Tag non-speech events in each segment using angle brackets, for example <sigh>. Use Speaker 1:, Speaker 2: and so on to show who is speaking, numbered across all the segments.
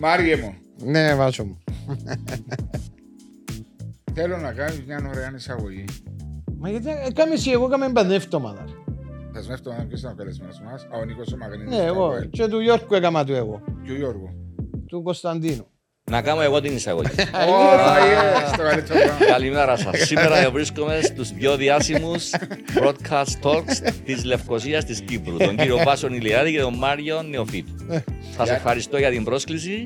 Speaker 1: Μάριε μου,
Speaker 2: Ναι, βάσο μου.
Speaker 1: θέλω να κάνεις μια ωραία εισαγωγή.
Speaker 2: Μα γιατί να- ε, κάμε εσύ, εγώ κάμε παντεύτομα. ρε.
Speaker 1: Δεσμεύτω να ποιος ήταν ο καλεσμένος μας. Α, ο Νίκος ο Μαγνήτης.
Speaker 2: Ναι, εγώ. Και του Γιώργου έκαμα του εγώ.
Speaker 1: Και ο Γιώργο.
Speaker 2: Του Κωνσταντίνου.
Speaker 3: Να κάνω εγώ την εισαγωγή.
Speaker 1: Ωρα, yes, το καλύτερο πράγμα.
Speaker 2: <laughs>
Speaker 3: Καλημέρα σας. Σήμερα βρίσκομαι στους πιο διάσημους broadcast talks της Λευκοσίας της Κύπρου, τον κύριο Βάσον Ηλιάδη και τον Μάριο Νεοφίτ. Σα ευχαριστώ για την πρόσκληση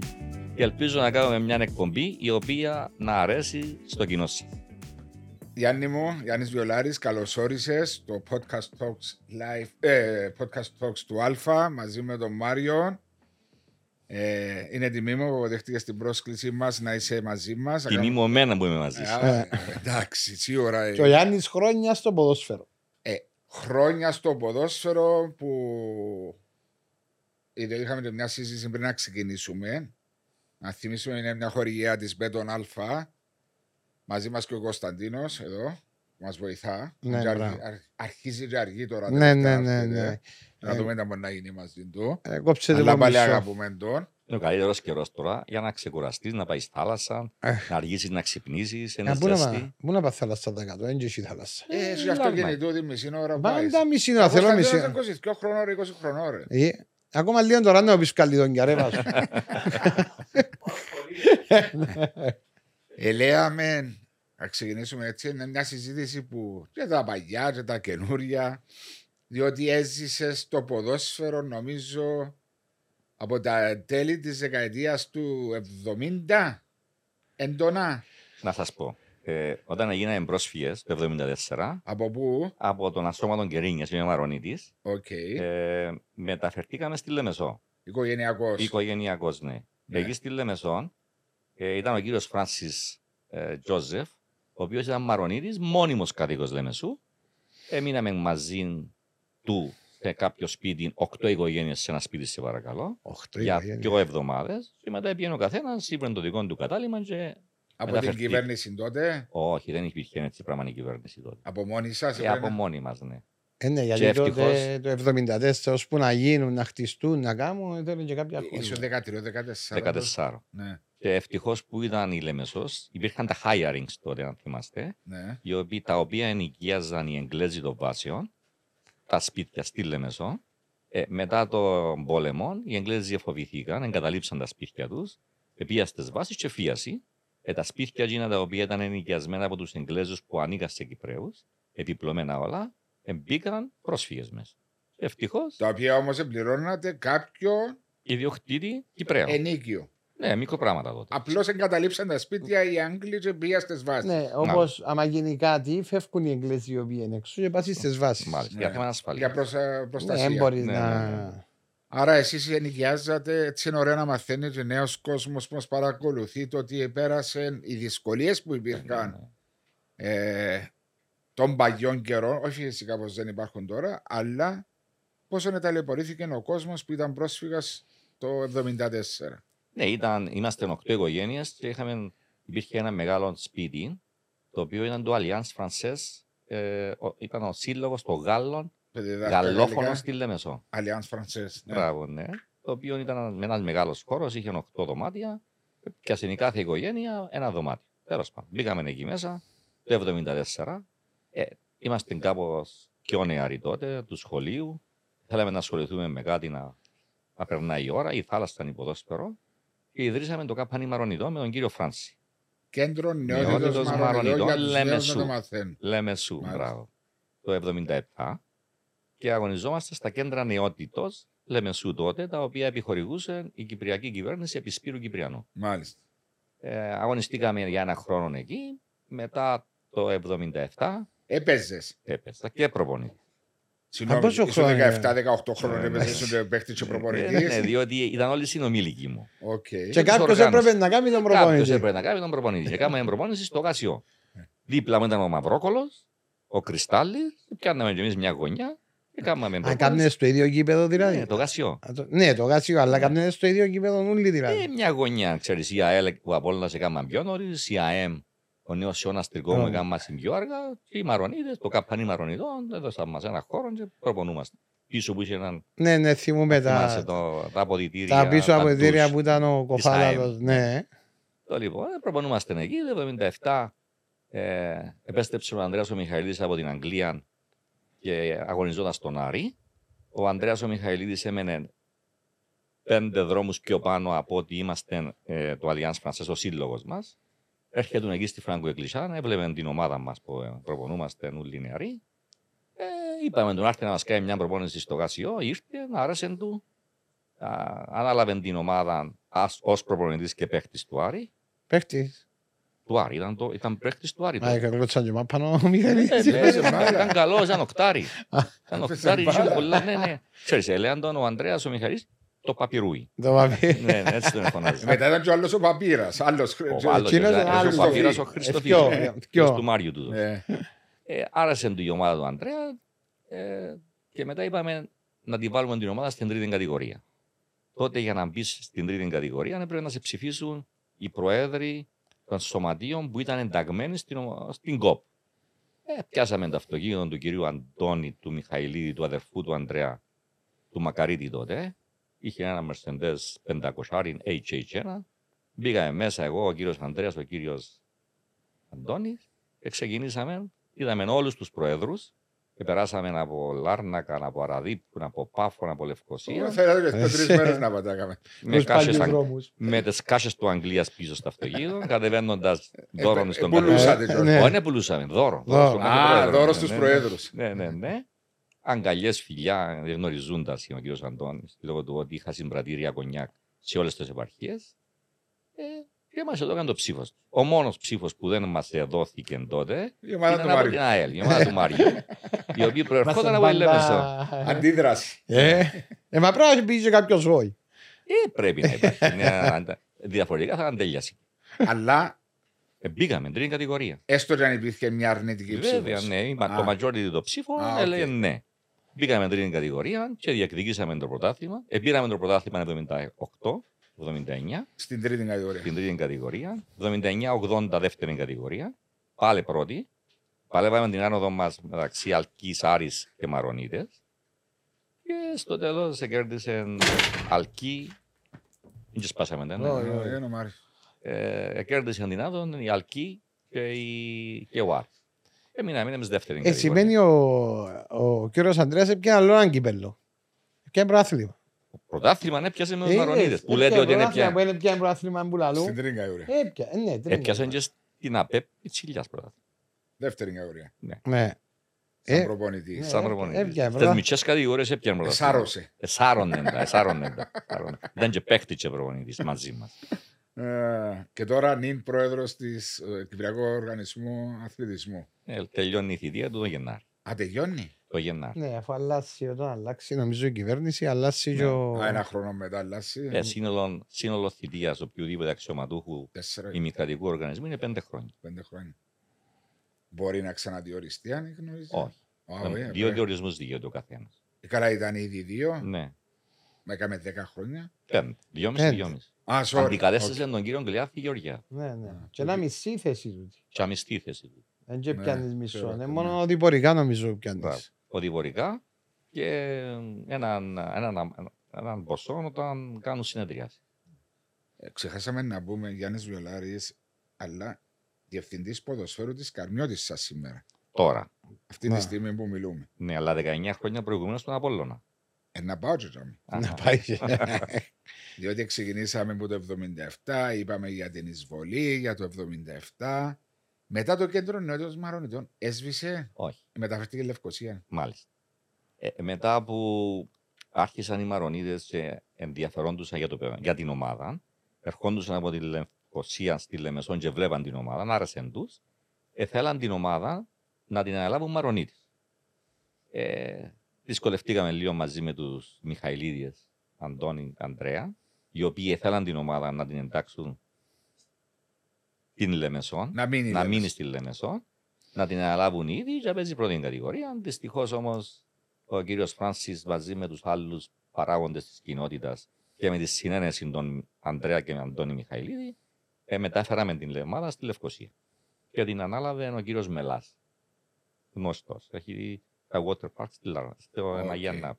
Speaker 3: και ελπίζω να κάνουμε μια εκπομπή η οποία να αρέσει στο κοινό σας.
Speaker 1: Γιάννη μου, Γιάννης Βιολάρης, καλώς όρισες στο Podcast Talks, live, ε, podcast Talks του Α μαζί με τον Μάριο. Ε, είναι τιμή μου που δεχτήκες την πρόσκλησή μας να είσαι μαζί μας.
Speaker 3: Τιμή μου εμένα που είμαι μαζί σα.
Speaker 1: Ε, α, Εντάξει, σίγουρα. ε.
Speaker 2: Και ο Γιάννης χρόνια στο ποδόσφαιρο.
Speaker 1: Ε, χρόνια στο ποδόσφαιρο που ε, είχαμε και μια συζήτηση πριν να ξεκινήσουμε. Να θυμίσουμε είναι μια χορηγία της Μπέτον Α. Μαζί μας και ο Κωνσταντίνος εδώ. που Μας βοηθά.
Speaker 2: Ναι,
Speaker 1: Και αρχι-
Speaker 2: μπράβο.
Speaker 1: αρ- αρχίζει και αργεί τώρα.
Speaker 2: Ναι,
Speaker 1: τελευταία,
Speaker 2: ναι, ναι,
Speaker 1: έρχεται.
Speaker 2: ναι.
Speaker 1: Να δούμε τι μπορεί να γίνει μαζί του.
Speaker 2: Ε, Κόψε το
Speaker 1: Αλλά πάλι
Speaker 2: μισό.
Speaker 1: αγαπούμε τον.
Speaker 3: Είναι ο καλύτερος καιρός τώρα για να ξεκουραστείς, να πάεις στη θάλασσα,
Speaker 2: Αχ.
Speaker 3: να αργήσεις να ξυπνήσεις,
Speaker 2: Ε,
Speaker 3: ένα
Speaker 2: Πού να πα-
Speaker 3: ζεστή.
Speaker 2: πού να πας θάλασσα τα κάτω, δεν και εσύ θάλασσα.
Speaker 1: Ε, Εσύ
Speaker 3: normal.
Speaker 1: αυτοκινητού τη μισή ώρα πάεις.
Speaker 2: Πάντα μισή ώρα, θέλω
Speaker 1: Κωνσταντίνος
Speaker 2: μισή
Speaker 1: είναι
Speaker 2: ώρα.
Speaker 1: 22 χρονών, ρε, 20 χρονών. ρε.
Speaker 2: Ε, Ακόμα λίγο τώρα να πεις καλή τον κιαρέβα σου.
Speaker 1: Ελέαμε Ε, να ξεκινήσουμε έτσι. Είναι μια συζήτηση που και τα παλιά και τα καινούρια, διότι έζησες το ποδόσφαιρο, νομίζω, από τα τέλη της δεκαετίας του 70. Εντονά.
Speaker 3: Να σας πω. Ε, όταν έγιναμε πρόσφυγες το 1974
Speaker 1: Από πού,
Speaker 3: από τον ασώματο Κερίνιας, είμαι Μαρονίτης,
Speaker 1: οκ,
Speaker 3: ε, μεταφερθήκαμε στη Λεμεσό.
Speaker 1: οικογενειακός.
Speaker 3: Οικογενειακός, ναι.
Speaker 1: Ναι.
Speaker 3: Εκεί στη Λεμεσό ε, ήταν ο κύριος Φράνσις Τζόζεφ, ο οποίος ήταν Μαρονίτη, μόνιμο κατοίκο Λεμεσού. Έμειναμε μαζί του σε κάποιο σπίτι, οκτώ οικογένειες σε ένα σπίτι, σε παρακαλώ,
Speaker 2: Οχτώ
Speaker 3: για
Speaker 2: οικογένειες.
Speaker 3: δύο εβδομάδες. Και μετά πήγαινε ο καθένας, ήπρε το δικό του κατάλημα και.
Speaker 1: Από την
Speaker 3: μεταφερθεί.
Speaker 1: κυβέρνηση τότε,
Speaker 3: Όχι, δεν υπήρχε έτσι πράγμα η κυβέρνηση τότε.
Speaker 1: από μόνοι σας.
Speaker 3: Ε, από μόνοι μας, ναι.
Speaker 2: Ε, ναι,
Speaker 3: Και
Speaker 2: γιατί τότε το 1974 ώσπου να γίνουν, να χτιστούν, να κάνουν, ε, θέλουν και κάποια
Speaker 1: Ίσως
Speaker 2: χρόνια.
Speaker 1: 13-14.
Speaker 3: 14.
Speaker 1: Ναι,
Speaker 3: Και ευτυχώς που ήταν η Λεμεσός, υπήρχαν τα hirings τότε, αν θυμάστε,
Speaker 1: ναι.
Speaker 3: οι οποίοι, τα οποία ενοικίαζαν οι Εγγλέζοι των Βάσεων, τα σπίτια στη Λεμεσό. Ε, μετά τον πόλεμο, οι Εγγλέζοι φοβηθήκαν, εγκαταλείψαν τα σπίτια τους, πήγαν στι βάσεις και φίαση. Ε, τα σπίτια εκείνα τα οποία ήταν ενοικιασμένα από τους Εγγλέζους που ανήκαν σε Κυπραίου, επιπλωμένα όλα, ε, μπήκαν πρόσφυγες μέσα. Ευτυχώς,
Speaker 1: Τα οποία όμως πληρώνατε κάποιο
Speaker 3: ιδιοκτήτη Κυπρέων.
Speaker 1: ενίκιο.
Speaker 3: Ναι, μικρό πράγματα τότε.
Speaker 1: Απλώς εγκαταλείψαν τα σπίτια οι Άγγλοι και πήγαν στις βάσεις.
Speaker 2: Ναι, όπως άμα γίνει κάτι, φεύγουν οι Εγγλέζοι οι οποίοι είναι έξω και πας στις βάσεις.
Speaker 3: Μάλιστα,
Speaker 1: Ναι.
Speaker 3: για θέμα
Speaker 1: Για
Speaker 3: ασφαλεία.
Speaker 1: προσα-
Speaker 2: Ναι,
Speaker 1: προστασία.
Speaker 2: δεν μπορείς
Speaker 3: Ναι, ναι, ναι.
Speaker 2: να...
Speaker 1: Άρα εσείς ενοικιάζατε, έτσι είναι ωραίο να μαθαίνεις και ο νέος κόσμος πώ παρακολουθεί το ότι πέρασαν οι δυσκολίες που
Speaker 3: Ναι,
Speaker 1: υπήρχαν ε, των παλιών καιρών. Όχι φυσικά πως δεν υπάρχουν τώρα, αλλά πόσο εταλαιπωρήθηκε ο κόσμος που ήταν πρόσφυγας το 1974.
Speaker 3: Ναι, ήταν, είμαστε 8 οικογένειες και είχαμε, υπήρχε ένα μεγάλο σπίτι το οποίο ήταν το Alliance Française. Ε, ο- ήταν ο σύλλογος των Γάλλων, Γαλλόφωνο στη Λεμεσό.
Speaker 1: Αλιάν Φρανσές. ναι.
Speaker 3: Μπράβο, ναι. Το οποίο ήταν ένας μεγάλος χώρος, είχε 8 δωμάτια και στην κάθε οικογένεια ένα δωμάτιο. Τέλος πάντων, μπήκαμε εκεί μέσα το 1974. Ε, είμαστε κάπως πιο νεαροί τότε, του σχολείου. Θέλαμε να ασχοληθούμε με κάτι να, να περνάει η ώρα. Η θάλασσα ήταν υποδόσφαιρο. Και ιδρύσαμε το καπάνι Μαρονιδό με τον κύριο Φράνση.
Speaker 1: Κέντρο νεότητος
Speaker 3: Νεότητος
Speaker 1: Μαρονιδών. Για
Speaker 3: Μαρονιδών,
Speaker 1: τους νέους να το
Speaker 3: Λεμεσού.
Speaker 1: μαθαίνουν.
Speaker 3: Λέμε σου,
Speaker 1: Μάλιστα.
Speaker 3: μπράβο. Το 77. Και αγωνιζόμαστε στα κέντρα νεότητος, λέμε σου τότε, τα οποία επιχορηγούσε η Κυπριακή κυβέρνηση επί Σπύρου Κυπριανού.
Speaker 1: Μάλιστα.
Speaker 3: Ε, αγωνιστήκαμε για ένα χρόνο εκεί. Μετά το 77
Speaker 1: Έπαιζε.
Speaker 3: έπεσα και προπονητή.
Speaker 1: Συγγνώμη,
Speaker 2: πόσο
Speaker 1: ήσουν
Speaker 2: χρόνο είναι?
Speaker 1: 17-18 χρόνων
Speaker 3: Ε,
Speaker 1: έπαιζε
Speaker 3: εντάξει.
Speaker 1: στον παίχτη και
Speaker 3: Ε, ναι,
Speaker 1: προπονητή.
Speaker 3: διότι ήταν όλοι συνομήλικοι μου.
Speaker 1: Οκ.
Speaker 2: Και κάποιος
Speaker 3: οργάνωση.
Speaker 2: έπρεπε να κάνει τον
Speaker 3: Κάποιος
Speaker 2: προπονητή.
Speaker 3: έπρεπε να κάνει τον προπονητή. Και κάναμε προπονητή στο Κασιό. Δίπλα μου ήταν ο Μαυρόκολος, ο Κρυστάλλης, κάναμε κι εμείς μια γωνιά και κάναμε
Speaker 2: Αν
Speaker 3: προπονητή.
Speaker 2: κάμνες στο ίδιο γήπεδο δηλαδή.
Speaker 3: Ναι, το Κασιό.
Speaker 2: Α, το- Ναι, το γάσιο, αλλά κάμνες στο ίδιο γήπεδο όλοι
Speaker 3: Ε,
Speaker 2: δηλαδή.
Speaker 3: μια γωνιά, ξέρεις, η ΑΕΛ που απ' όλα σε κάμαν πιο νωρίς, η ΑΕΜ, ο νέος αιώνα τρικό
Speaker 2: Μπράβο.
Speaker 3: μου κάμαν πιο αργά, και οι Μαρονίδες, το καπανί Μαρονιδών, έδωσαν μας ένας χώρος και προπονούμαστε. πίσω που είχε έναν.
Speaker 2: Ναι, ναι, θυμούμε
Speaker 3: θυμάσαι
Speaker 2: τα,
Speaker 3: το- τα αποδητήρια.
Speaker 2: τα πίσω από
Speaker 3: ντους.
Speaker 2: ειδήρια που ήταν ο Κοφάλαλος.
Speaker 3: ΑΕΜ.
Speaker 2: Ναι,
Speaker 3: Το λοιπόν, ε, προπονούμαστε εκεί. Το 1977 ε, επέστρεψε ο Ανδρέας ο Μιχαηλίδης από την Αγγλία και αγωνιζόταν στον Άρη. Ο Ανδρέας ο Μιχαηλίδης έμενε πέντε δρόμους πιο πάνω από ό,τι είμαστε ε, το Alliance Française, ο σύλλογος μας. Έρχεται εκεί στη Φράγκο Εκκλησιά, έβλεπε την ομάδα μας που ε, προπονούμαστε όλοι νεαροί. Ε, είπαμε τον άρθει να μας κάνει μια προπόνηση στο Γασιό, ήρθε, άρεσε του. Α, ανάλαβε την ομάδα ας- ως προπονητής και παίχτης του Άρη.
Speaker 2: παίχτης.
Speaker 3: Του Άρη, ήταν, το, ήταν παίχτης του Άρη. τότε.
Speaker 2: Μα κλωτσαν και πάνω ο
Speaker 3: Ε,
Speaker 2: Μιχαηλίδης.
Speaker 3: ναι,
Speaker 1: έπαιζε μπάλα.
Speaker 3: Ήταν καλός, ήταν οκτάρι. Ήταν
Speaker 1: έπαιζε
Speaker 3: οκτάρι, είχε
Speaker 1: μπάλα.
Speaker 3: πολλά, ναι, ναι. Ξέρεις, έλεγαν τον ο Ανδρέας ο Μιχαηλής, το παπιρούι.
Speaker 2: Το παπί.
Speaker 3: ναι, ναι, έτσι τον φωνάζουν.
Speaker 1: Ε, Μετά ε, ήταν και ο άλλος ο Παπύρας. Άλλος.
Speaker 3: Ο άλλος,
Speaker 2: Εκείνος ο
Speaker 3: ο Ζάκης,
Speaker 2: άλλος.
Speaker 3: ο Παπύρας, ο
Speaker 2: Ε,
Speaker 3: Χριστοφίδης.
Speaker 2: ποιο,
Speaker 3: ε,
Speaker 2: ποιο.
Speaker 3: Του Μάριου του.
Speaker 1: Ναι.
Speaker 3: Ε, άρασε του η ομάδα του Αντρέα ε, και μετά είπαμε να τη βάλουμε την ομάδα στην τρίτη κατηγορία. Τότε για να μπεις στην τρίτη κατηγορία έπρεπε να σε ψηφίσουν οι προέδροι των σωματείων που ήταν ενταγμένοι στην, ομα- στην ΚΟΠ. Ε, πιάσαμε το αυτοκίνητο του κυρίου Αντώνη, του Μιχαηλίδη, του αδερφού του Αντρέα, του Μακαρίτη τότε. Είχε ένα Mercedes 500 HH1. Μπήκαμε μέσα εγώ, ο κύριος Αντρέας, ο κύριος Αντώνης και ξεκινήσαμε, είδαμε όλους τους προέδρους και περάσαμε από Λάρνακα, από Αραδίπτουν, από Πάφων, από Λευκοσία.
Speaker 1: Θέλατε και τρεις μέρες να πατάγαμε.
Speaker 3: με, κάσες, αγγ-
Speaker 2: δρόμους.
Speaker 3: με τις κάσες του Αγγλίας πίσω στο αυτοκίνητο, κατεβαίνοντας δώρο
Speaker 1: Ε,
Speaker 3: στον
Speaker 1: πουλούσατε
Speaker 3: καθένα.
Speaker 1: κιόλας.
Speaker 2: Ε, ναι.
Speaker 3: Όχι, δεν πουλούσαμε, δώρο.
Speaker 2: Δώρο.
Speaker 3: στον κάθε
Speaker 1: Α,
Speaker 3: πρόεδρο.
Speaker 1: δώρο
Speaker 3: Ναι,
Speaker 1: στους
Speaker 3: ναι, ναι.
Speaker 1: προέδρους.
Speaker 3: Ναι, ναι, ναι. Αγκαλιές, φιλιά, γνωριζούντα ο κύριος Αντώνης, λόγω του ότι είχα συμπρατήρια κονιάκ σε όλες τις επαρχίες. Ε, και μα εδώ έκανε το ψήφος. Ο μόνος ψήφος που δεν μας δόθηκε τότε
Speaker 1: Η ομάδα του
Speaker 3: ήταν από την
Speaker 1: Μάριου.
Speaker 3: ΑΕΛ, η
Speaker 1: <laughs>
Speaker 3: ομάδα του Μάριου. οι οποίοι προερχόταν από Ελέμεσο.
Speaker 1: Αντίδραση.
Speaker 2: Ε, ε, μα πρέπει να μπει και κάποιος γόη.
Speaker 3: Ε, πρέπει να υπάρχει. μια αντα- Διαφορετικά θα ήταν τέλειαση.
Speaker 1: Αλλά
Speaker 3: Ε, μπήκαμε, τρίτη κατηγορία.
Speaker 1: έστω και αν υπήρχε μια αρνητική
Speaker 3: Βέβαια,
Speaker 1: ψήφος.
Speaker 3: ναι, η- μα-
Speaker 1: Α.
Speaker 3: το majority των ψήφων
Speaker 1: Α, οκ.
Speaker 3: έλεγε ναι. Μπήκαμε τρίτη κατηγορία και διεκδικήσαμε το πρωτάθλημα. Επήραμε το πρωτάθλημα 78, 79,
Speaker 1: Στην τρίτη κατηγορία.
Speaker 3: την τρίτη κατηγορία. 79-80, δεύτερη κατηγορία. Πάλι πρώτη. Παλεύαμε την άνοδο μας μεταξύ Αλκής, Άρης και Μαρονίτες. Και στο τέλος σε κέρδισε Αλκή. Δεν σπάσαμε, δεν
Speaker 2: Ω,
Speaker 1: Ε,
Speaker 2: ε,
Speaker 1: ο Μάριος.
Speaker 3: ε, κέρδισαν την Άδων, η Αλκή και, η... και ο Άρ. Εμείνα, μείναμε στη δεύτερη
Speaker 2: Ε, σημαίνει ο, ο κύριος Αντρέας έπιανε άλλο έναν κύπελλο. Έπιανε προάθλημα.
Speaker 3: Πρωτάθλημα έπιασε με
Speaker 2: Ε,
Speaker 3: τους Μαρονίδες,
Speaker 2: ε,
Speaker 3: που λέτε ότι είναι
Speaker 2: προάθλημα,
Speaker 3: πια.
Speaker 2: που είναι Έπιανε προάθλημα που λαλού.
Speaker 1: Στην τρίτη κατηγορία.
Speaker 2: Έπιανε, ε, ναι. τρία.
Speaker 3: Έπιασε και στην ΑΠΕΠ τη Τσιλιάς πρωτάθλημα.
Speaker 1: Δεύτερη κατηγορία.
Speaker 2: Ναι.
Speaker 1: Σαν
Speaker 2: Ε,
Speaker 1: προπονητής.
Speaker 2: ναι.
Speaker 3: Σαν
Speaker 2: έπια-
Speaker 3: προπονητής.
Speaker 2: έπιανε,
Speaker 3: Στις
Speaker 2: πρωτά-
Speaker 3: μικρές κατηγορίες έπιανε πρωτάθλημα. Ε,
Speaker 1: Σάρωσε.
Speaker 3: Εσάρωνε τα, εσάρωνε τα. εσάρωνε. Ήταν και παίχτη και προπονητής μαζί μας.
Speaker 1: Ε, και τώρα νυν πρόεδρος της ε, Κυπριακού Οργανισμού Αθλητισμού.
Speaker 3: Ε, τελειώνει η θητεία του το Γενάρη.
Speaker 1: Α, τελειώνει.
Speaker 3: Το Γενάρη.
Speaker 2: Ναι, αφού αλλάξει, όταν αλλάξει, νομίζω η κυβέρνηση αλλάξει και ο...
Speaker 1: Ναι. Α, ένα χρόνο μετά αλλάζει.
Speaker 2: ναι.
Speaker 3: Ε, σύνολο, σύνολος θητείας οποιοδήποτε αξιωματούχου
Speaker 2: Ε.
Speaker 1: Τέσσερα ή
Speaker 3: ημικρατικού οργανισμού είναι πέντε χρόνια.
Speaker 1: πέντε χρόνια. Μπορεί να ξαναδιοριστεί αν γνωρίζει.
Speaker 2: Ε.
Speaker 3: Όχι.
Speaker 1: Α,
Speaker 3: Ήταν
Speaker 1: ωραία,
Speaker 3: Δύο
Speaker 1: ωραία.
Speaker 3: διορισμού δικαιούται ο καθένα.
Speaker 1: Καλά ήταν ήδη δύο.
Speaker 3: Ναι.
Speaker 1: Μέκαμε δέκα χρόνια.
Speaker 3: Πέντε. Δυόμιση,
Speaker 2: Πέντε.
Speaker 3: δυόμιση.
Speaker 1: Α, sorry.
Speaker 3: Αντικατέστησε τον κύριο Γκλιάθη Γεωργιά.
Speaker 2: Ναι, ναι.
Speaker 1: Α,
Speaker 2: Και ένα
Speaker 1: οκ.
Speaker 2: μισή θέση τούτη.
Speaker 3: Και αμυστή θέση του.
Speaker 2: Δεν και
Speaker 1: Ναι,
Speaker 2: πιάνεις
Speaker 1: ξέρω
Speaker 2: μισό.
Speaker 1: το,
Speaker 2: Είναι
Speaker 1: ναι.
Speaker 2: μόνο διπορικά νομίζω που πιάνεις.
Speaker 3: Οδηγορικά και έναν, έναν, έναν ποσό όταν κάνουν συνεδριάσει.
Speaker 1: Ε, Ξεχάσαμε να πούμε Γιάννης Βιολάρης, αλλά διευθυντής ποδοσφαίρου της Καρμιώτης σας σήμερα.
Speaker 3: Τώρα.
Speaker 1: Αυτή
Speaker 2: Μα.
Speaker 1: τη στιγμή που μιλούμε.
Speaker 3: Ναι, αλλά 19 χρόνια προηγουμένω στον Απόλλωνα.
Speaker 1: Ε, να πάω και τώρα.
Speaker 2: Να
Speaker 3: Αχα.
Speaker 2: πάει και...
Speaker 1: Διότι ξεκινήσαμε από το 77, είπαμε για την εισβολή, για το 77. Μετά το κέντρο νεότερων Μαρονιτών έσβησε,
Speaker 3: Όχι,
Speaker 1: μεταφέρθηκε η Λευκοσία.
Speaker 3: μάλιστα. Ε, μετά που άρχισαν οι Μαρονίδες και ενδιαφερόντουσαν για, το, για την ομάδα, ερχόντουσαν από τη Λευκοσία στη Λεμεσόν και βλέπαν την ομάδα, άρεσαν τους, ε, θέλαν την ομάδα να την αναλάβουν Μαρονίτη. Ε, δυσκολευτήκαμε λίγο μαζί με τους Μιχαηλίδες, Αντώνη, Αντρέα, οι οποίοι θέλαν την ομάδα να την εντάξουν την Λεμεσόν,
Speaker 1: Να μείνει.
Speaker 3: να
Speaker 1: λέμε.
Speaker 3: μείνει στη Λεμεσόν, να την αναλάβουν ήδη και να παίζει πρώτη κατηγορία. Δυστυχώς όμως ο κύριος Φράνση μαζί με τους άλλους παράγοντες της κοινότητας και με τη συνένεση των Αντρέα και Αντώνη Μιχαηλίδη, ε, μετάφεραμε την Λεμάδα στη Λευκοσία. Και την ανάλαβε ο κύριος Μελάς. Γνωστός. Έχει τα water park στη Λα- στο
Speaker 1: Οκ.
Speaker 3: Μαγιάννα.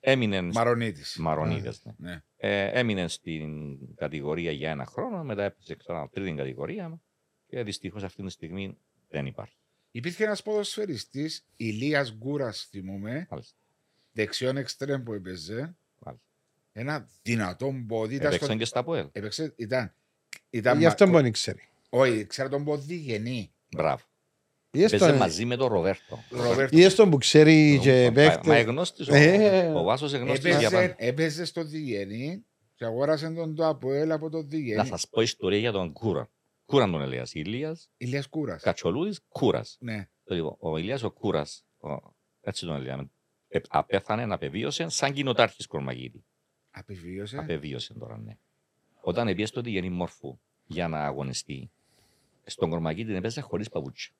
Speaker 3: Έμεινε.
Speaker 1: Μαρονίτης.
Speaker 3: Μαρονίδες. Ναι.
Speaker 1: Ναι.
Speaker 3: Ε, έμεινε στην κατηγορία για ένα χρόνο, μετά έπαιζε ξανά τρίτη κατηγορία και δυστυχώς αυτή τη στιγμή δεν υπάρχει.
Speaker 1: Υπήρχε ένας ποδοσφαιριστής, Ηλίας Γκούρας, θυμούμε,
Speaker 3: Μάλιστα.
Speaker 1: δεξιόν εξτρέμ που έπαιζε.
Speaker 3: Μάλιστα.
Speaker 1: Ένα δυνατό μπόδι. Ήταν
Speaker 3: Έπαιξαν
Speaker 1: στο...
Speaker 3: και στα ΠΟΕΛ.
Speaker 1: Έπαιξε, ήταν. ήταν
Speaker 2: Γι'
Speaker 1: μα-
Speaker 2: αυτό μπορεί να ξέρει.
Speaker 1: Όχι, ξέρω τον πόδι γενή.
Speaker 3: Μπράβο.
Speaker 2: Ή
Speaker 3: Έπαιζε
Speaker 2: έστω-
Speaker 3: μαζί με τον Ροβέρτο.
Speaker 1: Ροβέρτο.
Speaker 2: ή έστω που ξέρει Ε, και
Speaker 3: Μα- Μα
Speaker 2: παίχτε.
Speaker 3: εγνώστη
Speaker 2: Ε,
Speaker 3: ο Βάσος εγνώστη για
Speaker 1: Έπαιζε,
Speaker 3: πάντα.
Speaker 1: έπαιζε στο Διγενή και αγόρασε τον το Αποέλ από το
Speaker 3: Να
Speaker 2: ε.
Speaker 1: Διγενή.
Speaker 3: σας πω ιστορία για τον Κούραν. Κούραν τον Ελέα. Ηλίας
Speaker 1: Ηλίας Κούρας.
Speaker 3: Κατσολούδη Κούρας.
Speaker 1: Ναι.
Speaker 3: Λοιπόν, ο Ηλίας ο Κούρας, έτσι τον λέμε, ε, απέθανε, απεβίωσε σαν κοινοτάρχης Κορμαγίδη.
Speaker 1: Απεβίωσε.
Speaker 3: Απεβίωσε τώρα, ναι. Όταν έπιασε στο Διγενή Μόρφου για να αγωνιστεί, στον Κορμαγίδη έπαιζε χωρίς παπούτσι.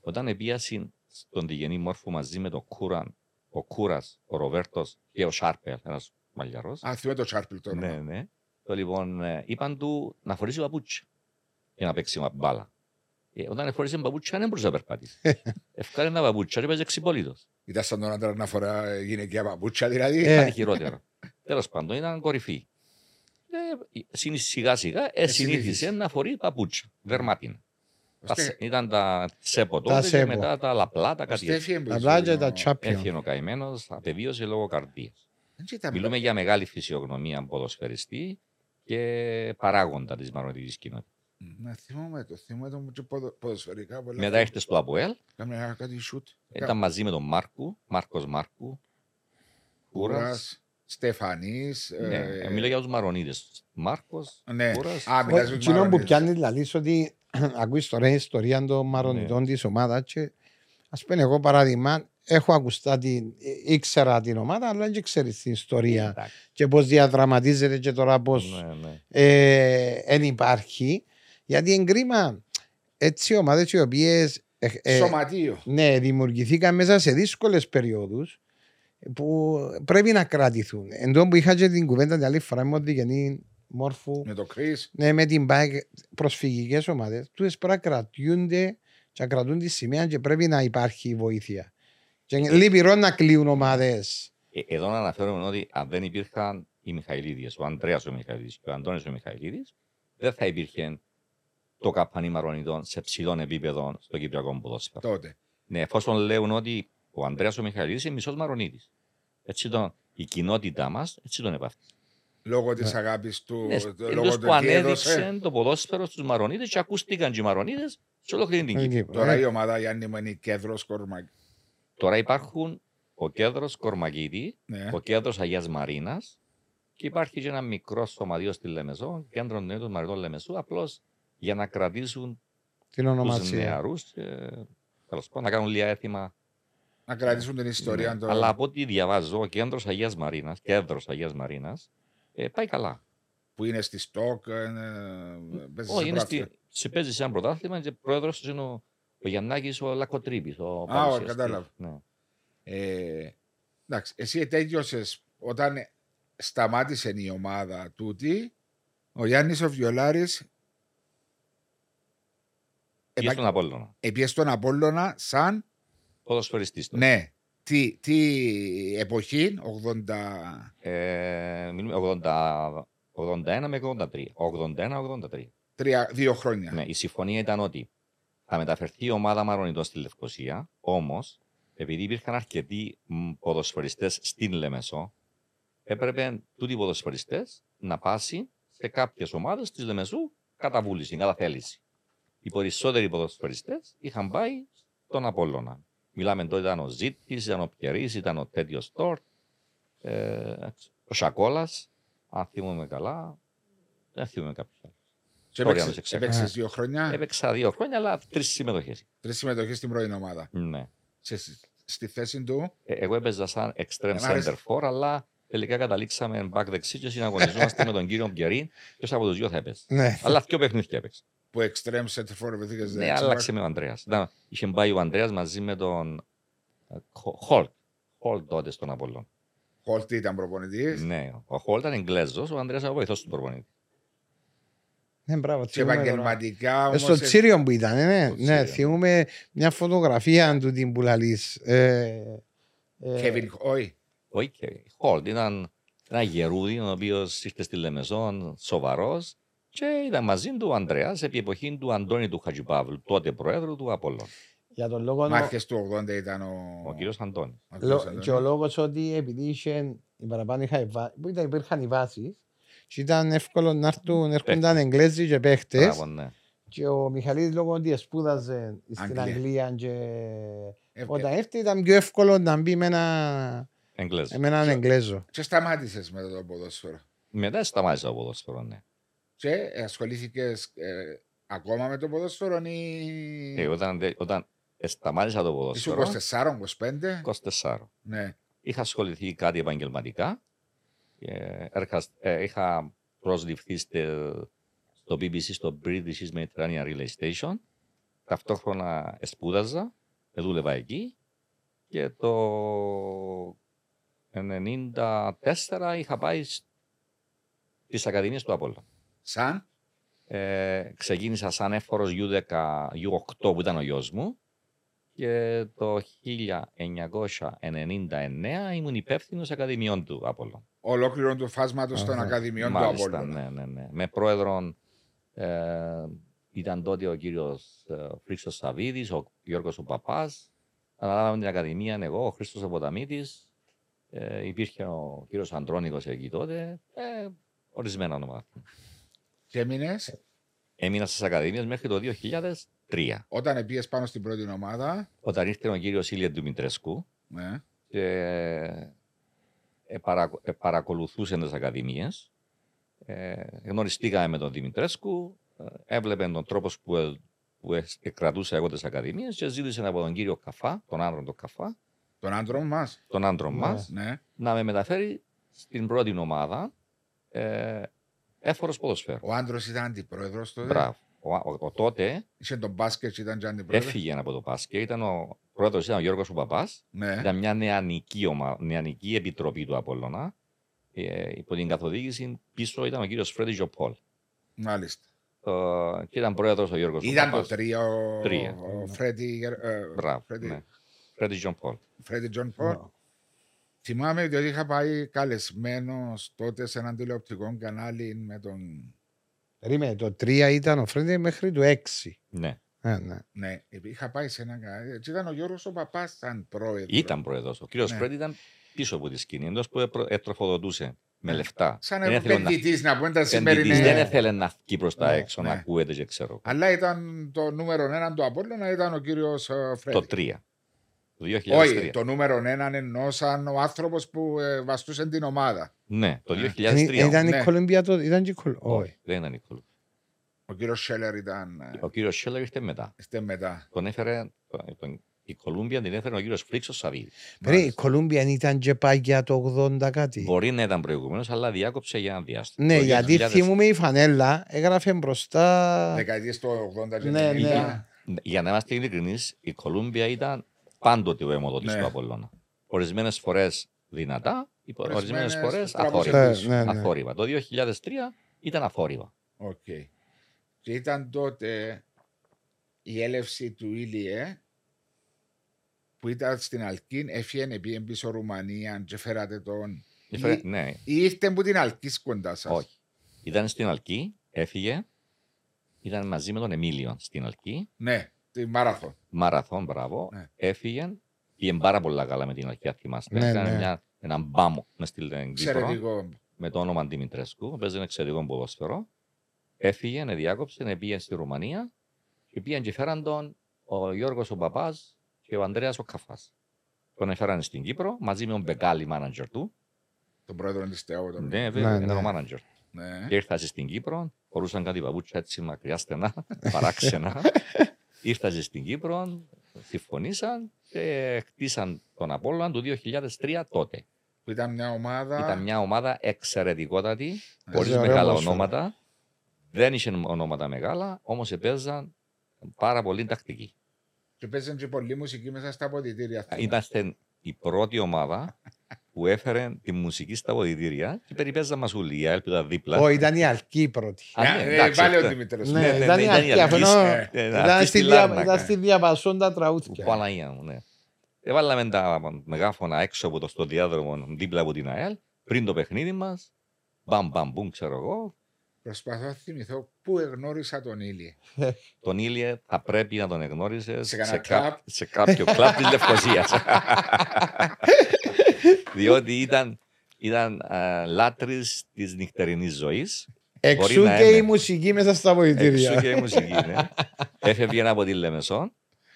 Speaker 3: Όταν έπιασε στον Διγενή Μόρφου μαζί με τον Κούραν, ο Κούρας, ο Ροβέρτος και ο Σάρπελ, ένας μαλλιαρός.
Speaker 1: Α, θυμάμαι το Σάρπιλ τώρα.
Speaker 3: Ναι, ναι. Το λοιπόν, ε, είπαν του να φορήσει παπούτσια για να παίξει μα- μπάλα. Ε, όταν φορήσε παπούτσια δεν μπορούσε να περπατήσει. Ευκάλε ένα παπούτσια και παίζει εξυπόλυτος.
Speaker 1: Ήταν σαν τον άντρα να φορά ε, γυναικεία παπούτσια δηλαδή.
Speaker 2: Ε.
Speaker 3: Κάτι χειρότερο. Τέλος πάντων, ήταν κορυφή. Ε, συν- σιγά σιγά
Speaker 1: συνήθισε.
Speaker 3: εσυνήθισε να φορεί παπούτσια, δερμάτινα. Τα
Speaker 1: Ωστε-
Speaker 3: σε- Ήταν τα σέπο
Speaker 2: Τα
Speaker 3: τότε και
Speaker 2: σέπο.
Speaker 3: μετά τα λαπλά, τα κάτι
Speaker 1: ωστε
Speaker 3: έτσι.
Speaker 1: έφυγε που
Speaker 2: Τα
Speaker 1: είσαι,
Speaker 2: πλάγια
Speaker 1: ο-
Speaker 2: τα
Speaker 3: Έφυγε
Speaker 2: τσάπια.
Speaker 3: ο καημένος, απεβίωσε λόγω καρδίας.
Speaker 1: Δεν ήταν-
Speaker 3: Μιλούμε για μεγάλη φυσιογνωμία ποδοσφαιριστή και παράγοντα της μαρονιτικής κοινότητας.
Speaker 1: Να θυμάμαι το, θυμάμαι το και ποδο- ποδοσφαιρικά πολλά.
Speaker 3: Μετά έρχεται στο Αποέλ,
Speaker 1: Κάμε ένα κάτι σουτ.
Speaker 3: ήταν μαζί με τον Μάρκου, Μάρκος Μάρκου, Κούρας.
Speaker 1: Κούρας, Στεφανής.
Speaker 3: Ναι,
Speaker 1: ε,
Speaker 3: μιλάω για τους Μαρονίδες. Μάρκος,
Speaker 1: Ναι.
Speaker 3: Κούρας.
Speaker 1: Α, μιλάς με τους
Speaker 2: Κοινό που
Speaker 1: Μαρονίδες.
Speaker 2: πιάνει δηλαδή ότι ακούεις τώρα η ιστορία των μαρονιτών της ομάδας και ας πούμε εγώ παράδειγμα έχω ακουστά την, ε, ήξερα την ομάδα αλλά δεν ξέρεις την ιστορία
Speaker 3: Εντάξει,
Speaker 2: και πώς διαδραματίζεται και τώρα πώς
Speaker 3: ναι, ναι.
Speaker 2: ε, εν υπάρχει. Γιατί εν κρίμα, έτσι οι ομάδες οι οποίες. ε,
Speaker 1: Σωματείο.
Speaker 2: ναι, δημιουργηθήκαν μέσα σε δύσκολες περιόδους που πρέπει να κρατηθούν. Εν τω που είχα και την κουβέντα την άλλη φορά με ότι γεννή μόρφου
Speaker 1: Με το Chris.
Speaker 2: ναι, με την ΠΑΕΚ προσφυγικές ομάδες, του πρέπει να κρατιούνται και να κρατούν τη σημαία και πρέπει να υπάρχει βοήθεια. Και λυπηρό να κλείουν ομάδες.
Speaker 3: Ε, Εδώ να αναφέρουμε ότι αν δεν υπήρχαν οι Μιχαηλίδες, ο Ανδρέας ο Μιχαηλίδης και ο Αντώνης ο Μιχαηλίδης, δεν θα υπήρχε το καπανί Μαρονιδών σε ψηλών επίπεδων στο Κυπριακό ποδόσφαιρο.
Speaker 1: Τότε.
Speaker 3: Ναι, εφόσον λέουν ότι ο Ανδρέας ο Μιχαηλίδης είναι μισός Μαρονίδης. Έτσι τον, η κοινότητά μας έτσι τον επαφή.
Speaker 1: Λόγω της αγάπης του.
Speaker 3: Ναι,
Speaker 1: το-
Speaker 3: εντός
Speaker 1: του
Speaker 3: που
Speaker 1: τι έδωσε.
Speaker 3: ανέδειξε το ποδόσφαιρο στους Μαρονίδες και ακούστηκαν και οι Μαρονίδες σε ολόκληρη
Speaker 2: Ε,
Speaker 3: την Κύπρο.
Speaker 1: Τώρα η ομάδα Γιάννη μου είναι κέντρο κορμακ.
Speaker 3: Τώρα υπάρχουν ο κέντρο Κορμαγίδη,
Speaker 1: Ναι.
Speaker 3: ο κέντρο Αγία Μαρίνας και υπάρχει και ένα μικρό σωματείο στη Λεμεσό, κέντρο νέων των Μαρινών Λεμεσού, απλώς για να κρατήσουν
Speaker 2: Την
Speaker 3: τους
Speaker 2: ονομασία.
Speaker 3: νεαρούς. Τέλος πάντων, να κάνουν λίγα έθιμα.
Speaker 1: Να κρατήσουν την ιστορία
Speaker 3: Ναι.
Speaker 1: του.
Speaker 3: Αλλά από ό,τι διαβάζω, ο κέντρο Αγία Μαρίνας, κέντρο Αγία Μαρίνας, ε, πάει καλά.
Speaker 1: Που είναι στη Στοκ. ε, παίζει
Speaker 3: Όχι,
Speaker 1: σε
Speaker 3: είναι
Speaker 1: πρωτάθλημα.
Speaker 3: στη, σε παίζει σε ένα πρωτάθλημα και πρόεδρος είναι ο, ο Γιαννάκης ο Λακοτρίπη. Ο
Speaker 1: Α,
Speaker 3: παρουσιαστής.
Speaker 1: κατάλαβα.
Speaker 3: Ναι.
Speaker 1: Ε, εντάξει, εσύ τέλειωσε όταν σταμάτησε η ομάδα τούτη. Ο Γιάννης ο Βιολάρης Ε,
Speaker 3: Και στον Απόλλωνα.
Speaker 1: επίε στον Απόλλωνα σαν.
Speaker 3: Ποδοσφαιριστής. τώρα.
Speaker 1: Ναι. Τι, τι εποχή, 80.
Speaker 3: Ε, μιλούμε 80, 81 με 83. 81-83.
Speaker 1: Τρία, δύο χρόνια.
Speaker 3: Ναι, η συμφωνία ήταν ότι θα μεταφερθεί η ομάδα Μαρονιτών στη Λευκοσία, όμως επειδή υπήρχαν αρκετοί ποδοσφαιριστές στην Λεμεσό, έπρεπε τούτοι οι ποδοσφαιριστές να πάσει σε κάποιες ομάδες της Λεμεσού κατά βούληση, κατά θέληση. Οι περισσότεροι ποδοσφαιριστές είχαν πάει στον Απόλλωνα. Μιλάμε τότε ήταν ο Ζήτης, ήταν ο Πιερής, ήταν ο Τέτιο Τόρτ, ε, ο Σακόλας, αν θυμούμε καλά. Δεν θυμούμε κάποιον. άλλο.
Speaker 1: Και
Speaker 3: Ωραία, να σε
Speaker 1: έπαιξες,
Speaker 3: ξέχασα.
Speaker 1: έπαιξες δύο χρόνια,
Speaker 3: Έπαιξα δύο χρόνια, αλλά τρεις συμμετοχές.
Speaker 1: τρεις συμμετοχές στην πρώην ομάδα.
Speaker 3: Ναι.
Speaker 1: Σε, στη θέση του,
Speaker 3: Ε, Εγώ έπαιζα σαν extreme
Speaker 1: Εμ' άρεσε.
Speaker 3: center for, αλλά τελικά καταλήξαμε back δεξί και συναγωνιζόμαστε με τον κύριο Μπιερίν. Ποιος από τους δύο θα έπαιζε.
Speaker 2: Ναι.
Speaker 3: αλλά πιο παιχνίδια έπαιξε.
Speaker 1: που extreme center for βρεθήκες
Speaker 3: ναι,
Speaker 1: δεξιμπακ.
Speaker 3: άλλαξε με ο Ανδρέας. Είχε πάει ο Ανδρέας μαζί με τον ε, Χο- Χολτ. Χολτ τότε στον Απολόν.
Speaker 1: Holt ήταν προπονητής.
Speaker 3: ναι, ο Χολτ ήταν Εγγλέζος, ο Ανδρέας ήταν ο βοηθός του προπονητή.
Speaker 2: Ναι, μπράβο,
Speaker 1: Και
Speaker 2: θυμούμαι τώρα.
Speaker 1: επαγγελματικά
Speaker 2: Ε,
Speaker 1: όμως...
Speaker 2: Στο
Speaker 1: ε,
Speaker 2: Τσίριον που ήταν, ε, ναι,
Speaker 3: Στο
Speaker 2: ναι,
Speaker 3: Τσίριον.
Speaker 2: θυμούμε μια φωτογραφία του την που λαλείς. Ε, ε,
Speaker 1: Kevin, όχι,
Speaker 3: Όχι και Χόλτ. Ήταν ένα γερούδι, ο οποίος ήρθε στη Λεμεζόν σοβαρός και ήταν μαζί του ο Ανδρέας επί εποχή του Αντώνη του Χατζιπαύλου, τότε προέδρου του Απόλλων.
Speaker 4: Για τον λόγο
Speaker 1: Μάρκε του 80 ήταν ο.
Speaker 3: Ο κύριος Αντώνης.
Speaker 1: ο κύριος
Speaker 4: Λο,
Speaker 1: Αντώνης.
Speaker 4: και ο λόγος ότι επειδή είχε οι παραπάνω είχα, βα- που ήταν, υπήρχαν οι βάσεις
Speaker 2: Και ήταν εύκολο να έρθουν, έρχονταν Εγγλέζοι και παίχτες.
Speaker 3: Μπράβο, ναι.
Speaker 4: και ο Μιχαλίδης λόγω ότι σπούδαζε στην
Speaker 1: Αγγλία.
Speaker 4: Αγγλία και
Speaker 1: Ε, ε,
Speaker 2: Όταν έρθει ήταν πιο εύκολο να μπει με, ένα,
Speaker 3: Εγγλέζος.
Speaker 2: με έναν Εγγλέζο.
Speaker 1: Και σταμάτησες μετά το ποδόσφαιρο.
Speaker 3: Μετά σταμάτησα το ποδόσφαιρο, ναι.
Speaker 1: Και ασχολήθηκες ακόμα με το ποδόσφαιρο ή.
Speaker 3: Ε, όταν, δε- όταν σταμάτησα το
Speaker 1: Ήσουν
Speaker 3: ποδόσφαιρο,
Speaker 1: 24-25.
Speaker 3: 24.
Speaker 1: Ναι.
Speaker 3: Είχα ασχοληθεί κάτι επαγγελματικά. Ε, έρχα- ε, είχα προσληφθεί στε- στο BBC, στο British Mediterranean Relay Station. Ταυτόχρονα σπούδαζα, δούλευα εκεί. Και το 1994 είχα πάει στις Ακαδημίες του Απόλλων.
Speaker 1: Σαν.
Speaker 3: Ε, ξεκίνησα σαν εύφορος U10, U8 που ήταν ο γιος μου και το 1999 ήμουν υπεύθυνος ακαδημιών του Απόλλων.
Speaker 1: Ολόκληρο του φάσματος των
Speaker 2: Αχα.
Speaker 1: Ακαδημιών του
Speaker 3: Μάλιστα,
Speaker 1: Απόλλων.
Speaker 3: ναι, ναι, ναι. Με πρόεδρον ε, ήταν τότε ο κύριος ε, ο Χρήστος Σαβίδης, ο Γιώργος ο Παπάς. Αναλάβαμε την Ακαδημία ναι, εγώ, ο Χρήστος ο Ποταμίτης. Ε, υπήρχε ο κύριος Αντρόνικος εκεί τότε. Ε, ορισμένα ονομά.
Speaker 1: Και έμεινες
Speaker 3: Έμεινα στις Ακαδημίες μέχρι το 2003.
Speaker 1: όταν πήγε πάνω στην πρώτη ομάδα.
Speaker 3: όταν ήρθε ο κύριος Ήλια Ντουμητρεσκού
Speaker 1: Ναι.
Speaker 3: και ε, παρακο- ε, παρακολουθούσε τις ακαδημίες. Ε, γνωριστήκαμε με τον Δημητρέσκου, ε, έβλεπε τον τρόπο που, ε, που εσ- ε, κρατούσα εγώ τις ακαδημίες και ζήτησε από τον κύριο Καφά, τον άντρα του Καφά,
Speaker 1: Τον άντρο μας.
Speaker 3: τον άντρο
Speaker 4: Ναι.
Speaker 3: μας,
Speaker 1: Ναι.
Speaker 3: να με μεταφέρει στην πρώτη ομάδα ε, έφορος ποδοσφαίρου.
Speaker 1: Ο άντρος ήταν αντιπρόεδρος τότε.
Speaker 3: Μπράβο. Ο, ο- ο τότε
Speaker 1: Είχε τον μπάσκετ, ήταν και αντιπρόεδρος.
Speaker 3: έφυγε από το Πάσκε, ήταν ο πρόεδρος ήταν ο Γιώργος ο Παπάς,
Speaker 1: Ναι.
Speaker 3: Ήταν μια νεανική, ομα... νεανική επιτροπή του Απόλλωνα. Ε, υπό την καθοδήγηση πίσω ήταν ο κύριος Φρέντι Ζοπόλ.
Speaker 1: Μάλιστα.
Speaker 3: Ε, και ήταν πρόεδρος ο Γιώργος
Speaker 1: Ήταν το τρίο.
Speaker 3: Τρία.
Speaker 1: Ο Φρέντι. ε,
Speaker 3: Μπράβο.
Speaker 1: Φρέντι-
Speaker 3: ναι. Φρέντι Ζοπόλ.
Speaker 1: Φρέντι Τζον
Speaker 2: Ε,
Speaker 1: Πολ. Θυμάμαι ότι είχα πάει καλεσμένος τότε σε έναν τηλεοπτικό κανάλι με τον.
Speaker 2: Περίμενε, το 3 ήταν ο Φρέντι μέχρι το 6.
Speaker 3: Ναι.
Speaker 2: Ε, ναι.
Speaker 1: Ναι, είχα πάει σε έναν κανάλι. Έτσι ήταν ο Γιώργος ο Παπάς, σαν πρόεδρος.
Speaker 3: Ήταν πρόεδρος. Ο κύριος
Speaker 1: Ναι.
Speaker 3: Φρέντι ήταν πίσω από τη σκηνή, εντός που έπρο- ετροφοδοτούσε με λεφτά.
Speaker 1: Ναι. Σαν
Speaker 3: Δεν ήθελε να-
Speaker 1: επενδυτής να πούμε τα
Speaker 3: επενδυτής,
Speaker 1: σημερινά.
Speaker 3: Δεν ήθελε να βγει προ τα
Speaker 1: Ναι,
Speaker 3: έξω, να
Speaker 1: ναι.
Speaker 3: ακούεται και ξέρω.
Speaker 1: Αλλά ήταν το νούμερο έναν του Απόλλωνα, ήταν ο κύριος Φρέντι.
Speaker 3: Το 3. Το 2003.
Speaker 1: Όχι, το νούμερο έναν ενώ σαν ο άνθρωπος που ε, βαστούσε την ομάδα.
Speaker 3: Ναι, το
Speaker 1: Ναι.
Speaker 3: 2003.
Speaker 2: Ε, ήταν
Speaker 1: ναι.
Speaker 2: η Κολυμπία τότε, ήταν και η Κολυμπία.
Speaker 3: Όχι, δεν ήταν η Κολου.
Speaker 1: Ο κύριος Σέλερ ήταν. ε,
Speaker 3: Ο κύριος Σέλλερ ήρθε μετά.
Speaker 1: Είστε μετά.
Speaker 3: Τον έφερε, τον- η Κολούμπια την έφερε ο κύριος Φρίξος Σαβίδη.
Speaker 2: Περίμενε, η Κολυμπία ήταν και πάει για το 80 κάτι.
Speaker 3: Μπορεί να ήταν προηγουμένως, αλλά διάκοψε για ένα διάστημα.
Speaker 2: Ναι,
Speaker 3: Το
Speaker 2: γιατί
Speaker 3: 2000
Speaker 2: θυμούμε η φανέλα έγραφε μπροστά.
Speaker 1: Δεκαετίες του 80 και
Speaker 4: Ναι,
Speaker 1: 90.
Speaker 4: ναι.
Speaker 3: Για να είμαστε ειλικρινείς, η Κολούμπια ήταν πάντοτε ο αιμοδότη
Speaker 1: Ναι.
Speaker 3: του Απολώνα. Ορισμένες φορές δυνατά, ορισμένες
Speaker 1: Ορισμένες
Speaker 3: φορές
Speaker 1: τραβούσε
Speaker 3: αθόρυβα.
Speaker 1: πίσω.
Speaker 2: Ναι, ναι.
Speaker 3: Αθόρυβα. Το 2003 ήταν αθόρυβα.
Speaker 1: Οκ. Και ήταν τότε η έλευση του Ήλιε που ήταν στην Αλκίν, έφυγε πήγε πίσω Ρουμανία και φέρατε τον. Ή-
Speaker 3: Έφερε- Ναι,
Speaker 1: Ή ήρθε που την Αλκή κοντά σας.
Speaker 3: όχι. Ήταν στην Αλκή, έφυγε. Ήταν μαζί με τον Εμίλιο στην Αλκή.
Speaker 1: Ναι, τη Μάραθον.
Speaker 3: Μαραθών, μπράβο.
Speaker 1: Ναι.
Speaker 3: Έφυγε. Πήγε πάρα πολλά καλά με την Αλκή, αν θυμάστε.
Speaker 2: Ναι,
Speaker 3: Έκανε
Speaker 2: ναι.
Speaker 3: μια- έναν μπάμο μες στην Κύπρο.
Speaker 1: Εξαιρετικό.
Speaker 3: με το όνομα Δημητρέσκου, παίζει ένα εξαιρετικό ποδόσφαιρο. Έφυγε, να διάκοψε, πήγε στη Ρουμανία και πήγαν και φέραν τον ο Γιώργος ο Παπάς και ο Ανδρέας ο Καφάς. Τον έφεραν στην Κύπρο μαζί με τον Μπεκάλι, manager του.
Speaker 1: Τον πρόεδρο της ΤΕΟ. τον-
Speaker 3: Ναι, βέβαια,
Speaker 2: Ναι,
Speaker 3: ήταν ο
Speaker 2: ναι.
Speaker 3: manager.
Speaker 1: Ναι.
Speaker 3: Και ήρθα στην Κύπρο, χωρούσαν κάτι παπούτσια έτσι μακριά στενά, παράξενα. Ήρθαζε στην Κύπρο, συμφωνήσαν και χτίσαν τον Απόλλωνα του 2003 τότε.
Speaker 1: Που ήταν μια ομάδα. Ναι.
Speaker 3: Ήταν μια ομάδα εξαιρετικότατη,
Speaker 1: Ε,
Speaker 3: χωρί
Speaker 2: Παίζει ωραίο
Speaker 3: μεγάλα
Speaker 2: ποδόσφαιρο.
Speaker 3: ονόματα. Δεν είχε ονόματα μεγάλα, όμως επέζαν πάρα πολύ τακτική.
Speaker 1: Και παίζαν και πολλή μουσική μέσα στα αποδητήρια.
Speaker 3: Είμαστε η πρώτη ομάδα που έφερε τη μουσική στα ποδητήρια και περιπέζα μασουλία, έλπιδα δίπλα.
Speaker 2: Όχι, ήταν η Αλκή η πρώτη.
Speaker 3: Α, ναι,
Speaker 1: Ε,
Speaker 3: εντάξει,
Speaker 1: Πάλι ο
Speaker 3: αυτό.
Speaker 1: Δημήτρης.
Speaker 4: Ναι,
Speaker 3: ναι, ναι,
Speaker 4: ήταν
Speaker 3: ναι,
Speaker 4: η
Speaker 3: ήταν η
Speaker 4: αρχή,
Speaker 3: αρχή.
Speaker 4: αφενό
Speaker 3: Ε,
Speaker 4: ήταν
Speaker 3: αυτή
Speaker 4: στη
Speaker 3: τη
Speaker 4: δια-
Speaker 3: Λάρνακα.
Speaker 4: ήταν στη διαπασόν τα
Speaker 3: Που
Speaker 4: τραούθια.
Speaker 3: Παναγία μου, ναι. Έβαλαμε τα μεγάφωνα έξω από το στο διάδρομο δίπλα από την ΑΕΛ πριν το παιχνίδι μας. Μπαμ, μπαμ, μπούμ, ξέρω εγώ.
Speaker 1: Προσπαθώ να θυμηθώ πού εγνώρισα τον Ήλιε.
Speaker 3: Τον Ήλιε θα πρέπει να τον εγνώριζες
Speaker 1: Σε κανένα κλαμπ.
Speaker 3: σε κάποιο κλαμπ της Λευκοσίας.
Speaker 1: <laughs>
Speaker 3: Διότι ήταν, ήταν λάτρης της νυχτερινής ζωής.
Speaker 2: Εξού
Speaker 3: να
Speaker 2: και
Speaker 3: είναι.
Speaker 2: η μουσική μέσα στα βοητήρια.
Speaker 3: Εξού και η μουσική. Ναι. Έφευγε από τη Λεμεσόν,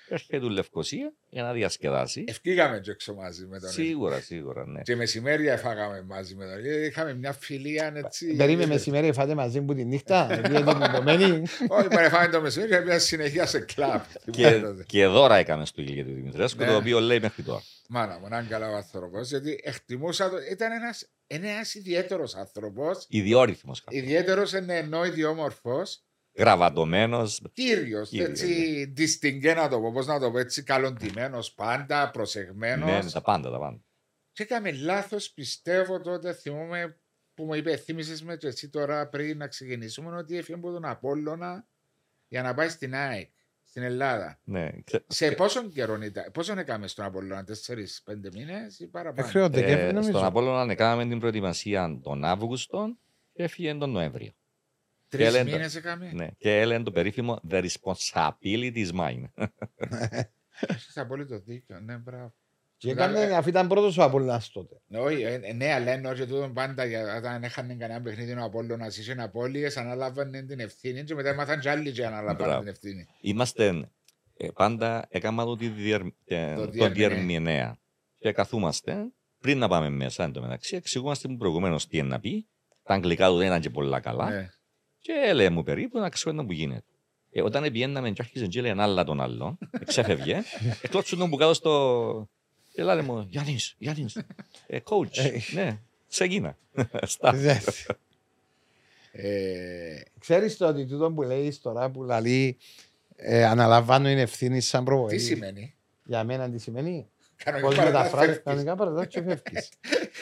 Speaker 3: έρχεται του Λευκοσία για να διασκεδάσει.
Speaker 1: Ευκήγαμε και έξω μαζί με τον Ήλιε.
Speaker 3: Σίγουρα, σίγουρα, ναι.
Speaker 1: Ε, Και μεσημέρια έφαγαμε μαζί με τον Ήλιε. Είχαμε μια φιλία έτσι.
Speaker 4: Περίμενε μεσημέρι, φάτε μαζί που τη
Speaker 3: <laughs>
Speaker 4: νύχτα. Επειδή είναι κουμπωμένη.
Speaker 1: Όχι, παρά φάμε το μεσημέρι και μια συνεχεία σε κλαμπ.
Speaker 3: και,
Speaker 1: Θυμάμαι τότε.
Speaker 3: και δώρα έκαμε στο Ήλιο του Δημητρέσκου,
Speaker 1: Ναι.
Speaker 3: το οποίο λέει μέχρι τώρα.
Speaker 1: Μάνα μου, έναν καλά άνθρωπος. Γιατί εκτιμούσα το. Ήταν ένας, ένας ιδιαίτερος άνθρωπος.
Speaker 3: Ιδιόρυθμος.
Speaker 1: Ιδιαίτερος είναι ενώ ιδιόμορφος.
Speaker 3: Γραβατωμένο.
Speaker 1: Κύριος,
Speaker 3: Κύριος, ναι.
Speaker 1: έτσι, distingué να το πω, πώς να το πω, έτσι, καλοντημένος πάντα,
Speaker 3: Ναι,
Speaker 1: προσεγμένος.
Speaker 3: τα πάντα, τα πάντα.
Speaker 1: Και έκαμε λάθος, πιστεύω τότε, θυμούμε που μου είπε, θύμισες με και εσύ τώρα πριν να ξεκινήσουμε, ότι έφυγε από τον Απόλλωνα για να πάει στην ΑΕΚ, στην Ελλάδα.
Speaker 3: Ναι. ξε-
Speaker 1: Σε πόσον καιρό ήταν, πόσον έκαμε στον Απόλλωνα, τέσσερις, πέντε μήνες ή παραπάνω.
Speaker 2: Μέχρι ο Δεκέμβρη
Speaker 3: Ε, στον
Speaker 2: νομίζω.
Speaker 3: Απόλλωνα έκαναμε την προετοιμασία τον Αύγουστο και έφυγε τον Νοέμβριο.
Speaker 1: Τρεις
Speaker 3: Έλεντα.
Speaker 1: μήνες έκαμε.
Speaker 3: Ναι. Και έλεγε το περίφημο The responsibility is mine.
Speaker 1: Έχεις απόλυτο δίκιο, ναι, μπράβο.
Speaker 4: Και έκανε, αφού ήταν πρώτος ο Απολυνάς τότε.
Speaker 1: Ναι, Όχι, ε, ε, ναι, αλλά εννοώ και τούτον πάντα για- όταν έχανε κανένα παιχνίδι ο Απόλλωνας είσαι απώλειες, αναλάβανε την ευθύνη και μετά μάθαν κι άλλοι και αναλάβανε
Speaker 3: Μπράβο.
Speaker 1: την ευθύνη.
Speaker 3: Είμαστε ε, πάντα, έκανα το, τη διερ, ε,
Speaker 1: Το
Speaker 3: το
Speaker 1: διερμηνέα.
Speaker 3: διερμηνέα. Και καθούμαστε πριν να πάμε μέσα εν τω μεταξύ, εξηγούμαστε μου προηγουμένως τι είναι να πει. Τα αγγλικά του δεν ήταν και πολλά καλά.
Speaker 1: Ναι.
Speaker 3: Και έλεγε μου περίπου να ξέρω που γίνεται. Ε, όταν πιέναμε και άρχισε και έλεγε άλλα τον άλλον, ε, ξέφευγε, εκλώτσουν τον που κάτω στο... Και λένε μου, Γιάννης, Γιάννης, ε, coach, ναι, σε εκείνα. Στα.
Speaker 2: Δεν-
Speaker 1: Ε,
Speaker 4: Ξέρεις το ότι τούτο που λέει τώρα που λαλεί
Speaker 2: Δηλαδή, ε, αναλαμβάνω την ευθύνη σαν
Speaker 1: τι
Speaker 2: προβολή.
Speaker 1: σημαίνει.
Speaker 4: για μένα τι σημαίνει.
Speaker 3: Ε,
Speaker 1: Κανονικά
Speaker 4: Πώ
Speaker 1: παρατάς
Speaker 4: μεταφράζει
Speaker 1: φεύγεις.
Speaker 4: κανονικά παρατάς και
Speaker 3: <laughs>
Speaker 4: φεύγεις.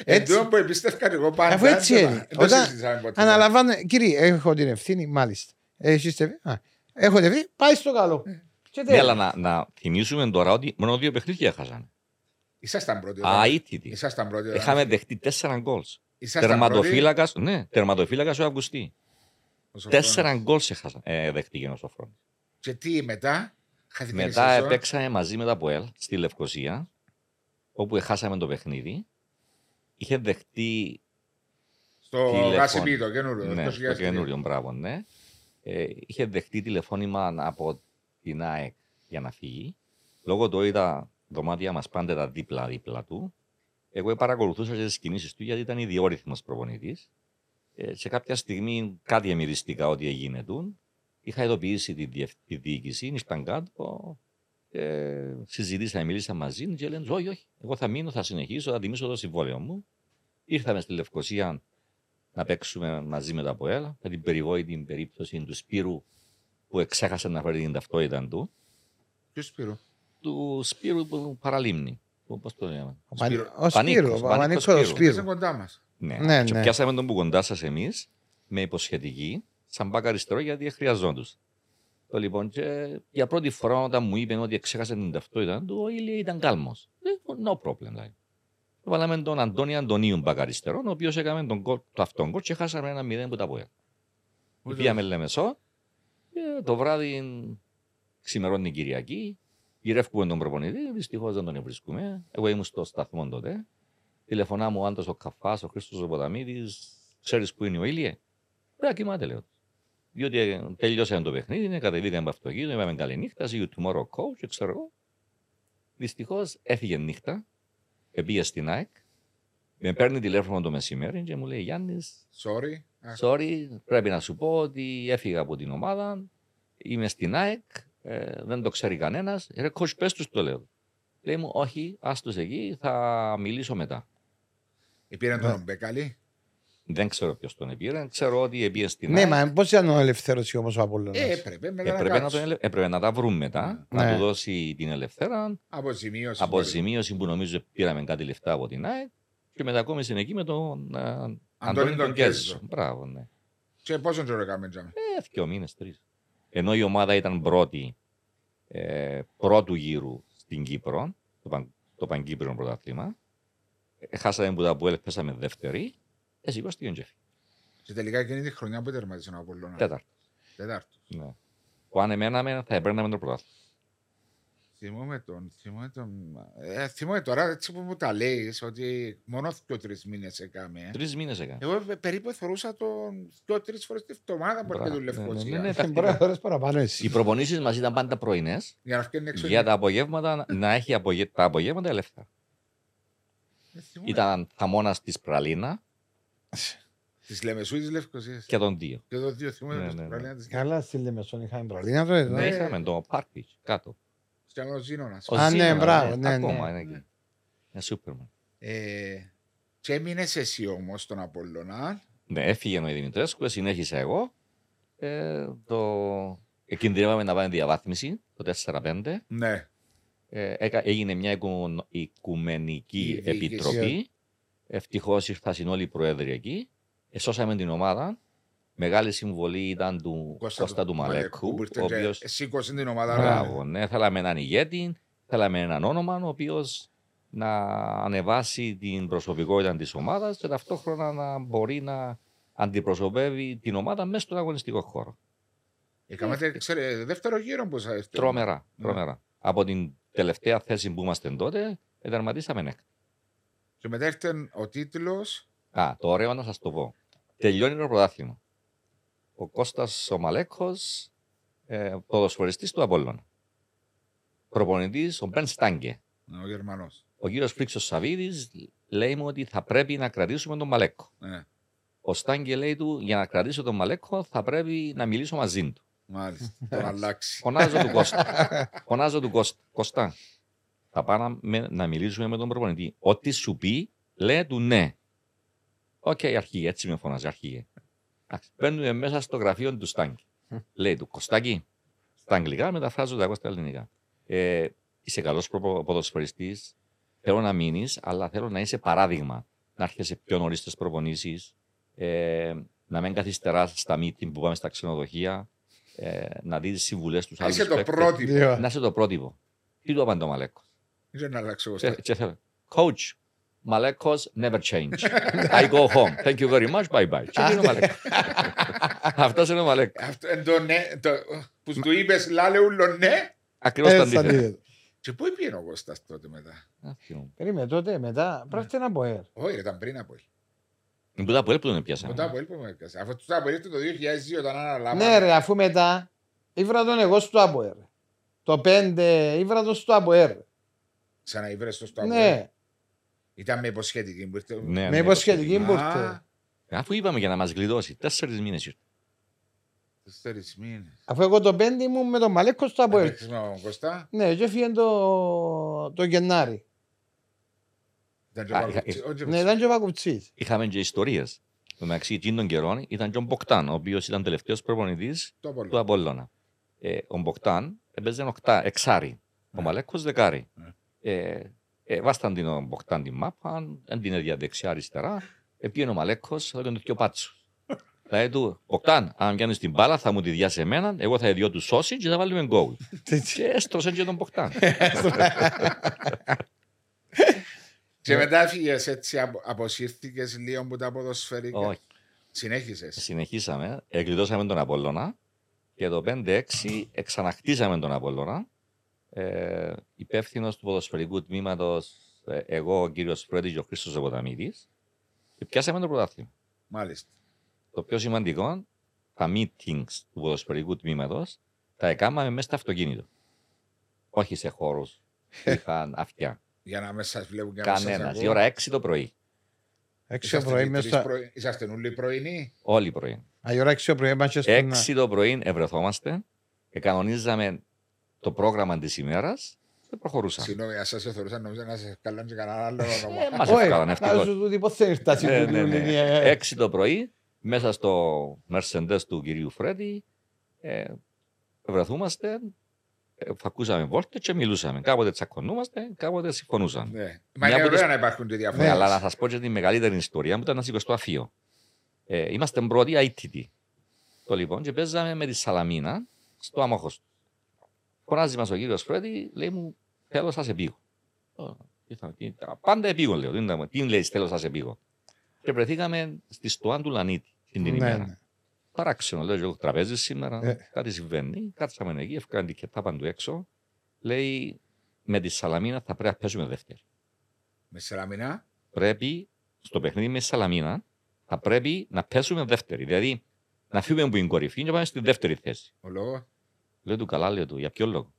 Speaker 1: Εν
Speaker 2: Έτσι.
Speaker 1: τούτον που εμπιστεύκαν εγώ πάντα.
Speaker 2: Αφού έτσι
Speaker 1: τώρα,
Speaker 2: είναι.
Speaker 1: δεν το
Speaker 2: Όταν
Speaker 1: συζητάμε ποτέ.
Speaker 2: Αναλαμβάνω, κύριε, έχω την ευθύνη, μάλιστα.
Speaker 4: Ε,
Speaker 2: Έχεις την ευθύνη. Α, Έχω την ευθύνη,
Speaker 4: Πάει στο καλό. Και
Speaker 2: Ε,
Speaker 3: Ναι, αλλά
Speaker 4: τέλος.
Speaker 3: να, να θυμίσουμε τώρα ότι μόνο δύο παιχνίδια έχασαν.
Speaker 1: Ήσασταν πρώτοι. όταν-
Speaker 3: Αίτητοι.
Speaker 1: Ήσασταν πρώτοι. όταν-
Speaker 3: Είχαμε δεχτεί τέσσερα γκολς.
Speaker 1: Ήσασταν
Speaker 3: Τερματοφύλακας, ναι, τερματοφύλακας ο Αυγουστή.
Speaker 1: πρώτοι.
Speaker 3: Τέσσερα γκολς έχασαν, ε, δέχτηκε ο Σοφρόνης.
Speaker 1: Και τι μετά. χαθήκαν οι
Speaker 3: Μετά
Speaker 1: σεζόν.
Speaker 3: παίξαμε μαζί με τα Ποέλ στη Λευκοσία, όπου χάσαμε το παιχνίδι. Είχε δεχτεί
Speaker 1: Στο
Speaker 3: τηλέφωνο.
Speaker 1: Γασιμπή το καινούριο. το
Speaker 3: ναι, στο
Speaker 1: 2003.
Speaker 3: καινούριο, μπράβο, ναι. Ε, είχε δεχτεί τηλεφώνημα από την ΑΕΚ για να φύγει. Λόγω του ότι τα δωμάτια μας πάντα τα δίπλα-δίπλα του. Εγώ παρακολουθούσα τις κινήσεις του γιατί ήταν ιδιόρυθμος προπονητής. Ε, σε κάποια στιγμή κάτι εμυριστικά ότι έγινε του. Είχα ειδοποιήσει τη, διευ- τη διοίκηση, ήρθαν κάτω. Ε, συζητήσαμε, μιλήσαμε μαζί τους και λένε: Όχι, όχι, εγώ θα μείνω, θα συνεχίσω, θα τιμήσω το συμβόλαιο μου. Ήρθαμε στη Λευκοσία να παίξουμε μαζί με τα ΠΟΕΛ, με την περιβόητη περίπτωση του Σπύρου που εξέχασε να φέρει την ταυτότητα του,
Speaker 1: Ποιος πήρε.
Speaker 3: του Σπύρου που παραλίμνη. Πώς το λέμε.
Speaker 2: Ο Παν-
Speaker 1: Σπύρο-
Speaker 2: Ο Σπύρο,
Speaker 3: Πανίκος,
Speaker 2: ο
Speaker 3: Πανίκος
Speaker 2: Πανίκος ο
Speaker 3: Σπύρου.
Speaker 1: Είσαι
Speaker 2: Σπύρο.
Speaker 1: κοντά μας.
Speaker 3: Ναι,
Speaker 2: Ναι,
Speaker 3: και
Speaker 2: ναι.
Speaker 3: πιάσαμε τον που κοντά σας εμείς με υποσχετική, σαν μπάκα αριστερό γιατί χρειαζόντουσαν. Το λοιπόν, και για πρώτη φορά όταν μου είπε ότι εξέχασε την ταυτότητα του, ο Ήλια ήταν κάλμος. No problem, λέει. Βάλαμε τον Αντώνη Αντωνίου μπάκα αριστερό, ο οποίος έκανε τον γκολ- το αυτόν γκολ και χάσαμε ένα μηδέν που τα πω.
Speaker 1: Ούτε-
Speaker 3: Πήγαμε Λεμεσό και ε, το βράδυ ξημερώνει η Κυριακή. Γυρεύουμε τον προπονητή, δυστυχώς δεν τον βρίσκουμε. Εγώ ήμουν στο σταθμό τότε. Τηλεφωνά μου ο Άντρας ο Καφάς, ο Χρήστος ο Ποταμίδης, ξέρεις που είναι ο Ήλιε. Ωραία, κοιμάται, λέω. Διότι ε, τελειώσαμε το παιχνίδι, ε, κατεβήκαμε από αυτοκίνητο, είπαμε καληνύχτα, see you tomorrow coach, και ξέρω εγώ. Δυστυχώς έφυγε νύχτα, πήγε στην ΑΕΚ, με παίρνει τηλέφωνο το μεσημέρι και μου λέει Γιάννης,
Speaker 1: Sorry. Α,
Speaker 3: Sorry, πρέπει να σου πω ότι έφυγα από την ομάδα, είμαι στην ΑΕΚ, ε, δεν το ξέρει κανένας. Ρε, coach, πες τους το λέω. Λέει μου, όχι, ας τους εκεί, θα μιλήσω μετά.
Speaker 1: Πήραν
Speaker 2: Ναι.
Speaker 1: τον Μπέκαλη.
Speaker 3: Δεν ξέρω ποιος τον πήρε, ξέρω ότι πήγε στην
Speaker 2: Ναι,
Speaker 3: ΑΕΚ.
Speaker 2: μα πώς ήταν ο ελευθέρωσης όμως ο Απόλλωνας.
Speaker 1: Ε, έπρεπε μετά να
Speaker 3: Έπρεπε να,
Speaker 1: κάτσεις.
Speaker 3: τον ελε- έπρεπε να τα βρουν μετά, να
Speaker 2: Ναι.
Speaker 3: του δώσει την ελευθέρα.
Speaker 1: Αποζημίωση.
Speaker 3: Αποζημίωση που νομίζω πήραμε κάτι λεφτά από την ΑΕΚ και μετακόμισε εκεί με τον ε, Αντώνη
Speaker 1: Αντώνη τον
Speaker 3: Τονκέζο.
Speaker 1: Κέζο.
Speaker 3: Μπράβο, ναι.
Speaker 1: Και πόσο τζόρο έκαμε τζάμε.
Speaker 3: Ε, δύο μήνες, τρεις. Ενώ η ομάδα ήταν πρώτη ε, πρώτου γύρου στην Κύπρο, στο παν- το Παγκύπριο πρωτάθλημα. Ε, Χάσαμε που τα Πουέλ, πέσαμε δεύτερη. Ε, σηκώστηκε ο Τζεφί.
Speaker 1: Και τελικά εκείνη τη χρονιά που τερμάτισε ο Απολλώνα.
Speaker 3: Τέταρτη.
Speaker 1: Τέταρτο.
Speaker 3: Ναι. Που αν εμέναμε θα έπαιρναμε το πρωτάθλημα.
Speaker 1: Θυμούμαι τον, θυμούμαι τον. Ε, θυμούμαι τώρα έτσι που μου τα λέει ότι μόνο πιο τρεις μήνες έκαμε.
Speaker 3: Τρεις μήνες έκανε.
Speaker 1: Εγώ ε, περίπου θεωρούσα τον δύο-τρει φορέ τη βδομάδα που
Speaker 3: Μπράβο.
Speaker 1: έρχεται του
Speaker 3: Ναι, ναι,
Speaker 1: Λευκοσία.
Speaker 3: ναι, ναι.
Speaker 2: Μπορεί να φορές παραπάνω
Speaker 3: Οι
Speaker 2: εσύ.
Speaker 3: προπονήσεις μας ήταν πάντα πρωινές.
Speaker 1: Για να φτιάξει έξω.
Speaker 3: Για τα απογεύματα να- να έχει απογε... τα απογεύματα ελεύθερα.
Speaker 1: Ε, θυμούμαι.
Speaker 3: Ήταν χαμόνα της Πραλίνα
Speaker 1: Τη Λεμεσού ή της Λευκοσίας.
Speaker 3: και των δύο.
Speaker 1: Και εδώ δύο θυμούμαι
Speaker 3: Ναι,
Speaker 1: ναι,
Speaker 3: ναι, ναι.
Speaker 1: ναι, ναι. της
Speaker 2: Καλά στη Λεμεσόν είχαμε προλίνα τώρα εδώ.
Speaker 3: Ναι,
Speaker 1: Ναι.
Speaker 3: είχαμε το πάρτι κάτω.
Speaker 1: Στιανό Ζήνονα.
Speaker 3: Ο
Speaker 2: Α, ναι,
Speaker 3: Ζήνερα,
Speaker 2: μπράβο, ναι, ναι.
Speaker 3: Ακόμα είναι εκεί. Ένα Σούπερμαν.
Speaker 1: Ε, και έμεινες εσύ όμως τον Απόλλωνα.
Speaker 3: Ναι, έφυγε ο Δημητρέσκου, συνέχισα εγώ. Ε, το... ε, κινδυνεύαμε να πάμε διαβάθμιση το 4-5.
Speaker 1: Ναι.
Speaker 3: Ε, έκα- έγινε μια οικου- οικουμενική
Speaker 1: Η διοίκηση.
Speaker 3: επιτροπή. Ευτυχώς ήρθαν όλοι οι πρόεδροι εκεί. Ε, σώσαμε την ομάδα. Μεγάλη συμβολή ήταν του Κώστα του Μαλέκου,
Speaker 1: που ήρθε
Speaker 3: ο
Speaker 1: και
Speaker 3: οποίος
Speaker 1: Σήκωσε την ομάδα.
Speaker 3: Μπράβο,
Speaker 1: ναι.
Speaker 3: ναι. Θέλαμε έναν ηγέτη, θέλαμε έναν όνομα ο οποίος να ανεβάσει την προσωπικότητα της ομάδας και ταυτόχρονα να μπορεί να αντιπροσωπεύει την ομάδα μέσα στον αγωνιστικό
Speaker 1: Ναι.
Speaker 3: χώρο.
Speaker 1: Είχαμε ξέρε, δεύτερο γύρο που σας
Speaker 3: Τρόμερα,
Speaker 1: Ναι.
Speaker 3: τρόμερα. Από την τελευταία θέση που είμαστε τότε, ε, τερματίσαμε ναι.
Speaker 1: Και μετά ήρθε ο τίτλος.
Speaker 3: Α, το ωραίο να σας το πω. Τελειώνει το πρωτάθλημα. Ο Κώστας ο Μαλέκος, ε, ποδοσφαιριστής του Απόλλωνα. Προπονητής ο Μπεν Στάνκε.
Speaker 1: Ο Γερμανός.
Speaker 3: Ο κύριος Φρίξος Σαββίδη λέει μου ότι θα πρέπει να κρατήσουμε τον Μαλέκο.
Speaker 1: Ναι,
Speaker 3: Ο Στάνκε λέει του: Για να κρατήσω τον Μαλέκο θα πρέπει να μιλήσω μαζί του.
Speaker 1: μάλιστα. Τον αλλάξει.
Speaker 3: Φωνάζω του Κώστα. Φωνάζω του Κώστα. Κώστα, θα πάμε με- να μιλήσουμε με τον προπονητή. Ό,τι σου πει, λέει του ναι. Οκ, αρχηγέ, έτσι με φωνάζει, αρχηγέ. Εντάξει, Μπαίνουμε μέσα στο γραφείο του Στάνκη. λέει του Κωστάκη, στα αγγλικά μεταφράζονται εγώ στα ελληνικά. Ε, είσαι καλός ποδοσφαιριστής. Θέλω να μείνεις, αλλά θέλω να είσαι παράδειγμα. Να έρχεσαι πιο νωρίς στις προπονήσεις, ε, να μην καθυστεράς στα meeting που πάμε στα ξενοδοχεία, ε, να δεις συμβουλές του άλλους.
Speaker 1: Είσαι το πρότυπο.
Speaker 2: Δύο.
Speaker 3: Να είσαι το πρότυπο. Τι του απαντώ, Μαλέκο.
Speaker 1: Δεν να αλλάξω εγώ.
Speaker 3: Και- και θέλω, Coach, Μαλέκος never change. I go home. Thank you very much. Bye bye. Και είναι ο
Speaker 1: <laughs>
Speaker 3: Μαλέκος. Αυτός είναι ο Μαλέκος.
Speaker 1: Αυτό είναι το ναι. το- Που σου είπες λάλε ούλο ναι.
Speaker 3: Ακριβώς το
Speaker 2: Ε, στα
Speaker 3: αντίθετο.
Speaker 2: αντίθετα.
Speaker 1: Και πού πήγαινε ο Κώστα τότε μετά.
Speaker 3: Α, θυμόμαι.
Speaker 4: Περίμενε τότε, μετά πρέπει να μπω έρ.
Speaker 1: Όχι, ρε, ήταν πριν από ελ.
Speaker 3: Μην πούτα που έλπλωνε πιάσαμε.
Speaker 1: Μετά από ελ που με έπιασε. Αφού τους από ελ ήρθε το 2002 όταν αναλάβαμε.
Speaker 4: Ναι, ρε, αφού μετά ήβρα τον εγώ στο Αμποέρ. Το 5 ήβρα τον στο Αμποέρ.
Speaker 1: Ξαναήβρε στο στόμα.
Speaker 4: Ναι,
Speaker 1: Ήταν με υποσχετική που ήρθε.
Speaker 3: Ναι,
Speaker 4: με
Speaker 3: ναι,
Speaker 4: υποσχετική
Speaker 1: Α,
Speaker 4: μου ήρθε.
Speaker 3: Αφού είπαμε για να μας γλιτώσει, τέσσερις μήνες ήρθε.
Speaker 1: Τέσσερις μήνες.
Speaker 4: Αφού εγώ το 5 ήμουν με τον Μαλέκο στο Αμποέρ.
Speaker 1: Έπαιξε με τον Κώστα.
Speaker 4: Ναι, και έφυγε το, το Γενάρη.
Speaker 1: Ήταν και
Speaker 3: Α, ε,
Speaker 1: ο Παπουτσί-
Speaker 3: είχα-
Speaker 1: όχι, ε, ο
Speaker 4: Ναι, ήταν και ο Πακουτσής.
Speaker 3: Είχαμε και ιστορίες. Το μεταξύ εκείνων των καιρών ήταν και ο Μποκτάν, ο οποίος ήταν τελευταίος προπονητής
Speaker 1: Το Απόλλωνα.
Speaker 3: του Απόλλωνα. Ε, ο Μποκτάν έπαιζε οκτά, εξάρι. Ο
Speaker 1: Ναι.
Speaker 3: Μαλέκος δεκάρι.
Speaker 1: Ναι.
Speaker 3: Ε, ε, βάσταν την ο Μποκτάν την μάπα, δεν την έδια δεξιά-αριστερά. Επήγαινε ο Μαλέκος, θα έκανε πιο πάτσο. Δηλαδή του, Μποκτάν, αν πιάνεις την μπάλα θα μου τη διάσει εμένα, εγώ θα ιδιώ του sausage και θα βάλουμε γκολ.
Speaker 1: <laughs>
Speaker 3: και έστρωσε και τον Μποκτάν.
Speaker 1: Ε, Και μετά φύγες έτσι, απο- αποσύρθηκες λίγο από τα ποδοσφαιρικά.
Speaker 3: Όχι.
Speaker 1: Συνέχισες.
Speaker 3: Συνεχίσαμε, εκδηλώσαμε τον Απόλλωνα και το 5-6 εξανακτήσαμε τον Απόλλωνα. Ε, Υπεύθυνος του ποδοσφαιρικού τμήματος, εγώ, ο κύριος Φρέντι και ο Χρήστος Ζεποταμίδη. Και πιάσαμε το πρωτάθλημα.
Speaker 1: Μάλιστα.
Speaker 3: Το πιο σημαντικό, τα meetings του ποδοσφαιρικού τμήματος τα έκαναμε μέσα στο αυτοκίνητο. Όχι σε χώρους που είχαν αυτιά.
Speaker 1: Ε. Για να μέσα σας βλέπουν και να μην σας
Speaker 3: Κανένας. Η
Speaker 1: ακούω.
Speaker 3: ώρα 6 το πρωί.
Speaker 2: Έξι το
Speaker 1: Είσαστε
Speaker 2: πρωί
Speaker 1: και τρεις
Speaker 2: μέσα.
Speaker 1: πρωί- Είσαστε όλοι πρωινοί.
Speaker 3: Όλοι πρωί.
Speaker 2: Α, η ώρα έξι το πρωί είμαστε στον...
Speaker 3: 6 το πρωί ευρεθόμαστε, κανονίζαμε το πρόγραμμα της ημέρας και προχωρούσαμε.
Speaker 1: Συγγνώμη, αν σας εθωρούσα, νόμιζα να σας καλάνε και κανένα άλλο όνομα.
Speaker 3: Ε, μας
Speaker 4: Όχι,
Speaker 3: ευκάλανε
Speaker 4: να
Speaker 3: ευτυχώς.
Speaker 4: σου δω πότε θα ήρθα στην
Speaker 3: Ε, ναι, ναι.
Speaker 4: Τουλίνη, ε.
Speaker 3: 6 το πρωί, μέσα στο Mercedes του κυρίου Φρέντι, ε, βρεθούμαστε, ε, φακούσαμε βόλτες και μιλούσαμε. Κάποτε τσακωνούμαστε, κάποτε συμφωνούσαμε.
Speaker 1: Ναι. Μα
Speaker 3: Μια
Speaker 1: είναι
Speaker 3: από τις-
Speaker 1: ωραία να υπάρχουν και
Speaker 3: Ναι,
Speaker 1: διαφορές.
Speaker 3: αλλά να σας πω και τη μεγαλύτερη ιστορία μου ήταν να σηκωστώ αφείο. Ε, είμαστε πρώτοι ITT. Το λοιπόν, και παίζαμε με τη Σαλαμίνα στο αμόχο του. Φωνάζει μας ο κύριος Φρέντι, λέει μου, θέλω να σα επίγω. Ήρθαμε, τι- τα- πάντα επίγον, λέω. Τι, να- τι λέει, θέλω σας επίγον. Και βρεθήκαμε στη στοάν του Λανίτη την, την
Speaker 2: Ναι,
Speaker 3: ημέρα.
Speaker 2: ναι.
Speaker 3: Παράξενο, λέω, εγώ τραπέζι σήμερα,
Speaker 2: Ε.
Speaker 3: κάτι συμβαίνει. Κάτσαμε εκεί, έφυγαν την κετά παντού έξω. Λέει, με τη Σαλαμίνα θα πρέπει να παίζουμε δεύτερη.
Speaker 1: Με σελαμινά.
Speaker 3: Πρέπει στο παιχνίδι με τη Σαλαμίνα θα πρέπει να παίζουμε δεύτερη. Δηλαδή, να φύγουμε από την κορυφή και να πάμε στη δεύτερη θέση.
Speaker 1: Ο λόγος.
Speaker 3: Λέω του καλά, λέω του, για ποιο λόγο.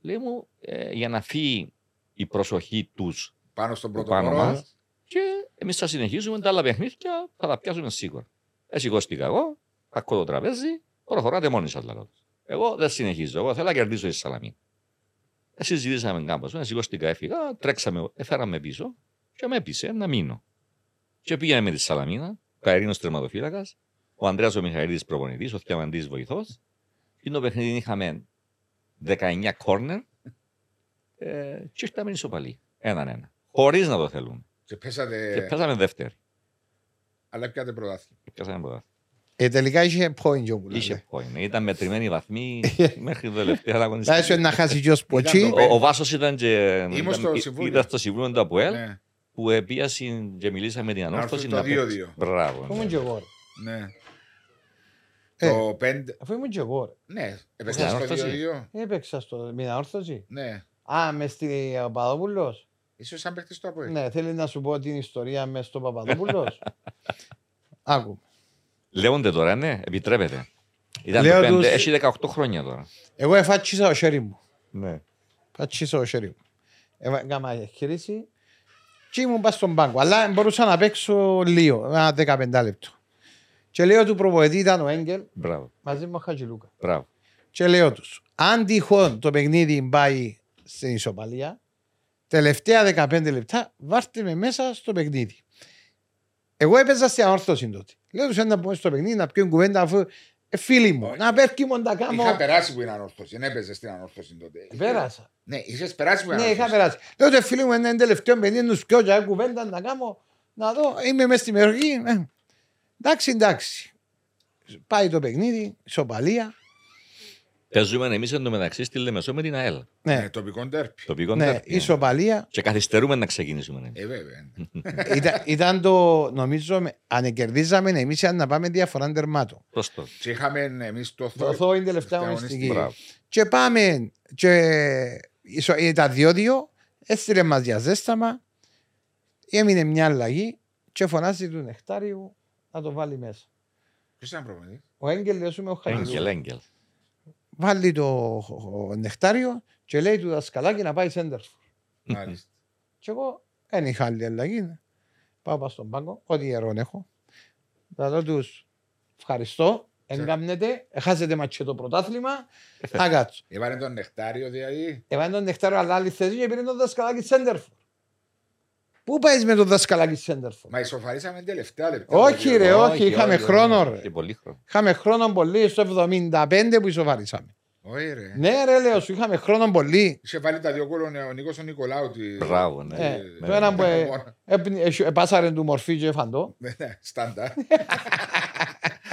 Speaker 3: Λέει μου, «Ε, για να φύγει η προσοχή τους
Speaker 1: Πάνω στον πρώτο
Speaker 3: πάνω
Speaker 1: χώρο.
Speaker 3: μας και εμείς θα συνεχίζουμε τα άλλα παιχνίδια, θα τα πιάσουμε σίγουρα. Έτσι σηκώστηκα εγώ, ακούω το τραπέζι, προχωράτε μόνοι σας λέω. Εγώ δεν συνεχίζω, εγώ θέλω να κερδίσω τη Σαλαμίνα. Ε, συζητήσαμε κάπως, ε, σηκώστηκα, έφυγα, τρέξαμε, έφεραμε πίσω και με έπεισε να μείνω. Και πήγαμε με τη Σαλαμίνα, ο Καερίνος τερματοφύλακας, ο Ανδρέας ο Μιχαηλίδης προπονητής, ο Θιαμαντής βοηθός. Και το παιχνίδι είχαμε 19 κόρνερ ε, και ήρθαμε ισοπαλή. Έναν ένα. Χωρίς να το θέλουν.
Speaker 1: Και πέσατε.
Speaker 3: Και παίζαμε δεύτερη.
Speaker 1: Αλλά πιάτε πρωτάθλημα.
Speaker 3: Και Παίζαμε πρώτα.
Speaker 2: Ε, τελικά είχε point ο Μπουλάς, ε.
Speaker 3: Είχε point. Ήταν μετρημένοι οι βαθμοί μέχρι το τελευταίο
Speaker 2: Θα έσαι
Speaker 3: αγωνιστή.
Speaker 2: να χάσει και ο Σποτσί.
Speaker 1: το-
Speaker 3: Ο, ο Βάσος ήταν και.
Speaker 1: Ήμουν στο
Speaker 3: ήταν-
Speaker 1: συμβούλιο.
Speaker 3: Ήταν στο συμβούλιο του Αποέλ
Speaker 1: Ναι,
Speaker 3: που επίασε και μιλήσαμε με την ανόρθωση.
Speaker 1: έρθουν το
Speaker 3: παίξει.
Speaker 1: 2-2.
Speaker 3: Μπράβο.
Speaker 4: Αφού
Speaker 3: ναι.
Speaker 4: ήμουν και εγώ. ρε.
Speaker 1: ναι.
Speaker 2: Ε.
Speaker 1: Το 5.
Speaker 4: Αφού ήμουν και εγώ. ρε.
Speaker 1: Ναι,
Speaker 3: Ναι,
Speaker 1: έπαιξα στο
Speaker 3: όρθωση.
Speaker 1: 2-2.
Speaker 4: Έπαιξα στο. Μην αόρθωση.
Speaker 1: Ναι.
Speaker 4: Α, με στη Παπαδόπουλος.
Speaker 1: Ίσως σαν παίχτης το Αποέλ.
Speaker 4: Ναι, θέλεις να σου πω την ιστορία με στον Παπαδόπουλος.
Speaker 2: <laughs> Άκου.
Speaker 3: Λέγονται τώρα, ναι, επιτρέπεται. Ήταν
Speaker 2: Λέω
Speaker 3: το πέντε,
Speaker 2: τους-
Speaker 3: έχει 18 χρόνια τώρα.
Speaker 2: Εγώ εφάτσισα το χέρι μου.
Speaker 3: Ναι.
Speaker 2: Φάτσισα το χέρι μου.
Speaker 4: Έκανα χειρίση.
Speaker 2: Και ήμουν πας στον πάγκο. Αλλά μπορούσα να παίξω λίγο, ένα 15 λεπτό. Και λέω του προπονητή ήταν ο Έγγελ
Speaker 3: Μπράβο.
Speaker 4: Μαζί με ο Χατζηλούκα.
Speaker 3: Μπράβο.
Speaker 2: και λέω τους αν τυχόν το παιχνίδι πάει στην ισοπαλία τελευταία 15 λεπτά βάρτε με μέσα στο παιχνίδι. Εγώ έπαιζα στην ανόρθωση τότε. Λέω τους να πω στο παιχνίδι να πιούν κουβέντα αφού ε, φίλοι μου, να πέρκει τα κάμω.
Speaker 1: Είχα περάσει που είναι ανόρθωση. Δεν έπαιζες στην ανόρθωση τότε.
Speaker 4: Πέρασα.
Speaker 1: Ναι, είσαι περάσει που είναι
Speaker 2: Ναι, είχα
Speaker 1: ανόρθωση.
Speaker 2: περάσει. Λέω ότι φίλοι μου είναι τελευταίο παιχνίδι, τους πιω και
Speaker 4: Μια κουβέντα να κάνω.
Speaker 2: να δω, είμαι μέσα στη μεροχή. ε. εντάξει, εντάξει. Πάει το παιχνίδι, σοπαλία.
Speaker 3: Παίζουμε εμείς εντωμεταξύ στη Λεμεσό με την ΑΕΛ.
Speaker 1: Ναι,
Speaker 2: Ναι,
Speaker 1: τοπικό τέρπι.
Speaker 3: Τοπικό
Speaker 2: ναι,
Speaker 3: τέρπι,
Speaker 2: η σοπαλία.
Speaker 3: Και καθυστερούμε να ξεκινήσουμε. εμείς.
Speaker 1: Ε, βέβαια. ναι.
Speaker 2: ήταν, ήταν το, νομίζω, με- αν κερδίζαμε εμείς ήταν να πάμε διαφορά ντερμάτων.
Speaker 3: Σωστό.
Speaker 1: Και είχαμε εμείς ναι, το
Speaker 4: Το
Speaker 1: θόρυβο.
Speaker 4: θόη είναι τελευταία
Speaker 1: αγωνιστική.
Speaker 4: αγωνιστική.
Speaker 3: Μπράβο.
Speaker 2: Και πάμε, και ισο- ε, ήταν δύο-δύο, έστειλε μας για ζέσταμα, έμεινε μια αλλαγή και φωνάζει του νεκτάριου να το βάλει μέσα.
Speaker 1: Ποιος ήταν προπονητής.
Speaker 4: Ο Έγκελ, λέω σου, με ο Χατζηλούκα.
Speaker 3: Έγγελ, έγγελ.
Speaker 2: Βάλει το ο νεκτάριο και λέει του δασκαλάκι να πάει σέντερ.
Speaker 1: Μάλιστα.
Speaker 4: Και εγώ
Speaker 2: Δεν είχα άλλη αλλαγή. Πάω πας στον πάγκο, ό,τι ιερόν έχω. Θα λέω τους ευχαριστώ,
Speaker 4: εγκάμνεται.
Speaker 2: χάσετε μας και το πρωτάθλημα, θα κάτσω.
Speaker 1: Έβαλε τον νεκτάριο δηλαδή.
Speaker 4: Έβαλε τον νεκτάρο αλλά άλλη θέση και πήρε τον δασκαλάκι Σέντερφορ.
Speaker 2: Πού πάει με το δασκαλάκι
Speaker 4: Δασκαλάκι Σέντερφορ.
Speaker 1: Μα ισοφαρίσαμε τελευταία λεπτά. δηλαδή,
Speaker 2: Όχι,
Speaker 1: Το
Speaker 2: ρε,
Speaker 1: δύο-δύο.
Speaker 2: όχι, είχαμε χρόνο, ρε.
Speaker 3: Και πολύ χρόνο.
Speaker 2: Είχαμε χρόνο πολύ στο 75 που ισοβαρίσαμε.
Speaker 1: Όχι, ρε.
Speaker 2: Ναι, ρε, λέω σου, είχαμε χρόνο πολύ.
Speaker 1: Είχε βάλει τα δύο κόλλων ε, ο Νίκος ο Νικολάου. τη-
Speaker 3: Μπράβο, ναι.
Speaker 1: Ε,
Speaker 3: Ναι,
Speaker 2: το ένα
Speaker 3: ναι.
Speaker 2: που- ε, Έπν- ε, Επάσαρε του μορφή και φαντό.
Speaker 1: Ναι, ναι, Στάνταρ.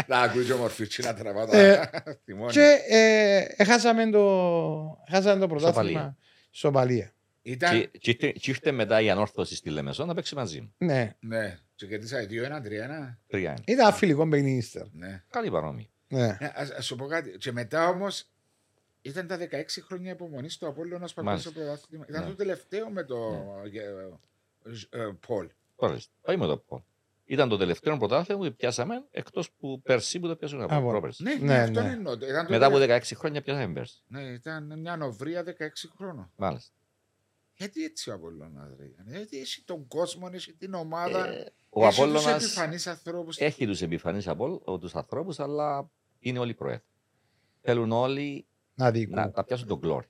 Speaker 1: Να ακούει και ο Μορφίτσι να τραβά τα θυμόνια.
Speaker 2: Ε, Και ε, έχασαμε το, έχασαμε το πρωτάθλημα
Speaker 3: Σοπαλία.
Speaker 2: Σοπαλία.
Speaker 1: Ήταν,
Speaker 3: Και- και ήρθε- Και ήρθε μετά η ανόρθωση στη Λεμεσό να παίξει μαζί μου.
Speaker 2: Ναι,
Speaker 1: ναι, και κερδίσα 2-1, 3-1.
Speaker 3: Τρία είναι.
Speaker 2: ήταν φιλικό παιχνίδι ύστερα.
Speaker 1: Ναι.
Speaker 3: Καλή παρόμοια.
Speaker 2: λοιπόν Ναι.
Speaker 1: Ναι, ας, ας σου πω κάτι. Και μετά όμως ήταν τα 16 χρόνια υπομονής στο Απόλλωνα να
Speaker 3: Μάλιστα.
Speaker 1: παγκόσμιο πρωτάθλημα. Ήταν
Speaker 3: Ναι.
Speaker 1: το τελευταίο με το ε, Ζ- ε, Πολ.
Speaker 3: Ορίστε. Όχι με το πω. Ήταν το τελευταίο πρωτάθλημα που πιάσαμε εκτός που πέρσι που το πιάσαμε
Speaker 2: Α,
Speaker 3: από
Speaker 2: μπορεί.
Speaker 3: πρόπερσι.
Speaker 1: Ναι,
Speaker 2: Ναι,
Speaker 1: ναι, αυτό
Speaker 2: ναι.
Speaker 1: εννοώ. Ήταν το
Speaker 3: Μετά από
Speaker 1: τελευταίο.
Speaker 3: 16 χρόνια πιάσαμε πέρσι.
Speaker 1: Ναι, ήταν μια νοβρία 16 χρόνων.
Speaker 3: Μάλιστα.
Speaker 1: Γιατί έτσι ο Απόλλωνας ρε. Γιατί έχει τον κόσμο, έχει την ομάδα.
Speaker 3: Ε,
Speaker 1: έχει
Speaker 3: Ο Απόλλωνας Ε-
Speaker 1: τους επιφανείς ανθρώπους.
Speaker 3: έχει τους επιφανείς από τους ανθρώπους, αλλά είναι όλοι προέθροι. Θέλουν όλοι
Speaker 2: Να
Speaker 3: να
Speaker 2: δίκουν.
Speaker 3: τα πιάσουν τον κλόρ.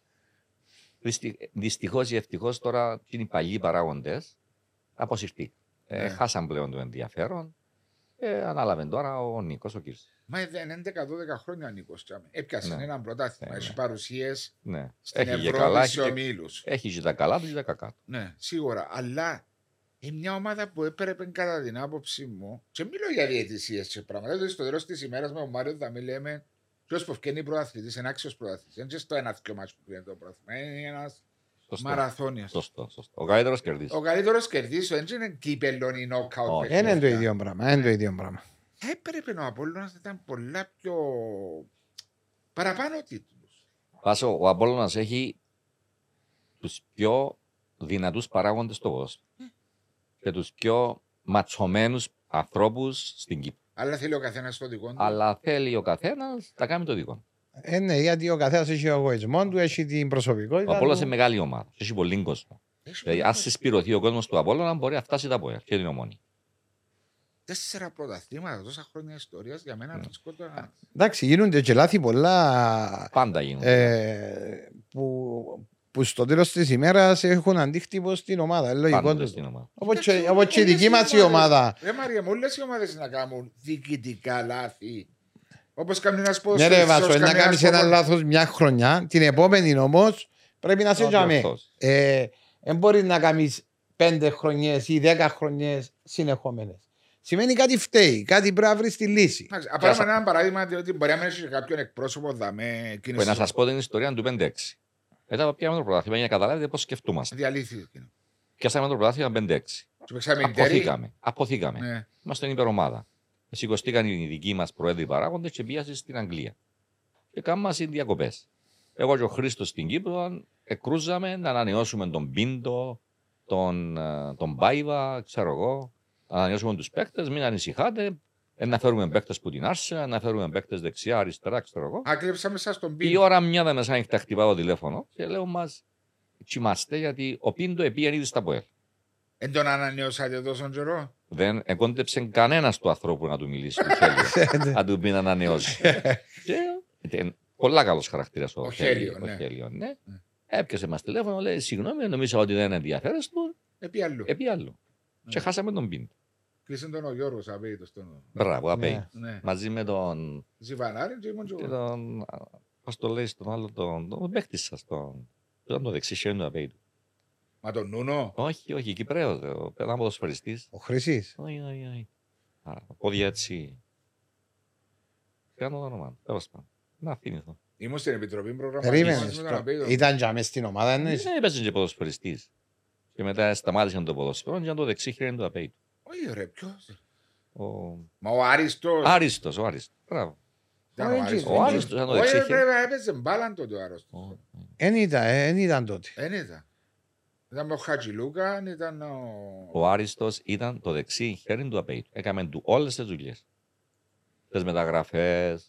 Speaker 3: Δυστυχώς ή ευτυχώς τώρα είναι οι παλιοί παράγοντες αποσυρθεί. Ε,
Speaker 1: Ναι.
Speaker 3: χάσαν πλέον το ενδιαφέρον. Ε, ανάλαβε τώρα ο Νίκος ο Κύρση.
Speaker 1: Μα ήταν 11-12 χρόνια ο Νίκος. τσάμε. Έπιασε
Speaker 3: Ναι.
Speaker 1: ένα πρωτάθλημα.
Speaker 3: Ναι,
Speaker 1: Έχει
Speaker 3: ναι.
Speaker 1: παρουσίες
Speaker 3: Ναι.
Speaker 1: στην
Speaker 3: Έχει και καλά,
Speaker 1: Ευρώπη
Speaker 3: έχει
Speaker 1: σε
Speaker 3: και,
Speaker 1: ομίλους.
Speaker 3: έχει και τα καλά τους και τα κακά τους.
Speaker 1: Ναι, σίγουρα. Αλλά είναι μια ομάδα που έπρεπε κατά την άποψή μου. Και μιλώ για διαιτησίες και πράγματα. Δηλαδή στο τέλος της ημέρας με τον Μάριο θα μην λέμε ποιος που φκένει πρωταθλητή, ένα άξιος πρωταθλητής. Δεν είναι στο ένα δυο μάτς που φκένει το πρωταθλητή. Είναι ένας
Speaker 3: Σωστό.
Speaker 1: Μαραθώνια.
Speaker 3: Σωστό, σωστό. Ο καλύτερο κερδίζει.
Speaker 1: Ο καλύτερο κερδίσει δεν είναι κύπελο ή νοκάουτ.
Speaker 3: Όχι.
Speaker 1: παιχνίδια.
Speaker 2: Δεν είναι το ίδιο πράγμα.
Speaker 3: Ναι.
Speaker 2: Είναι το ίδιο πράγμα.
Speaker 1: Θα έπρεπε ο Απόλλωνας να ήταν πολλά πιο παραπάνω τίτλους.
Speaker 3: Πάσο, ο Απόλλωνας έχει τους πιο δυνατούς παράγοντες στο κόσμο και τους πιο ματσωμένους ανθρώπους στην Κύπρο.
Speaker 1: Αλλά θέλει ο καθένας το δικό του.
Speaker 3: Αλλά θέλει ο καθένας να κάνει το δικό. του.
Speaker 2: Ε, ναι, γιατί ο καθένας έχει ο εγωισμό του, έχει την
Speaker 3: Ο
Speaker 2: προσωπικότητα.
Speaker 3: Απόλλωνας
Speaker 2: του.
Speaker 3: είναι μεγάλη ομάδα. Έχει πολύ κόσμο.
Speaker 1: Έχει
Speaker 2: ε,
Speaker 3: Δηλαδή, αν συσπηρωθεί ο κόσμος του Απόλλωνα, μπορεί να φτάσει τα πόδια και την ομόνη.
Speaker 1: Τέσσερα πρωταθλήματα, τόσα χρόνια ιστορίας για
Speaker 2: Ναι.
Speaker 1: μένα βρίσκω το να-
Speaker 2: Εντάξει, γίνονται και λάθη πολλά
Speaker 3: Πάντα γίνονται.
Speaker 2: ε, που, που στο τέλος της ημέρας έχουν αντίκτυπο στην ομάδα. Είναι λογικό
Speaker 3: Πάντα
Speaker 2: του.
Speaker 3: στην ομάδα.
Speaker 2: Όπως και-
Speaker 1: Εντάξει,
Speaker 2: όπως και η
Speaker 1: όλες
Speaker 2: δική
Speaker 1: οι
Speaker 2: μας η
Speaker 1: ομάδες-
Speaker 2: ομάδα.
Speaker 1: Ρε Μαρία μου, όλες οι ομάδες να κάνουν διοικητικά λάθη. Όπως κάνει ένας
Speaker 2: Ναι,
Speaker 1: ποδοσφαιριστής,
Speaker 2: ρε Βάσο,
Speaker 1: όπως
Speaker 2: να
Speaker 1: κάνει
Speaker 2: κάνεις
Speaker 1: ένας
Speaker 2: ένα
Speaker 1: ποδο-
Speaker 2: λάθος μια χρονιά, την επόμενη όμως πρέπει να σε
Speaker 3: Να
Speaker 2: τζαμί.
Speaker 3: διορθώσεις.
Speaker 2: Δεν Ε, μπορείς να κάνεις πέντε χρονιές ή δέκα χρονιές συνεχόμενες. Σημαίνει κάτι φταίει, κάτι πρέπει να βρεις τη λύση.
Speaker 1: Εντάξει, Πάρουμε ένα παράδειγμα, διότι μπορεί να μην έχεις κάποιον εκπρόσωπο δαμέ
Speaker 3: Που Να
Speaker 1: κίνηση.
Speaker 3: σας πω την ιστορία του 5-6. Μετά πιάμε το πρωτάθλημα για να καταλάβετε πώς σκεφτούμαστε.
Speaker 1: Διαλύθηκε.
Speaker 3: Πιάσαμε το πρωτάθλημα 5-6.
Speaker 1: Του παίξαμε η Ντέρι.
Speaker 3: Αποθήκαμε. Αποθήκαμε.
Speaker 1: Ναι.
Speaker 3: Είμαστε στην υπερομάδα. Σηκωστήκαν οι δικοί μας προέδροι παράγοντες και πήγαν στην Αγγλία. Και κάναμε οι διακοπές. Εγώ και ο Χρήστος στην Κύπρο εκρούζαμε να ανανεώσουμε τον Πίντο, τον, ε, τον Πάιβα, ξέρω εγώ. Να ανανεώσουμε τους παίκτες, μην ανησυχάτε. Ε, να φέρουμε παίκτες που την άρσε, να φέρουμε παίκτες δεξιά, αριστερά, ξέρω εγώ.
Speaker 1: Άκλεψαμε σας τον
Speaker 3: Η
Speaker 1: πίσω.
Speaker 3: ώρα μια δε μεσάνυχτα χτυπάω το τηλέφωνο και λέω μας τσιμάστε γιατί ο Πίντο επήγαινε ήδη στα ΠΟΕΛ.
Speaker 1: Δεν τον ανανεώσατε τόσο καιρό.
Speaker 3: Δεν εγκόντεψε κανένας του ανθρώπου να του μιλήσει. του
Speaker 2: <laughs>
Speaker 3: Χέλιου. αν του πει
Speaker 1: <laughs>
Speaker 3: να ανανεώσει. Και ήταν Πολλά καλός χαρακτήρας
Speaker 1: Ο
Speaker 3: ο
Speaker 1: Χέλιο,
Speaker 3: Χέλιο.
Speaker 1: ναι.
Speaker 3: Ο Χέλιο, ναι.
Speaker 1: Ναι.
Speaker 3: Έπιασε μας τηλέφωνο, λέει: Συγγνώμη, νομίζω ότι δεν ενδιαφέρεσαι του.
Speaker 1: Επί Ε, αλλού.
Speaker 3: Επί άλλο.
Speaker 1: Ναι.
Speaker 3: Και χάσαμε τον Πίντ.
Speaker 1: Κλείσε τον ο Γιώργος απέιτος τον.
Speaker 3: Μπράβο, απέι.
Speaker 2: Ναι.
Speaker 1: Ναι.
Speaker 3: Μαζί με τον.
Speaker 1: Ζιβανάρη και ήμουν και εγώ.
Speaker 3: τον Πώς το λέει τον άλλο, τον. τον παίχτη σας. Τον. Ήταν το δεξί χέρι του απέι του.
Speaker 1: Μα τον Νούνο.
Speaker 3: Όχι, όχι, Κυπρέο. Ένα ποδοσφαιριστής.
Speaker 2: Ο Χρυσής.
Speaker 3: Όχι, όχι, όχι. Α, Πόδια έτσι. Κάνω το όνομα. Τέλος πάντων. Να θυμηθώ.
Speaker 1: Ήμουν στην Επιτροπή
Speaker 2: Περίμενε.
Speaker 1: Προγραμματισμού. Ήταν
Speaker 2: Ήταν για μες στην ομάδα, εννοείς.
Speaker 3: Ναι, έπαιζε και ποδοσφαιριστής. Και μετά σταμάτησε το ποδοσφαιρό και ήταν το δεξί χέρι του απέι του.
Speaker 1: Όχι ρε, ποιος.
Speaker 3: Ο
Speaker 1: Μα ο Άριστος.
Speaker 3: Άριστος, ο Άριστος. Μπράβο.
Speaker 1: Ήταν
Speaker 2: Ο
Speaker 3: Ο Άριστος ήταν το
Speaker 1: Όχι
Speaker 3: δεξί
Speaker 1: ρε,
Speaker 3: χέρι.
Speaker 1: πρέπει έπαιζε μπάλαν τότε ο Άριστος.
Speaker 2: Εν ήταν, ε, εν ήταν τότε.
Speaker 1: Δεν ήταν. Ήταν με ο Χατζηλούκαν, ήταν ο...
Speaker 3: Ο Άριστος ήταν το δεξί χέρι του απέι του. Έκαμε του όλες τις δουλειές. Τις μεταγραφές.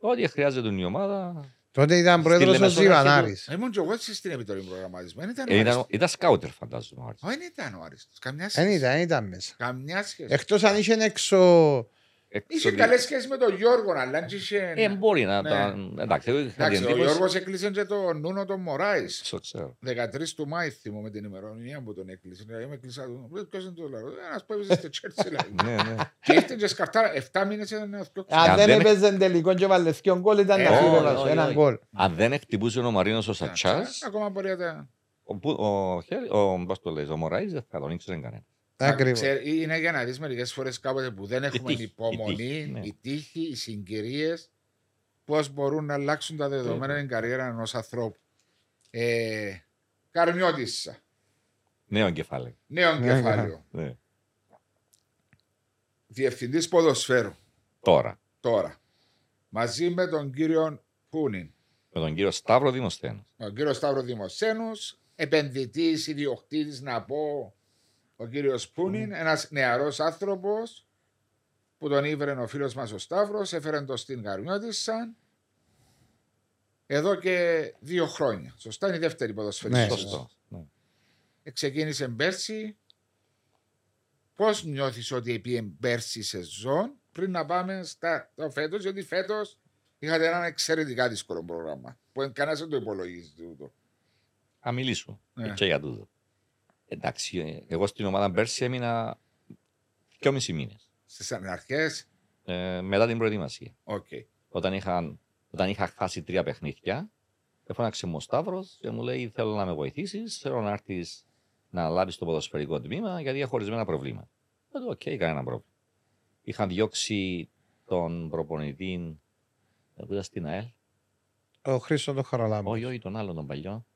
Speaker 3: Ό,τι χρειάζεται η ομάδα.
Speaker 2: Τότε ήταν
Speaker 3: Στη
Speaker 2: πρόεδρος ο
Speaker 3: Λεμεσό
Speaker 2: Ζιβανάρης.
Speaker 1: Ήμουν και εγώ στην Επιτροπή Προγραμματισμού. Δεν ήταν ο
Speaker 3: Ε, Ήταν,
Speaker 1: Άριστος.
Speaker 3: ήταν σκάουτερ, φαντάζομαι. Ο Άριστος.
Speaker 1: Όχι, δεν ήταν ο Άριστος. Καμιά
Speaker 2: Εν
Speaker 1: σχέση.
Speaker 2: Ε, ναι, ήταν, εν ήταν μέσα.
Speaker 1: Καμιά σχέση.
Speaker 2: Εκτός αν είχε έξω...
Speaker 1: Είχε
Speaker 3: Εξωτερικό.
Speaker 1: καλές σχέσεις με τον Γιώργο, αλλά είχε...
Speaker 3: Ε, μπορεί να
Speaker 1: Ναι.
Speaker 3: ήταν. Εντάξει, εγώ είχα την
Speaker 1: Εντάξει, ο
Speaker 3: εντύπωση.
Speaker 1: Γιώργος έκλεισε και τον Νούνο τον Μωράης.
Speaker 3: Στο ξέρω.
Speaker 1: 13 του Μάη θυμούμε την ημερομηνία που τον έκλεισε. Δηλαδή, με κλεισά του. Ποιος είναι το λαό. Ένας που έπαιζε στη Τσέρτσι. λέει.
Speaker 3: Ναι, ναι.
Speaker 1: Και ήρθε και σκαφτά 7 μήνες ήταν αυτό.
Speaker 2: Αν
Speaker 3: Αν
Speaker 2: δεν
Speaker 3: δεν-
Speaker 2: έπαιζε τελικό και βάλε δυο γκολ ήταν
Speaker 1: Ε,
Speaker 2: να φύγει
Speaker 1: όχι,
Speaker 2: ένας-
Speaker 3: όχι,
Speaker 2: έναν
Speaker 3: όχι.
Speaker 2: γκολ.
Speaker 3: Αν δεν εκτυπούσε ο Μαρίνος ο Σατσάς,
Speaker 1: Ακόμα μπορεί να τα.
Speaker 3: ο, Που- ο, Χέρι- ο, πώς το λες, ο Μωράης δεν θα τον ήξερε κανένα.
Speaker 2: Ακριβώς.
Speaker 1: Ξέρ- Είναι για να δεις μερικές φορές κάποτε που δεν έχουμε
Speaker 3: τύχη, η τύχη,
Speaker 1: υπομονή,
Speaker 3: ναι.
Speaker 1: οι τύχοι, οι συγκυρίες, πώς μπορούν να αλλάξουν τα
Speaker 3: Ναι.
Speaker 1: δεδομένα την καριέρα ενός ανθρώπου. Ε, Καρμιώτησα.
Speaker 3: Νέο κεφάλαιο.
Speaker 1: Νέο
Speaker 2: Ναι,
Speaker 1: κεφάλαιο.
Speaker 3: Ναι.
Speaker 1: Διευθυντής ποδοσφαίρου
Speaker 3: Τώρα,
Speaker 1: τώρα. Μαζί με τον κύριο Πούνιν.
Speaker 3: με τον κύριο Σταύρο Δημοσθένος.
Speaker 1: ο κύριο Σταύρο Δημοσένου, επενδυτής, ιδιοκτήτης, να πω, ο κύριος Πούνιν, ένας ένας νεαρός άνθρωπος που τον ήβρε ο φίλος μας ο Σταύρος, έφερε τον στην Καρμιώτισσα εδώ και δύο χρόνια. Σωστά, είναι η δεύτερη ποδοσφαιρική.
Speaker 2: Ναι.
Speaker 1: σας.
Speaker 3: Σωστό. Ναι.
Speaker 1: Ε, Ξεκίνησε πέρσι. Πώς νιώθεις ότι πήγε πέρσι σεζόν πριν να πάμε στα το φέτος, γιατί φέτος είχατε ένα εξαιρετικά δύσκολο πρόγραμμα που κανένας δεν το υπολογίζει τούτο.
Speaker 3: Α μιλήσουμε
Speaker 1: Ναι.
Speaker 3: και για τούτο. Εντάξει, ε, εγώ στην ομάδα πέρσι έμεινα δυόμισι μήνες
Speaker 1: στις αρχές.
Speaker 3: ε, μετά την προετοιμασία.
Speaker 1: Οκ.
Speaker 3: Όταν, είχαν, όταν είχα χάσει τρία παιχνίδια, με φώναξε μου ο Σταύρος και μου λέει: Θέλω να με βοηθήσεις, θέλω να έρθεις να λάβεις το ποδοσφαιρικό τμήμα γιατί έχω ορισμένα προβλήματα. Δεν του οκ, κανένα πρόβλημα. Είχαν διώξει τον προπονητή ε, που ήταν στην ΑΕΛ.
Speaker 2: Ο Χρήστος το χαραλάμπης.
Speaker 3: Όχι, όχι, τον άλλον τον παλιό.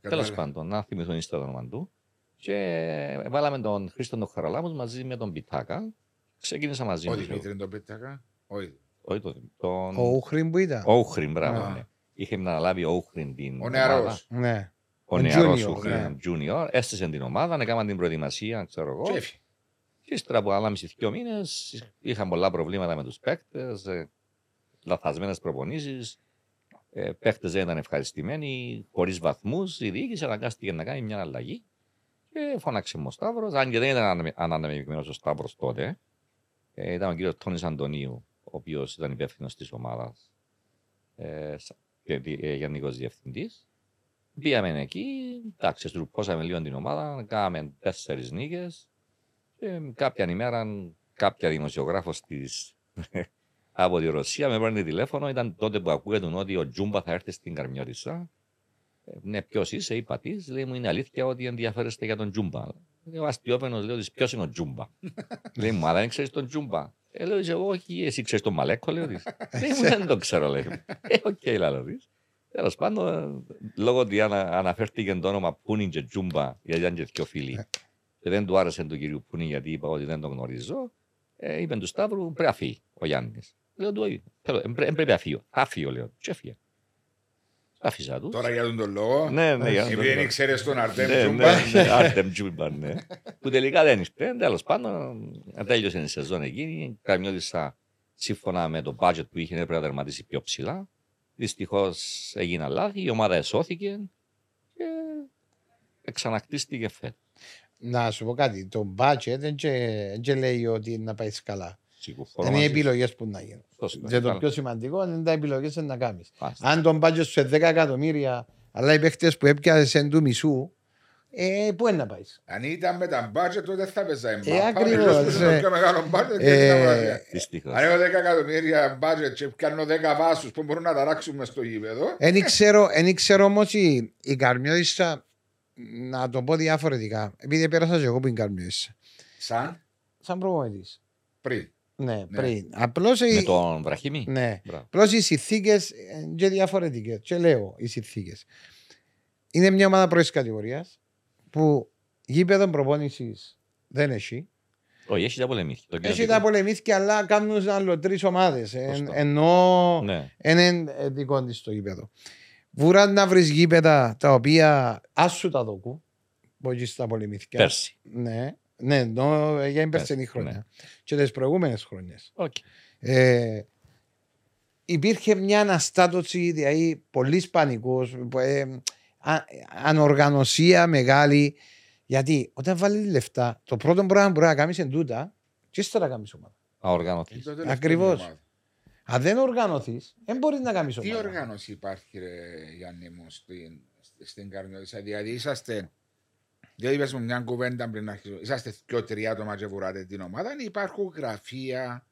Speaker 3: Τέλος
Speaker 1: κατάλαβα.
Speaker 3: πάντων, να θυμηθούν ύστερα το όνομα του. Και βάλαμε τον Χρήστο τον Χαραλάμου μαζί με τον Πιτάκα. Ξεκίνησα μαζί
Speaker 1: Ο
Speaker 3: τους λίγο.
Speaker 1: Δημήτρη τον πέταγα. Όχι.
Speaker 3: Όχι τον. τον...
Speaker 2: Ο Ούχριν που ήταν.
Speaker 3: Όχριν, μπράβο.
Speaker 1: Α.
Speaker 3: ναι. Είχε αναλάβει ο Όχριν την.
Speaker 1: Ο ναι.
Speaker 3: ομάδα.
Speaker 1: νεαρό.
Speaker 2: Ναι.
Speaker 3: Ο
Speaker 2: Ο
Speaker 3: νεαρός
Speaker 2: junior,
Speaker 3: Ούχριν, junior. Έστησε την ομάδα, έκαναν την προετοιμασία, ξέρω εγώ.
Speaker 1: Τσέφι.
Speaker 3: Και ύστερα από άλλα μισή δυο μήνες είχαν πολλά προβλήματα με ε, τους παίκτες, λαθασμένες προπονήσεις. Ε, παίκτε δεν ήταν ευχαριστημένοι, χωρίς βαθμούς. Η διοίκηση αναγκάστηκε να κάνει μια αλλαγή. Και φώναξε μου ο Σταύρος, αν και δεν ήταν ανανεμημένος ο Σταύρος τότε. Ε, ήταν ο κύριος Τόνι Αντωνίου, ο οποίος ήταν υπεύθυνος της ομάδας ε, σα- και δι- ε, γενικός διευθυντής. Πήγαμε εκεί, εντάξει, στρουπώσαμε λίγο την ομάδα, κάναμε τέσσερις νίκες. Και Ε, κάποια ημέρα, κάποια δημοσιογράφος της, <laughs> από τη Ρωσία με παίρνει τηλέφωνο. Ήταν τότε που ακούγεται ότι ο Τζούμπα θα έρθει στην Καρμιώτισσα. Ε, Ναι, ποιος είσαι, είπα της. Λέει μου, είναι αλήθεια ότι ενδιαφέρεστε για τον Τζούμπα. Λέω, αστιόμενο, λέω τη, ποιος είναι ο Τζούμπα. λέει μου, αλλά δεν ξέρεις τον Τζούμπα. Ε, λέω, «Είσαι εγώ, όχι, εσύ ξέρεις τον Μαλέκο, λέω της. λέει μου, δεν τον ξέρω, λέει. μου. Ε, οκ, λέω τη. Τέλος πάντων, λόγω ότι ανα, αναφέρθηκε το όνομα Πούνιντζε Τζούμπα, γιατί ήταν και πιο φίλοι, και δεν του άρεσε του κυρίου Πούνι, γιατί είπα ότι δεν τον γνωρίζω, ε, είπε του Σταύρου, πρέπει να φύγει ο Γιάννης. Λέω του, όχι, θέλω, εν πρέ- εν πρέπει να φύγω. Θα φύγω, λέω. Και έφυγε. Άφησα τους.
Speaker 1: Τώρα για τον τον λόγο.
Speaker 3: Ναι, ναι, για να το
Speaker 1: Επειδή δεν
Speaker 3: λέω.
Speaker 1: ήξερες τον
Speaker 3: Ναι,
Speaker 1: Αρτέμ
Speaker 3: ναι, ναι, Άρτεμ Τζούμπα, ναι. Που τελικά δεν ήρθε. Τέλος πάντων, τέλειωσε η σεζόν εκείνη. Καμιώτησα σύμφωνα με το budget που είχε, έπρεπε να τερματίσει πιο ψηλά. Δυστυχώς έγιναν λάθη, η ομάδα εσώθηκε και εξανακτίστηκε φέτος.
Speaker 2: Να σου πω κάτι. Το μπάτσε δεν και- δεν και λέει ότι να πάει καλά. Είναι οι επιλογές που να γίνουν. Και το πιο σημαντικό είναι τα επιλογές να κάνεις. Αν τον μπάτσε σε 10 εκατομμύρια, αλλά οι παίχτες που έπιασες εν του μισού, ε, πού είναι να πάεις.
Speaker 1: Αν ήταν με τα μπάτζετ, τότε θα παίζα εμπά.
Speaker 2: ακριβώς, ε.
Speaker 1: πιο μεγάλο μπάτζετ και την
Speaker 2: Ε,
Speaker 1: αγορασία. Αν έχω 10 εκατομμύρια μπάτζετ και πιάνω 10 βάσους που μπορούν να ταράξουμε στο γήπεδο.
Speaker 2: Εν ξέρω, εν ξέρω όμως η, η Καρμιώτισσα, να το πω διαφορετικά. Επειδή πέρασα και εγώ που είναι Καρμιώτισσα.
Speaker 1: Σαν
Speaker 2: Σαν προπονητής.
Speaker 1: πριν.
Speaker 2: Ναι, πριν. Απλώς
Speaker 3: Με
Speaker 2: η...
Speaker 3: τον Βραχίμη.
Speaker 2: ναι.
Speaker 3: Μπράβο.
Speaker 2: Απλώς οι συνθήκες είναι διαφορετικές. Και λέω οι συνθήκες. Είναι μια ομάδα πρώτης κατηγορίας που γήπεδο προπόνησης δεν έχει.
Speaker 3: Όχι, έχει τα πολεμήθη. Το
Speaker 2: Έχει
Speaker 3: κοινοτικό.
Speaker 2: τα πολεμήθηκε, αλλά κάνουν άλλο τρεις ομάδες. Εν,
Speaker 3: Σωστά.
Speaker 2: ενώ
Speaker 3: Ναι.
Speaker 2: έναν δικό της το γήπεδο. Βουρά να βρεις γήπεδα τα οποία άσου τα δοκού. Μπορεί στα πολεμήθηκα.
Speaker 3: Πέρσι.
Speaker 2: Ναι, ναι, ενώ για την περσινή
Speaker 3: Πέρσι,
Speaker 2: χρονιά.
Speaker 3: ναι.
Speaker 2: Και τις προηγούμενες χρονιές.
Speaker 3: Οκ.
Speaker 2: Ε, υπήρχε μια αναστάτωση, δηλαδή πολύ πανικό, ανοργανωσία μεγάλη. Γιατί όταν βάλεις λεφτά, το πρώτο πράγμα που μπορεί να κάνεις είναι τούτα, και ύστερα κάνεις ομάδα.
Speaker 3: Αοργανωθείς.
Speaker 2: Ακριβώς. Αν δεν οργανωθείς, δεν μπορείς να κάνεις
Speaker 1: Τι
Speaker 2: ομάδα.
Speaker 1: οργάνωση υπάρχει, ρε, Γιάννη μου, στην, στην Καρμιώτησα. Δηλαδή είσαστε. Δεν είπες μου μια κουβέντα πριν να αρχίσω. Είσαστε πιο τρία άτομα και βουράτε την ομάδα. ή Υπάρχουν γραφεία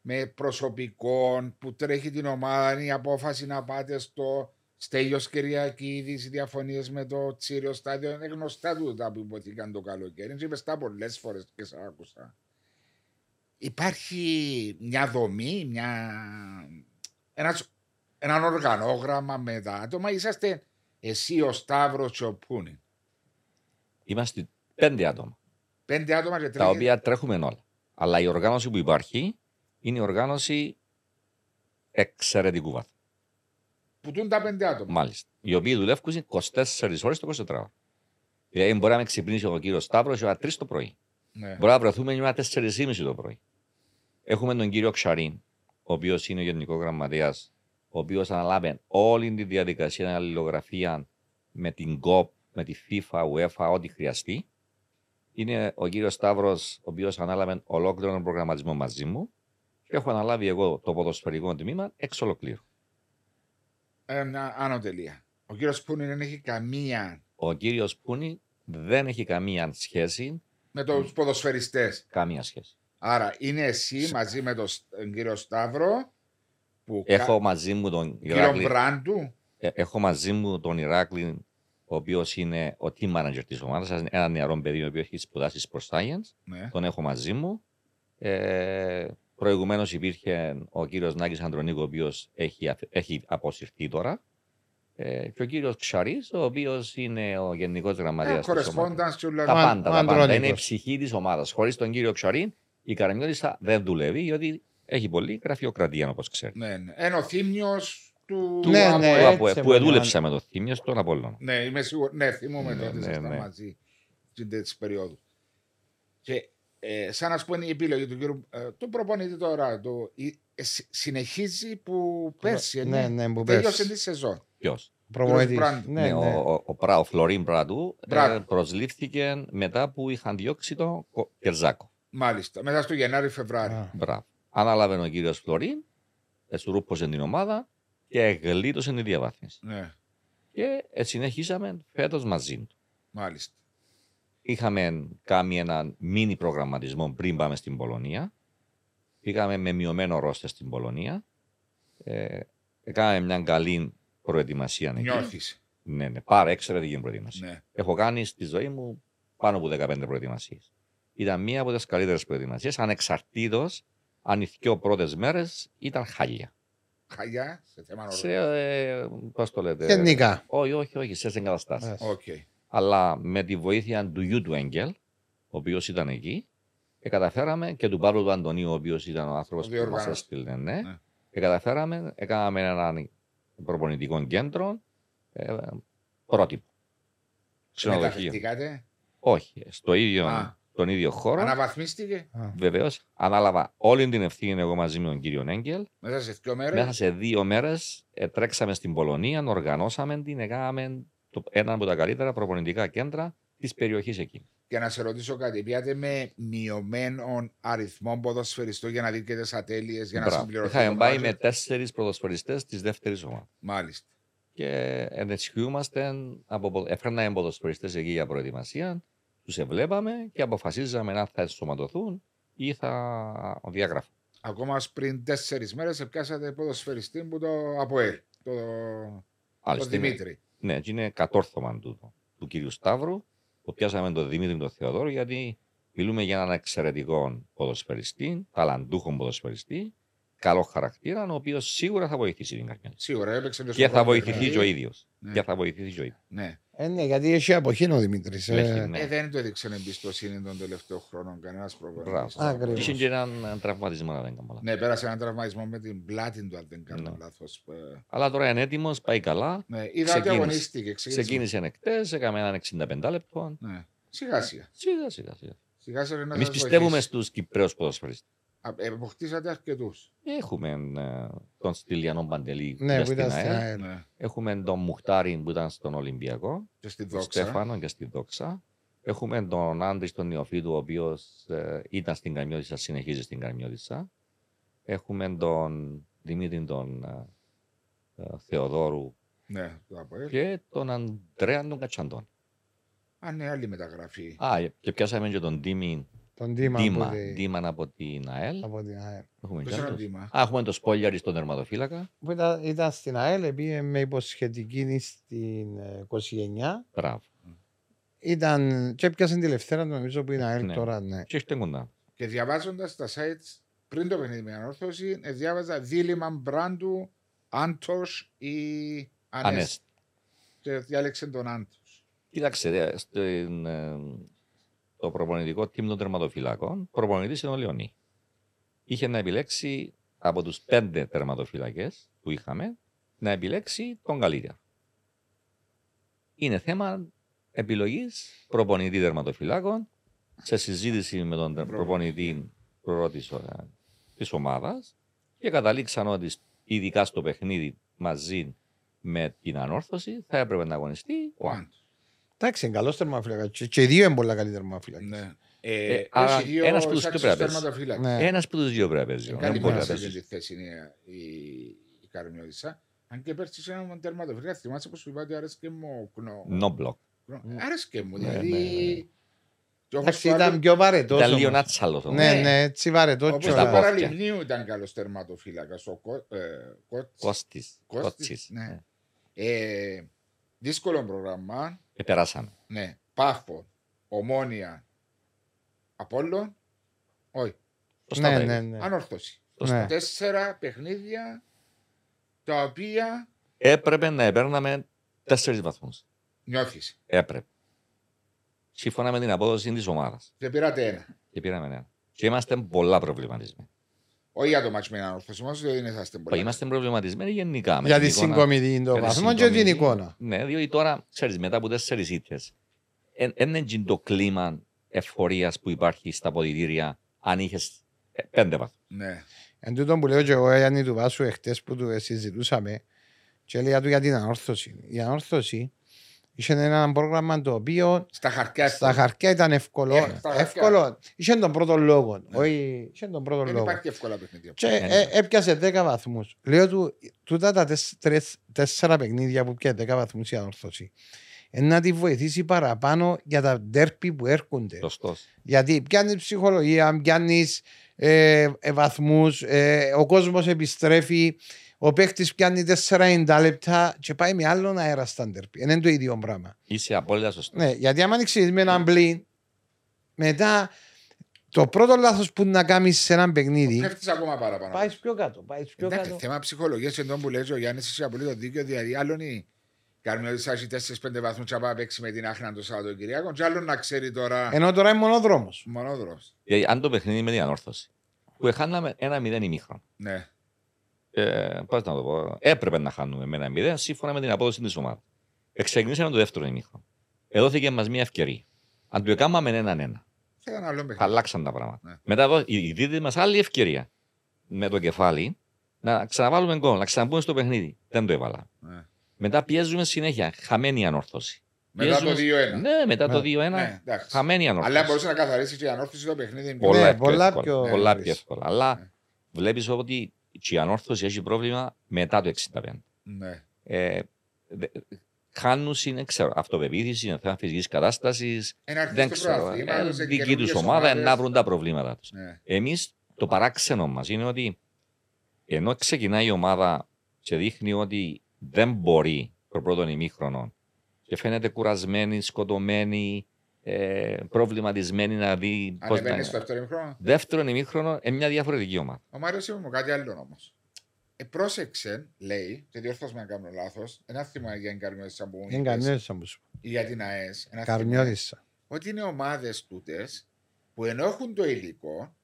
Speaker 1: με προσωπικών που τρέχει την ομάδα. Είναι η απόφαση να πάτε στο Στέλιο Κυριακίδη, οι διαφωνίες με το Τσίριο Στάδιο. Είναι γνωστά τούτα που υποθήκαν το καλοκαίρι. Και είπες τα πολλές φορές και σε άκουσα. Υπάρχει μια δομή, μια... Ένας έναν οργανόγραμμα με τα άτομα. Είσαστε εσύ, ο Σταύρος και ο Πούνιν.
Speaker 3: Είμαστε πέντε άτομα,
Speaker 1: Πέντε άτομα και τρία.
Speaker 3: τα οποία τρέχουμε όλα. Αλλά η οργάνωση που υπάρχει είναι η οργάνωση εξαιρετικού βάθου.
Speaker 1: Που τούν τα πέντε άτομα.
Speaker 3: Μάλιστα. Οι οποίοι δουλεύουν 24 ώρες το 24 ώρο. Δηλαδή, μπορεί να με ξυπνήσει ο κύριος Σταύρος ώρα 3 το πρωί.
Speaker 1: Ναι.
Speaker 3: Μπορεί να βρεθούμε η ώρα 4.30 το πρωί. Έχουμε τον κύριο Ξαρίν, ο οποίος είναι ο γενικός γραμματέας, ο οποίος αναλάβει όλη τη διαδικασία αλληλογραφία με την ΚΟΠ, με τη FIFA, UEFA, ό,τι χρειαστεί. Είναι ο κύριος Σταύρος, ο οποίος ανάλαβε ολόκληρο τον προγραμματισμό μαζί μου. Και έχω αναλάβει εγώ το ποδοσφαιρικό τμήμα εξ ολοκλήρου.
Speaker 1: Ε, μια άνω τελεία. Ο κύριος Πούνιν δεν έχει καμία
Speaker 3: Ο κύριος Πούνη δεν έχει καμία σχέση.
Speaker 1: με τους ποδοσφαιριστές.
Speaker 3: Καμία σχέση.
Speaker 1: Άρα είναι εσύ μαζί με τον Σ- τον κύριο Σταύρο. Που
Speaker 3: Έχω μαζί μου τον
Speaker 1: κύριο
Speaker 3: Ηράκλειο.
Speaker 1: Μπράντου.
Speaker 3: Ε, έχω μαζί μου τον Ηράκλειο, ο οποίος είναι ο team manager της ομάδας. Ένας νεαρό παιδί, ο οποίο έχει σπουδάσει προ science.
Speaker 1: Ναι.
Speaker 3: Τον έχω μαζί μου. Ε, Προηγουμένως υπήρχε ο κύριος Νάκης Αντρονίκο, ο οποίος έχει, αφ- έχει αποσυρθεί τώρα. Ε, και ο κύριος Ξαρής, ο οποίος είναι ο γενικός γραμματέας.
Speaker 1: Κορεσπόνταν Ε, και
Speaker 3: Τα
Speaker 1: όλα.
Speaker 2: Α,
Speaker 3: πάντα,
Speaker 2: ο
Speaker 3: τα πάντα. Είναι η
Speaker 2: Αντρόνικος.
Speaker 3: ψυχή της ομάδας. Χωρίς τον κύριο Ξαρή, η Καραμιώτησα δεν δουλεύει, γιατί έχει πολλή γραφειοκρατία, όπως ξέρει.
Speaker 1: Ναι, ναι. Ενώ θύμιο του.
Speaker 2: Ναι,
Speaker 1: ΑΠΟΕ.
Speaker 2: ναι,
Speaker 3: Που- που-
Speaker 2: έτσι,
Speaker 3: που
Speaker 2: εμένα.
Speaker 3: εδούλεψα με το θύμιο στον Απόλλωνα.
Speaker 1: Ναι, είμαι σίγουρο. Ναι, θυμούμαι
Speaker 3: Ναι,
Speaker 1: τότε
Speaker 3: ναι,
Speaker 1: ναι,
Speaker 3: ναι.
Speaker 1: μαζί τη περίοδου. Και ε, σαν να σου πω είναι η επιλογή του κύριου. Ε, τον προπονητή τώρα. Το, η- ε, συ- συνεχίζει που πέρσι. ε,
Speaker 2: Ναι, ναι, που
Speaker 1: Τέλειωσε
Speaker 2: πέρσι.
Speaker 1: τη σεζόν.
Speaker 3: Ποιος.
Speaker 2: Προπονητής.
Speaker 1: Μπραντ.
Speaker 2: Ναι,
Speaker 3: Ο,
Speaker 2: ναι.
Speaker 3: ο, ο Πρα- ο Φλωρίν Μπραντού ε,
Speaker 1: Μπραντ.
Speaker 3: προσλήφθηκε μετά που είχαν διώξει τον Κο- Κερζάκο.
Speaker 1: Μάλιστα. Μετά στο Γενάρη-Φεβράρι.
Speaker 2: Α.
Speaker 3: Μπράβο. Ανάλαβε ο κύριος Φλωρίν, ε, σουρούπωσε την ομάδα και γλίτωσε τη διαβάθμιση.
Speaker 1: Ναι,
Speaker 3: Και ε, συνεχίσαμε φέτος μαζί του.
Speaker 1: μάλιστα.
Speaker 3: Είχαμε κάνει έναν μίνι προγραμματισμό πριν πάμε στην Πολωνία. Πήγαμε με μειωμένο ρόστερ στην Πολωνία. Ε, κάναμε μια καλή προετοιμασία. εκεί.
Speaker 1: Νιώθεις.
Speaker 3: Ναι, ναι, πάρα εξαιρετική προετοιμασία.
Speaker 1: Ναι.
Speaker 3: Έχω κάνει στη ζωή μου πάνω από 15 προετοιμασίες. Ήταν μία από τις καλύτερες προετοιμασίες, ανεξαρτήτως αν οι δυο πρώτες μέρες ήταν χάλια.
Speaker 1: Χαλιά, σε θέμα
Speaker 3: Σε.
Speaker 1: ρόλου.
Speaker 3: Ε, Πώς το λέτε.
Speaker 2: Γενικά.
Speaker 3: Όχι, όχι, όχι, σε εγκαταστάσεις.
Speaker 2: Ε.
Speaker 1: Οκ.
Speaker 3: Αλλά με τη βοήθεια του γιου του Έγκελ, ο οποίος ήταν εκεί, ε, καταφέραμε και του Παύλου του Αντωνίου, ο οποίος ήταν ο άνθρωπος
Speaker 1: Ο
Speaker 3: που μας
Speaker 1: διοργάνος.
Speaker 3: έστειλε, ναι.
Speaker 1: Ναι.
Speaker 3: Ε, καταφέραμε, έκαναμε έναν προπονητικό κέντρο ε, πρότυπο. Ξενοδοχείο.
Speaker 1: Ε, Μεταφερθήκατε.
Speaker 3: Όχι, στο ίδιο,
Speaker 1: Α.
Speaker 3: τον ίδιο χώρο. Ανα...
Speaker 1: Αναβαθμίστηκε
Speaker 3: Βεβαίως, ανάλαβα όλη την ευθύνη εγώ μαζί με τον κύριο Έγκελ.
Speaker 1: μέσα σε δύο μέρες.
Speaker 3: Μέσα σε δύο μέρες τρέξαμε στην Πολωνία, οργανώσαμε την, έκαναμε το, ένα από τα καλύτερα προπονητικά κέντρα της περιοχής εκεί.
Speaker 1: Για να σε ρωτήσω κάτι, πιάτε με μειωμένων αριθμών ποδοσφαιριστών για να δείτε τις ατέλειες, για να συμπληρωθεί.
Speaker 3: Είχαμε
Speaker 1: το
Speaker 3: πάει
Speaker 1: budget.
Speaker 3: με τέσσερις ποδοσφαιριστές της δεύτερης ομάδας.
Speaker 1: Μάλιστα.
Speaker 3: Και ενισχυούμαστε, από... πο- έφερναμε ποδοσφαιριστές εκεί για προετοιμασία, τους εβλέπαμε και αποφασίζαμε αν θα ενσωματωθούν ή θα διαγραφούν.
Speaker 1: Ακόμα ως πριν τέσσερις μέρες έπιασατε ποδοσφαιριστή που το ΑΠΟΕΛ. Το, το
Speaker 3: Άλλωστε, είναι-
Speaker 1: Δημήτρη.
Speaker 3: Ναι, και είναι κατόρθωμα τούτο του κύριου Σταύρου, που πιάσαμε τον Δημήτρη τον Θεοδόρο, γιατί μιλούμε για έναν εξαιρετικό ποδοσφαιριστή, ταλαντούχο ποδοσφαιριστή, καλό χαρακτήρα, ο οποίος σίγουρα θα βοηθήσει την καρδιά. της.
Speaker 1: Σίγουρα έπαιξε.
Speaker 3: Και θα βοηθηθεί
Speaker 1: βοηθηθεί
Speaker 3: και ο ίδιος.
Speaker 1: Ναι.
Speaker 3: Και θα βοηθηθεί και ο ίδιο.
Speaker 1: Ναι.
Speaker 2: Ε, ναι, γιατί έχει αποχή ο Δημήτρης. ε.
Speaker 3: Έχει, ναι.
Speaker 1: Ε, δεν του έδειξε εμπιστοσύνη των τελευταίων χρόνων κανένα προπονητή.
Speaker 3: Μπράβο.
Speaker 2: Ακριβώς.
Speaker 3: Είχε και έναν τραυματισμό, αν δεν κάνω λάθος.
Speaker 1: Ναι, πέρασε έναν τραυματισμό με την πλάτη του, αν δεν κάνω
Speaker 3: Ναι.
Speaker 1: λάθος.
Speaker 3: Αλλά τώρα είναι έτοιμος, πάει καλά.
Speaker 1: Ναι, είδα ότι
Speaker 3: Ξεκίνησε.
Speaker 1: αγωνίστηκε. Ξεκίνησε.
Speaker 3: Ξεκίνησε εκτέ, έκαμε έναν 65 λεπτό.
Speaker 1: Ναι. Σιγά σιγά.
Speaker 3: Σιγά σιγά. σιγά.
Speaker 1: Σιγά σιγά να
Speaker 3: Εμεί
Speaker 1: σας
Speaker 3: πιστεύουμε
Speaker 1: βοηθήσει.
Speaker 3: στου Κυπραίου ποδοσφαιριστές.
Speaker 1: Α, ε, Αποκτήσατε αρκετούς.
Speaker 3: Έχουμε ε, τον Στυλιανό Παντελή που
Speaker 2: Ναι,
Speaker 3: ήταν
Speaker 2: που
Speaker 3: στην
Speaker 2: ήταν στην
Speaker 3: ΑΕΛ.
Speaker 2: ΑΕΛ.
Speaker 1: Ναι.
Speaker 3: Έχουμε τον Μουχτάριν που ήταν στον Ολυμπιακό,
Speaker 1: Και στη
Speaker 3: τον
Speaker 1: δόξα.
Speaker 3: Στέφανο και στη Δόξα. Έχουμε τον Άντρη τον Νεοφίτου, ο οποίος ήταν στην Καρμιώτησα, συνεχίζει στην Καρμιώτησα. Έχουμε τον Δημήτρη τον ε, ε, Θεοδόρου
Speaker 1: Ναι, το ΑΠΟΕΛ.
Speaker 3: και τον Αντρέα τον Κατσαντών.
Speaker 1: Α, ναι, άλλη μεταγραφή.
Speaker 3: Α, και πιάσαμε και τον Τίμη
Speaker 2: Τον Δήμα.
Speaker 3: Ντίμα,
Speaker 2: από τη-
Speaker 3: Ντίμαν από την ΑΕΛ.
Speaker 2: Από την ΑΕΛ.
Speaker 3: Έχουμε και
Speaker 1: Ποιο είναι ο
Speaker 3: άλλους.
Speaker 1: Ντίμα.
Speaker 3: Α, έχουμε τον Σπόλιαρη στον τερματοφύλακα.
Speaker 2: Που ήταν, ήταν στην ΑΕΛ, πήγε με υποσχετική στην ε, 29.
Speaker 3: Μπράβο.
Speaker 2: Ήταν και έπιασε τη Λευτέρα νομίζω που είναι ΑΕΛ
Speaker 3: Ναι.
Speaker 2: τώρα, ναι.
Speaker 3: Και έχετε κοντά.
Speaker 1: Και διαβάζοντας τα sites πριν το παιχνίδι με την ανόρθωση, ε, διάβαζα δίλημα Μπράντου, Άντος ή Ανέ.
Speaker 3: Ανέστη.
Speaker 1: Και διάλεξε τον Άντος.
Speaker 3: Κοίταξε, ε, στην, ε, το προπονητικό team των τερματοφυλάκων, προπονητής είναι ο Λεωνί. Είχε να επιλέξει από τους πέντε τερματοφυλακές που είχαμε, να επιλέξει τον καλύτερο. Είναι θέμα επιλογής προπονητή τερματοφυλάκων. Σε συζήτηση με τον τε- προπονητή προώ της, ο- της ομάδας και καταλήξαν ότι σ- ειδικά στο παιχνίδι μαζί με την ανόρθωση θα έπρεπε να αγωνιστεί ο Άντ.
Speaker 2: Εντάξει, είναι καλός τερμαφύλακας. Και, και οι δύο είναι πολλά καλοί τερμαφύλακες.
Speaker 1: Ναι.
Speaker 3: Ε,
Speaker 1: Ε,
Speaker 3: άρα
Speaker 1: έχει δύο
Speaker 3: ένας που τους Ναι,
Speaker 1: εισάξιους
Speaker 3: πρέπει να παίζει.
Speaker 1: τερματοφύλακες.
Speaker 2: Ναι.
Speaker 3: Ένας που τους δύο πρέπει να παίζει.
Speaker 1: Ε. Καλή
Speaker 3: Δεν μπορεί να
Speaker 1: μέρα σε
Speaker 3: παίζει.
Speaker 1: αυτή τη θέση είναι η, η Καρμιώτησα. Αν και πέρσι σε έναν τερματοφύλακα, θυμάσαι πως σου είπα ότι άρεσε και μου κνό.
Speaker 3: No block.
Speaker 1: κνό- Άρεσε και μου,
Speaker 3: Ναι,
Speaker 1: δηλαδή...
Speaker 3: ναι, ναι.
Speaker 1: και όπως
Speaker 2: Εντάξει,
Speaker 1: το άλλο-
Speaker 2: ήταν πιο βαρετός
Speaker 3: Ήταν λίγο
Speaker 2: όμως.
Speaker 3: νάτσαλο.
Speaker 2: Ναι,
Speaker 1: Ναι.
Speaker 2: ναι, έτσι βαρετός
Speaker 1: Όπως
Speaker 3: τα
Speaker 1: το
Speaker 2: κιόλας.
Speaker 3: πόδια.
Speaker 1: παραλιμνίου ήταν καλός τερματοφύλακας, ο Κο- ε, Κότς.
Speaker 3: Κώστης.
Speaker 1: Κώστης,
Speaker 3: Κώστης.
Speaker 1: ναι. Ε, δύσκολο πρόγραμμα.
Speaker 3: Ε, Περάσαμε.
Speaker 1: Ναι. Πάφο, Ομόνια, Απόλλων, όχι,
Speaker 3: Σωστά
Speaker 2: Ναι,
Speaker 3: τα
Speaker 2: ναι,
Speaker 3: είπες.
Speaker 2: ναι.
Speaker 1: Ανόρθωση.
Speaker 3: Σωστά.
Speaker 2: Ναι.
Speaker 1: Τέσσερα παιχνίδια τα οποία
Speaker 3: Έπρεπε να επέρναμε τέσσερις βαθμούς.
Speaker 1: Νιώθεις.
Speaker 3: Έπρεπε. Σύμφωνα με την απόδοση της ομάδας.
Speaker 1: Και πήρατε ένα.
Speaker 3: Και πήραμε ένα. Και είμαστε πολλά προβληματισμένοι.
Speaker 1: Όχι για το μάτσο με έναν ορθωσμό, δεν είσαστε
Speaker 3: Όχι,
Speaker 1: πολύ.
Speaker 3: Είμαστε προβληματισμένοι γενικά. με
Speaker 2: Για
Speaker 3: την
Speaker 2: τη
Speaker 3: εικόνα.
Speaker 2: συγκομιδή το
Speaker 3: για τη
Speaker 2: βαθμό και
Speaker 3: συγκομιδή.
Speaker 2: την εικόνα.
Speaker 3: Ναι, διότι τώρα, ξέρεις, μετά από τέσσερις ήττες, δεν είναι το κλίμα εφορίας που υπάρχει στα ποδητήρια αν είχες πέντε βαθμού.
Speaker 1: Ναι.
Speaker 2: Εν τούτο που λέω και εγώ, Γιάννη του Βάσου, εχθές που του ε, συζητούσαμε, και έλεγα του για την ανόρθωση. Η ανόρθωση είχε ένα πρόγραμμα το οποίο
Speaker 1: Στα χαρτιά
Speaker 2: στα χαρτιά ήταν εύκολο.
Speaker 1: Ε, στα χαρτιά. Ναι.
Speaker 2: εύκολο. Είχε τον πρώτο λόγο. Όχι, είχε τον πρώτο
Speaker 1: Δεν
Speaker 2: λόγο.
Speaker 1: υπάρχει εύκολα παιχνίδια.
Speaker 2: Και
Speaker 3: Ναι,
Speaker 2: ε, έπιασε 10 βαθμούς. Λέω του, τούτα τα τεσ- τρες- τέσσερα παιχνίδια που πιάνε 10 βαθμούς η ανόρθωση. ε, Να τη βοηθήσει παραπάνω για τα ντέρπι που έρχονται.
Speaker 3: Σωστός.
Speaker 2: Γιατί πιάνεις ψυχολογία, πιάνεις ε, ε, βαθμούς, ε, ο κόσμος επιστρέφει, ο παίχτη πιάνει 4-90 λεπτά και πάει με άλλον αέρα στα ντέρπι. Είναι το ίδιο πράγμα.
Speaker 3: Είσαι απόλυτα σωστός.
Speaker 2: Ναι, γιατί άμα ανοίξεις με έναν μπλιν, μετά το πρώτο λάθος που να κάνεις σε έναν παιχνίδι.
Speaker 1: Πέφτει ακόμα παραπάνω.
Speaker 2: Πάεις πιο κάτω, πάεις πιο
Speaker 1: Εντάξει,
Speaker 2: κάτω.
Speaker 1: θέμα ψυχολογίας εντός που λέει ο Γιάννης, είσαι απολύτω δίκιο. Δηλαδή, άλλον η Καρμιώτη έχει 4-5 βαθμού τσαπά να παίξει με την άχνα το Σαββατοκυριακό. Και άλλον να ξέρει τώρα.
Speaker 3: Ε,
Speaker 2: Ενώ τώρα είναι μονόδρομος.
Speaker 1: Μονόδρο.
Speaker 3: Γιατί αν το παιχνίδι με την ανόρθωση, που χάναμε ένα μηδέν ημίχρον.
Speaker 1: Ναι.
Speaker 3: Ε, Πώς να το πω, έπρεπε να χάνουμε με ένα μηδέν σύμφωνα με την απόδοση της ομάδα. Εξεκινήσαμε το δεύτερο ημίχρον. Εδώθηκε μας μια ευκαιρία. Αν το έκαναμε έναν ένα.
Speaker 1: Θα ήταν άλλο παιχνίδι.
Speaker 3: αλλάξαν τα πράγματα.
Speaker 1: Ναι.
Speaker 3: Μετά εδώ, η δίδυ μας άλλη ευκαιρία με το κεφάλι να ξαναβάλουμε γκολ, να ξαναμπούμε στο παιχνίδι. Δεν το έβαλα.
Speaker 1: Ναι.
Speaker 3: Μετά πιέζουμε συνέχεια. Χαμένη η ανόρθωση.
Speaker 1: Μετά το
Speaker 3: Πιέζουμε-
Speaker 1: 2-1.
Speaker 3: Ναι, μετά το
Speaker 2: Ναι.
Speaker 3: 2-1.
Speaker 1: Ναι, εντάξει.
Speaker 3: Χαμένη η ανόρθωση.
Speaker 1: Αλλά μπορούσε να καθαρίσει και η ανόρθωση το παιχνίδι.
Speaker 3: Πολλά,
Speaker 2: Ναι,
Speaker 3: πιο
Speaker 2: πολλά
Speaker 3: εύκολα.
Speaker 2: πιο
Speaker 3: πολλά
Speaker 2: νωρίς.
Speaker 3: πιο εύκολα. Αλλά
Speaker 1: Ναι.
Speaker 3: βλέπεις ότι και η ανόρθωση έχει πρόβλημα μετά το 65.
Speaker 1: Ναι.
Speaker 3: Ε, δε- χάνουν είναι, ξέρω, αυτοπεποίθηση, είναι θέμα φυσικής κατάστασης.
Speaker 1: Ένα
Speaker 3: Δεν
Speaker 1: αρχικό
Speaker 3: ξέρω.
Speaker 1: πράγμα.
Speaker 3: Ε, δική τους ομάδα να βρουν τα προβλήματά τους.
Speaker 1: Ναι.
Speaker 3: Εμείς το παράξενο μας είναι ότι ενώ ξεκινάει η ομάδα και δείχνει ότι δεν μπορεί το πρώτο ημίχρονο και φαίνεται κουρασμένη, σκοτωμένη, ε, προβληματισμένη να δει
Speaker 1: Αν
Speaker 3: πώς να
Speaker 1: επένδυε στο δεύτερο ημίχρονο.
Speaker 3: Δεύτερο ημίχρονο είναι μια διαφορετική ομάδα.
Speaker 1: Ο Μάριο είπε μου κάτι άλλο όμως. Ε, πρόσεξε, λέει, και διόρθωσε με να κάνω λάθος, ένα θυμό για την Καρμιώτη σαν που μου
Speaker 2: Είναι
Speaker 1: είπες,
Speaker 2: καρμιώδησα μου σου.
Speaker 1: ή για την ΑΕΣ. ένα θυμό,
Speaker 2: Καρμιώδησα.
Speaker 1: Ότι είναι ομάδες τούτες που ενώ έχουν το υλικό,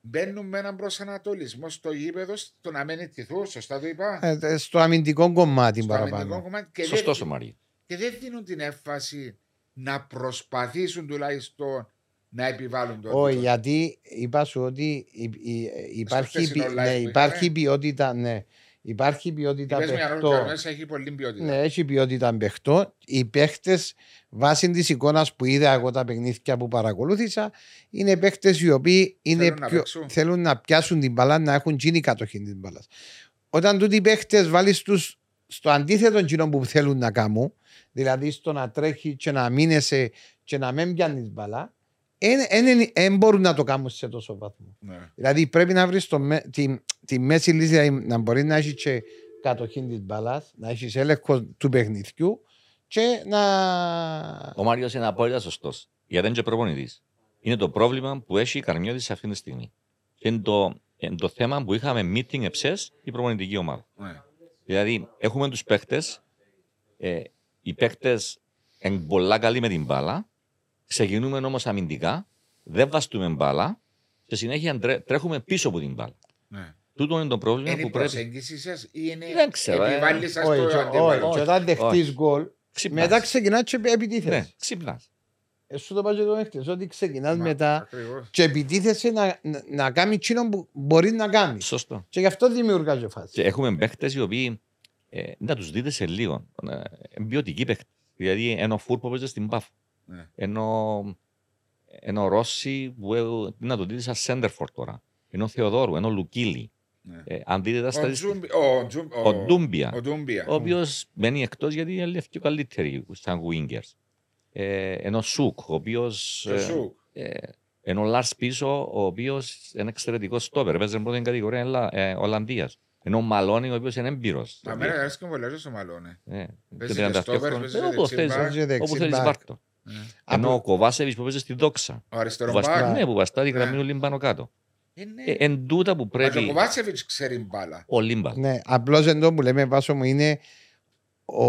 Speaker 1: μπαίνουν με έναν προσανατολισμό στο γήπεδο στο να μην νικηθούν. Σωστά το είπα.
Speaker 2: Ε, ε, Στο αμυντικό κομμάτι
Speaker 1: στο αμυντικό
Speaker 2: παραπάνω.
Speaker 1: κομμάτι. Και
Speaker 3: Σωστό ο
Speaker 1: δεν,
Speaker 3: Μαρίο.
Speaker 1: και δεν δίνουν την έμφαση να προσπαθήσουν τουλάχιστον να επιβάλλουν το
Speaker 2: Όχι,
Speaker 1: δικό.
Speaker 2: γιατί είπα σου ότι υ- υ- υπάρχει,
Speaker 1: χθεσινό
Speaker 2: ποι-
Speaker 1: live
Speaker 2: ναι,
Speaker 1: που ε.
Speaker 2: υπάρχει
Speaker 1: είχαμε.
Speaker 2: ποιότητα, ναι. Υπάρχει ποιότητα
Speaker 1: Πες μου, Γιάννη, ο
Speaker 2: παιχτών.
Speaker 1: Καρμιώτης έχει πολύ ποιότητα.
Speaker 2: Ναι, έχει ποιότητα παιχτών. Οι παίχτες, βάσει της εικόνας που είδα εγώ τα παιχνίδια που παρακολούθησα, είναι παίχτες οι οποίοι είναι
Speaker 1: Θέλουν να
Speaker 2: πιο-
Speaker 1: παίξουν.
Speaker 2: θέλουν να πιάσουν την μπαλά, να έχουν τζίνη κατοχή τη μπαλά. Όταν τούτοι οι παίχτες βάλεις τους στο αντίθετο τζίνο που θέλουν να κάνουν, δηλαδή στο να τρέχει και να μείνεσαι και να μην πιάνεις μπαλά, δεν μπορούν να το κάνουν σε τόσο βαθμό.
Speaker 1: Ναι.
Speaker 2: Δηλαδή πρέπει να βρεις τη, τη μέση λύση, δηλαδή να μπορεί να έχεις και κατοχή της μπαλά, να έχεις έλεγχος του παιχνιδιού και να.
Speaker 3: Ο Μάριος είναι απόλυτα σωστός. Γιατί δεν είναι προπονητής. Είναι το πρόβλημα που έχει η Καρμιώτη αυτή τη στιγμή. Και είναι το, είναι το θέμα που είχαμε meeting εψές η προπονητική ομάδα.
Speaker 1: Ναι.
Speaker 3: Δηλαδή, έχουμε τους παίχτε. Ε, οι παίχτες είναι πολλά καλοί με την μπάλα. Ξεκινούμε όμως αμυντικά. Δεν βαστούμε μπάλα. Και συνέχεια τρέ- τρέχουμε πίσω από την μπάλα.
Speaker 1: ναι.
Speaker 3: Τούτο είναι το πρόβλημα
Speaker 1: Είναι η
Speaker 3: που πρέπει.
Speaker 1: προσέγγιση σας ή είναι.
Speaker 3: Δεν ξέρω, ε.
Speaker 1: Επιβάλλεις σα
Speaker 2: Όχι,
Speaker 1: το
Speaker 2: και- όχι,
Speaker 1: αντίπαλο.
Speaker 2: και όταν δεχτεί
Speaker 3: όχι.
Speaker 2: γκολ,
Speaker 3: Ξυπνάς.
Speaker 2: μετά ξεκινάς και επιτίθεσαι.
Speaker 3: Ναι, ξυπνάς.
Speaker 2: Ε, Σου το πάω και το έχετε, ότι ξεκινάς
Speaker 1: Μα,
Speaker 2: μετά
Speaker 1: ακριβώς.
Speaker 2: και επιτίθεσαι να, να, να κάνεις εκείνο που μπορείς να κάνεις.
Speaker 3: Σωστό.
Speaker 2: Και γι' αυτό δημιουργάς και φάση.
Speaker 3: Και έχουμε παίχτες οι οποίοι. Ε, να τους δείτε σε λίγο. Ε, είναι ποιοτικοί παίχτες. Δηλαδή, ενώ φούρπο παίζει στην Πάφο.
Speaker 1: Ναι.
Speaker 3: Ενώ, ενώ Ρώση που ε, να τον δείτε σαν Σέντερφορ τώρα. Ενώ Θεοδόρου, ενώ Λουκίλη.
Speaker 1: Ναι.
Speaker 3: Ε, αν δείτε τα
Speaker 1: Ο
Speaker 3: στατιστικά.
Speaker 1: Τζούμπι- ο Τζούμπι-
Speaker 3: Ο
Speaker 1: ο-
Speaker 3: Ντούμπια,
Speaker 1: Ο Ντούμπια.
Speaker 3: ο οποίος μένει εκτός γιατί είναι λίγο πιο καλύτερη σαν Wingers. Ε, ενώ Σουκ, ο ε, οποίο.
Speaker 1: Το Ζουκ.
Speaker 3: Ενώ Λάρ πίσω, ο οποίος είναι εξαιρετικός στόπερ. Παίζει στην πρώτη κατηγορία Ελλά- ε, Ολλανδίας. Ενώ Μαλώνη, ο οποίος είναι Ε, έμπειρος.
Speaker 1: Μα μένα αρέσει και πολύ ο Μαλώνε. Παίζει και στόπερ, παίζει και
Speaker 3: Όπου
Speaker 1: δεξιμπακ.
Speaker 3: θέλεις,
Speaker 2: Και δεξί
Speaker 3: όπου θέλει
Speaker 2: μπακ.
Speaker 3: βάρτο.
Speaker 1: Ναι.
Speaker 3: Ενώ ο Κοβάσεβι που παίζει στη δόξα.
Speaker 1: Ο αριστερός
Speaker 3: Βαστά-
Speaker 1: μπακ.
Speaker 3: Ναι, που βαστά τη γραμμή
Speaker 1: Ναι.
Speaker 3: του Λίμπανο κάτω.
Speaker 1: Είναι-
Speaker 3: Ε, Εν τούτα που
Speaker 1: Μα και Ο
Speaker 3: πρέπει.
Speaker 1: Κοβάτσεβιτ ξέρει μπάλα.
Speaker 3: Ο Λίμπαν.
Speaker 2: Ναι, απλώς εδώ που λέμε, Βάσο μου, είναι ο,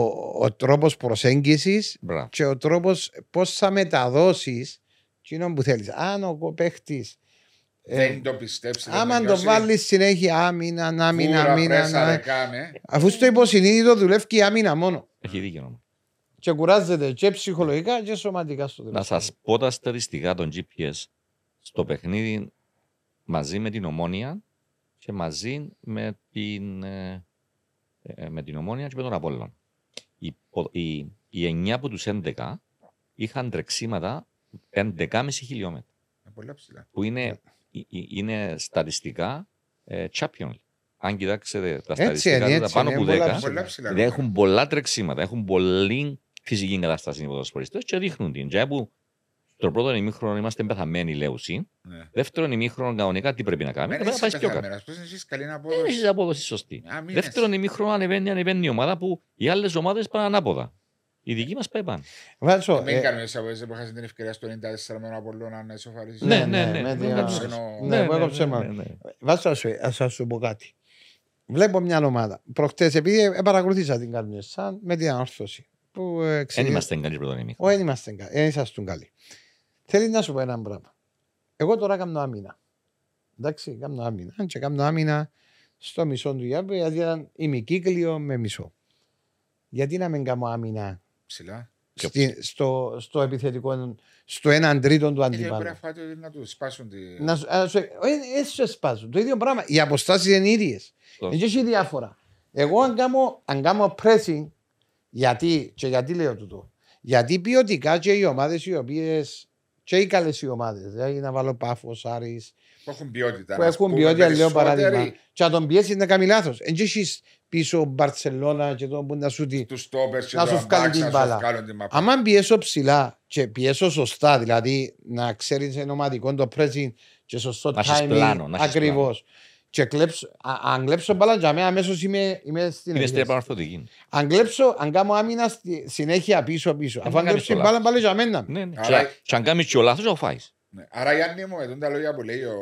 Speaker 2: ο τρόπος προσέγγισης
Speaker 3: Μπράβο.
Speaker 2: και ο τρόπος πώς θα μεταδώσεις εκείνον που θέλεις. Αν ο παίχτης ε,
Speaker 1: Δεν το πιστέψει.
Speaker 2: άμα το βάλεις συνέχεια άμυνα, άμυνα, άμυνα,
Speaker 1: Πρέσα,
Speaker 2: άμυνα,
Speaker 1: ρε, κάνε.
Speaker 2: αφού στο υποσυνείδητο δουλεύει και η άμυνα μόνο.
Speaker 3: Έχει δίκιο όμως.
Speaker 4: Και κουράζεται και ψυχολογικά και σωματικά στο
Speaker 3: Να
Speaker 4: τέλος.
Speaker 3: σας πω τα στατιστικά των GPS στο παιχνίδι μαζί με την Ομόνια και μαζί με την, ε, ε, με την Ομόνια και με τον Απόλλων. Οι, πο- οι, οι 9 από τους 11 είχαν τρεξίματα 11,5 χιλιόμετρα,
Speaker 1: Ε, Πολλά ψηλά.
Speaker 3: που
Speaker 2: Ναι.
Speaker 3: είναι, ε, ε, είναι στατιστικά ε, champion. Αν κοιτάξετε τα
Speaker 2: Έτσι
Speaker 3: στατιστικά,
Speaker 2: είναι,
Speaker 3: τα
Speaker 2: έτσι
Speaker 3: πάνω
Speaker 2: είναι,
Speaker 3: από
Speaker 2: πολλά
Speaker 3: 10,
Speaker 2: ψηλά.
Speaker 1: Πολλά ψηλά.
Speaker 3: Δηλαδή έχουν πολλά τρεξίματα, έχουν πολλή φυσική κατάσταση οι ποδοσφαιριστές και ρίχνουν την. Και που στο πρώτο ημίχρονο είμαστε πεθαμένοι, λέουσι.
Speaker 1: Ναι. Ε,
Speaker 3: Δεύτερον ημίχρονο κανονικά τι πρέπει να κάνουμε.
Speaker 1: Μένεις
Speaker 3: Πρέπει να πάει πιο κάτω.
Speaker 1: πεθαμένας. Πώς να έχεις καλή
Speaker 3: Δεν
Speaker 1: απόδοση.
Speaker 3: έχει απόδοση σωστή.
Speaker 1: Α, μήνες.
Speaker 3: Δεύτερον ημίχρονο ανεβαίνει, ανεβαίνει η ομάδα που οι άλλες ομάδες πάνε ανάποδα. Η δική μας πάει πάνω.
Speaker 2: Βάζω,
Speaker 1: Δεν
Speaker 2: ε,
Speaker 1: κάνουμε τις αποδόσεις που χάσαν την ευκαιρία στο 94 με τον Απολλώνα να ισοφαρίσει.
Speaker 3: Ναι,
Speaker 2: ναι,
Speaker 3: ναι,
Speaker 2: ναι,
Speaker 3: ναι.
Speaker 2: ναι,
Speaker 3: ναι,
Speaker 2: ναι.
Speaker 1: Ενώ-
Speaker 2: Ναι, εγώ έκοψε μάλλον. Βάζω να σου, να σου πω κάτι. Βλέπω μια ομάδα. Προχτές, επειδή ε, παρακολουθήσα την Καρμιεσάν με την ανόρθωση. Που ε,
Speaker 3: Δεν
Speaker 2: ξεκινά-
Speaker 3: είμαστε καλοί πρώτον ημίχρονο.
Speaker 2: Ω, δεν είμαστε κα- δεν ήσασταν καλοί. Θέλει να σου πω ένα πράγμα. Εγώ τώρα κάνω άμυνα. Εντάξει, κάνω άμυνα. Και κάνω άμυνα στο μισό του Ιάπη, γιατί ήταν ημικύκλιο με μισό. Γιατί να μην κάνω άμυνα
Speaker 1: Ψηλά.
Speaker 3: Και-
Speaker 2: στη- στο, στο επιθετικό, στο έναν τρίτο του
Speaker 1: Ε, Πρέπει
Speaker 2: αντιπάλου.
Speaker 1: να φάτε να τους σπάσουν τη...
Speaker 2: Να σου, να σου, ε, ε, σου σπάζουν. Το ίδιο πράγμα. Οι αποστάσεις είναι ίδιες.
Speaker 3: Το-
Speaker 2: Δεν έχει διάφορα. Εγώ αν κάνω, αν κάνω pressing, γιατί, και γιατί λέω τούτο. Γιατί ποιοτικά και οι ομάδες οι οποίες. και οι καλές οι ομάδες. Δηλαδή να βάλω πάφος, Άρης,
Speaker 1: Που έχουν ποιότητα.
Speaker 2: που
Speaker 1: να
Speaker 2: έχουν
Speaker 1: πούμε,
Speaker 2: ποιότητα, λέω
Speaker 1: περισσότεροι
Speaker 2: παράδειγμα. Και να τον πιέσεις να κάνει λάθος. Δεν έχει πίσω Μπαρσελόνα και τον που να σου τι.
Speaker 1: Τους τόπερς και
Speaker 2: Να
Speaker 1: το
Speaker 2: σου βγάλουν
Speaker 1: αμπάξ,
Speaker 2: την
Speaker 1: να σου
Speaker 2: μπάλα.
Speaker 1: βγάλουν την μαπά.
Speaker 2: Άμα πιέσω ψηλά και πιέσω σωστά, δηλαδή να ξέρεις ένα ομαδικό το pressing και σωστό
Speaker 3: Να έχεις
Speaker 2: timing.
Speaker 3: πλάνο, να έχεις
Speaker 2: Ακριβώς. Και κλέψω, α, αν κλέψω μπάλα, για μένα αμέσως είμαι, είμαι στην
Speaker 3: Είναι στην
Speaker 2: εχέση.
Speaker 3: επανορθωτική.
Speaker 2: Αν κλέψω, αν κάνω άμυνα στη- συνέχεια πίσω-πίσω.
Speaker 3: Ε, Δεν
Speaker 2: Αφού αν
Speaker 3: κάνεις
Speaker 2: κλέψω
Speaker 3: το
Speaker 2: την μπάλα,
Speaker 3: λάθος.
Speaker 2: πάλι για μένα.
Speaker 3: Ναι, ναι.
Speaker 1: Άρα-
Speaker 3: Και- Και αν κάνεις και ο λάθος, θα φάεις.
Speaker 1: Ναι. Άρα Γιάννη μου, εδώ τα λόγια που λέει ο,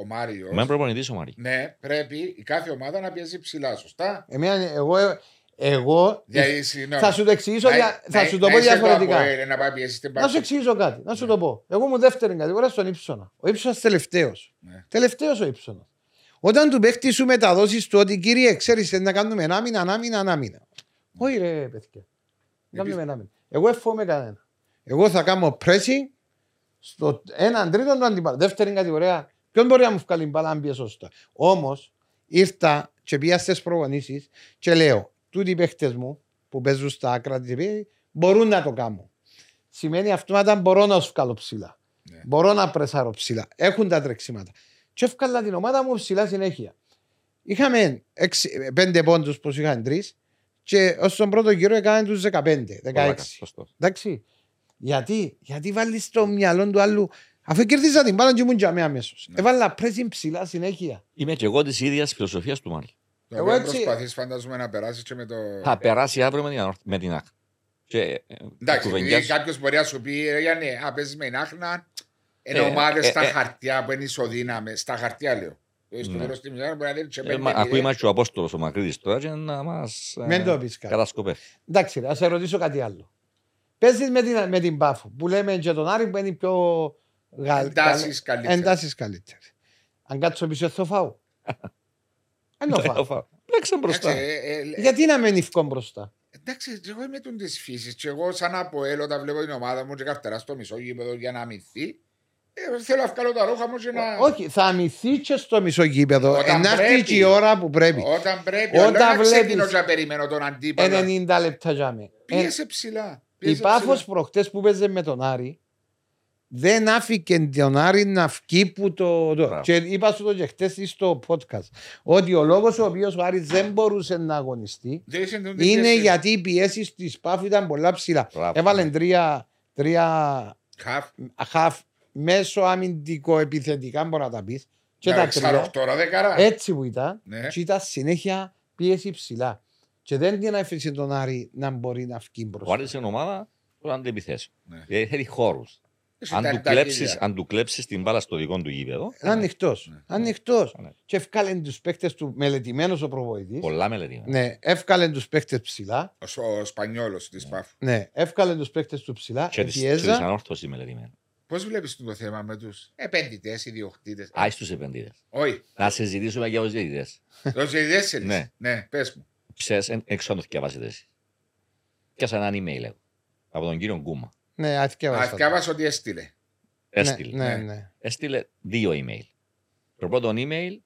Speaker 1: ο Μάριος,
Speaker 3: Μα είναι προπονητής ο Μάρι.
Speaker 1: Ναι, πρέπει η κάθε ομάδα να πιέζει ψηλά, σωστά.
Speaker 2: Εμένα, εγώ, εγώ
Speaker 1: Δηλαδή, συγγνώμη.
Speaker 2: Ε, θα σου το εξηγήσω,
Speaker 1: Να- ε-
Speaker 2: δια-
Speaker 1: να-
Speaker 2: θα σου το
Speaker 1: να
Speaker 2: πω
Speaker 1: είσαι
Speaker 2: διαφορετικά.
Speaker 1: από, ε, να πάει πιέσεις την
Speaker 2: Να σου
Speaker 1: μπάλα.
Speaker 2: εξηγήσω κάτι, να σου το πω. Εγώ ήμουν δεύτερη κατηγορία στον ύψονα. Ο ύψονα τελευταίος.
Speaker 1: Ναι.
Speaker 2: Τελευταίος ο ύψονα. Όταν του παίχτη σου μεταδώσεις το ότι κύριε, ξέρεις να κάνουμε ένα μήνα, ένα μήνα, ένα μήνα. Όχι, ρε παιδιά. Να Κάνουμε ένα μήνα. Εγώ δεν φοβούμαι κανένα. Εγώ θα κάνω pressing στο έναν τρίτο του αντιπάλου. Δεύτερη κατηγορία. Ποιον μπορεί να μου βγάλει μπαλά αν πιέ σωστά. Όμως ήρθα και πήγα στις προγονήσει και λέω: Τούτοι οι παίχτες μου που παίζουν στα άκρα της μπορούν να το κάνουν. Σημαίνει αυτόματα μπορώ να σου βγάλω ψηλά.
Speaker 1: Ναι.
Speaker 2: Μπορώ να πρεσάρω ψηλά. Έχουν τα τρεξίματα. Και έβγαλα την ομάδα μου ψηλά συνέχεια. Είχαμε έξι- πέντε πόντους που σου είχαν τρεις και ως τον πρώτο γύρο έκαναν τους 15, 16. Εντάξει. Γιατί, γιατί βάλεις το μυαλό του άλλου. Αφού κέρδισα την μπάλα, και ήμουν τζαμί αμέσως.
Speaker 1: Ναι.
Speaker 2: Έβαλα πρέσιν ψηλά συνέχεια.
Speaker 3: Είμαι και εγώ της ίδιας φιλοσοφίας του Μάρι.
Speaker 1: Το
Speaker 2: Εγώ
Speaker 1: οποίο
Speaker 2: έτσι-
Speaker 1: προσπαθείς φαντάζομαι να περάσεις και με το...
Speaker 3: θα περάσει αύριο με την, ανορθ- με την άκρη. Και ε,
Speaker 1: Εντάξει,
Speaker 3: κουβεντιάζει-
Speaker 1: επειδή κάποιος μπορεί να σου πει «Ρε Γιάννη, α, παίζεις με ενάχνα, είναι
Speaker 3: Ε,
Speaker 1: ομάδες
Speaker 3: ε,
Speaker 1: στα
Speaker 3: ε,
Speaker 1: χαρτιά που είναι ισοδύναμες, στα χαρτιά λέω». Ε, Στο
Speaker 3: Ναι.
Speaker 1: τέλος της μιας μπορεί να δίνει και
Speaker 3: ε,
Speaker 1: πέντε,
Speaker 3: μα-
Speaker 1: μηδέν.
Speaker 3: Ακούει μας και ο Απόστολος ο Μακρύδης τώρα και να μας
Speaker 1: Ναι.
Speaker 3: ε,
Speaker 2: Μην το πεις κάτι.
Speaker 3: κατασκοπεύει.
Speaker 2: Εντάξει, ας σε ρωτήσω κάτι άλλο. Παίζεις με την, με την Πάφο που λέμε και τον Άρη που είναι η πιο γαλ...
Speaker 1: Εντάσεις καλύτερα.
Speaker 2: Εντάσει καλύτερα. Αν κάτσω πίσω, θα
Speaker 1: <laughs>
Speaker 2: φάω. Αν το
Speaker 3: Δεν το
Speaker 2: φάω.
Speaker 3: φάω. Παίξε μπροστά.
Speaker 1: Εντάξει, ε, ε, ε,
Speaker 2: Γιατί να μην ευκόν μπροστά.
Speaker 1: Εντάξει, και εγώ είμαι του τη φύσης. Και εγώ, σαν από έλ, όταν βλέπω την ομάδα μου, και καρτερά στο μισό γήπεδο για να αμυνθεί, ε, θέλω να βγάλω τα ρούχα μου και να.
Speaker 2: Όχι, θα αμυθεί και στο μισό γήπεδο.
Speaker 1: Όταν
Speaker 2: Ενάρτη
Speaker 1: πρέπει.
Speaker 2: και η ώρα που πρέπει.
Speaker 1: Όταν πρέπει,
Speaker 2: Όταν
Speaker 1: όταν αλλά
Speaker 2: βλέπεις-
Speaker 1: να ξεκινώ και να περιμένω τον αντίπαλο.
Speaker 2: 90 λεπτά για μένα.
Speaker 1: Πίεσε ψηλά.
Speaker 2: Η
Speaker 1: πίεσε
Speaker 2: πάφος
Speaker 1: ψηλά.
Speaker 2: προχτές που παίζε με τον Άρη δεν άφηκε τον Άρη να βγει που το. το-
Speaker 3: Μπράβο.
Speaker 2: Και είπα σου το και χτες στο podcast ότι ο λόγος ο οποίος ο Άρης δεν μπορούσε να αγωνιστεί
Speaker 1: Δεν είσαι τούτη
Speaker 2: είναι
Speaker 1: πίεση.
Speaker 2: γιατί οι πιέσεις της πάφου ήταν πολλά ψηλά.
Speaker 3: Μπράβο.
Speaker 2: Έβαλε τρία, τρία
Speaker 1: Χαφ.
Speaker 2: χαφ μέσω αμυντικό επιθετικά, μπορεί να τα πεις. Και
Speaker 1: να
Speaker 2: τα
Speaker 1: ρίξα
Speaker 2: τρία.
Speaker 1: οχτώρα δεκαρά.
Speaker 2: Έτσι που ήταν.
Speaker 1: Ναι.
Speaker 2: Και ήταν συνέχεια πίεση ψηλά. Και δεν την άφησε τον Άρη να μπορεί να βγει μπροστά.
Speaker 3: Ο Άρης είναι ομάδα που αντεπιθέσει.
Speaker 1: Ναι.
Speaker 3: Δηλαδή Ε, θέλει χώρους.
Speaker 1: Είσαι
Speaker 3: Αν
Speaker 1: τα-
Speaker 3: του
Speaker 1: τα
Speaker 3: κλέψεις-
Speaker 1: χίλια.
Speaker 3: Αν του κλέψεις την μπάλα στο δικό του γήπεδο,
Speaker 2: Ανοιχτός.
Speaker 1: Ναι.
Speaker 2: Ανοιχτός.
Speaker 3: Ναι.
Speaker 2: Και ευκάλεν τους παίκτες του μελετημένος ο προβοητή.
Speaker 3: πολλά μελετημένα.
Speaker 2: Ναι, εύκαλεν τους παίκτες ψηλά.
Speaker 1: Ο Σο- Ο Σπανιόλος της ΠΑΦ.
Speaker 2: Ναι, εύκαλεν τους παίκτες του ψηλά.
Speaker 3: Και τη
Speaker 2: Επιέζα.
Speaker 3: ανόρθωση μελετημένα.
Speaker 1: Πώς βλέπεις το θέμα με τους επενδυτές, ιδιοκτήτε.
Speaker 3: Άι στου επενδύτε.
Speaker 1: Όχι,
Speaker 3: Να συζητήσουμε για του διαιτητέ.
Speaker 1: το ζητήσει.
Speaker 3: Ναι.
Speaker 1: Ναι, πες μου.
Speaker 3: Ψε, έξω να το διαβάσετε εσύ. Πιάσα ένα email εγώ, από τον κύριο Γκούμα.
Speaker 2: Ναι,
Speaker 1: Α
Speaker 2: αθηκεύασα.
Speaker 1: διάβασα ότι έστειλε.
Speaker 3: Έστειλε.
Speaker 2: Ναι,
Speaker 1: ναι.
Speaker 2: ναι.
Speaker 3: Έστειλε δύο email. Το πρώτο email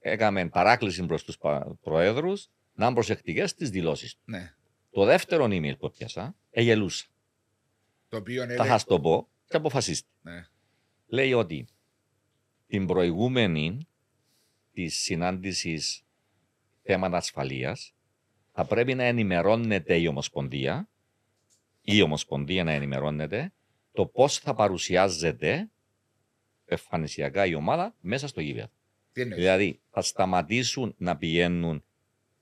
Speaker 3: έκαμε παράκληση προς τους προέδρους να είναι προσεκτικές στις δηλώσεις του.
Speaker 1: Ναι.
Speaker 3: Το δεύτερο email που πιάσα, εγελούσα.
Speaker 1: Το οποίο είναι.
Speaker 3: Θα σας το πω και αποφασίστε.
Speaker 1: Ναι.
Speaker 3: Λέει ότι την προηγούμενη της συνάντησης θέματα ασφαλεία θα πρέπει να ενημερώνεται η Ομοσπονδία, η Ομοσπονδία να ενημερώνεται το πώς θα παρουσιάζεται εμφανισιακά η ομάδα μέσα στο γήπεδο.
Speaker 1: Τι εννοείς?
Speaker 3: Δηλαδή, θα σταματήσουν να πηγαίνουν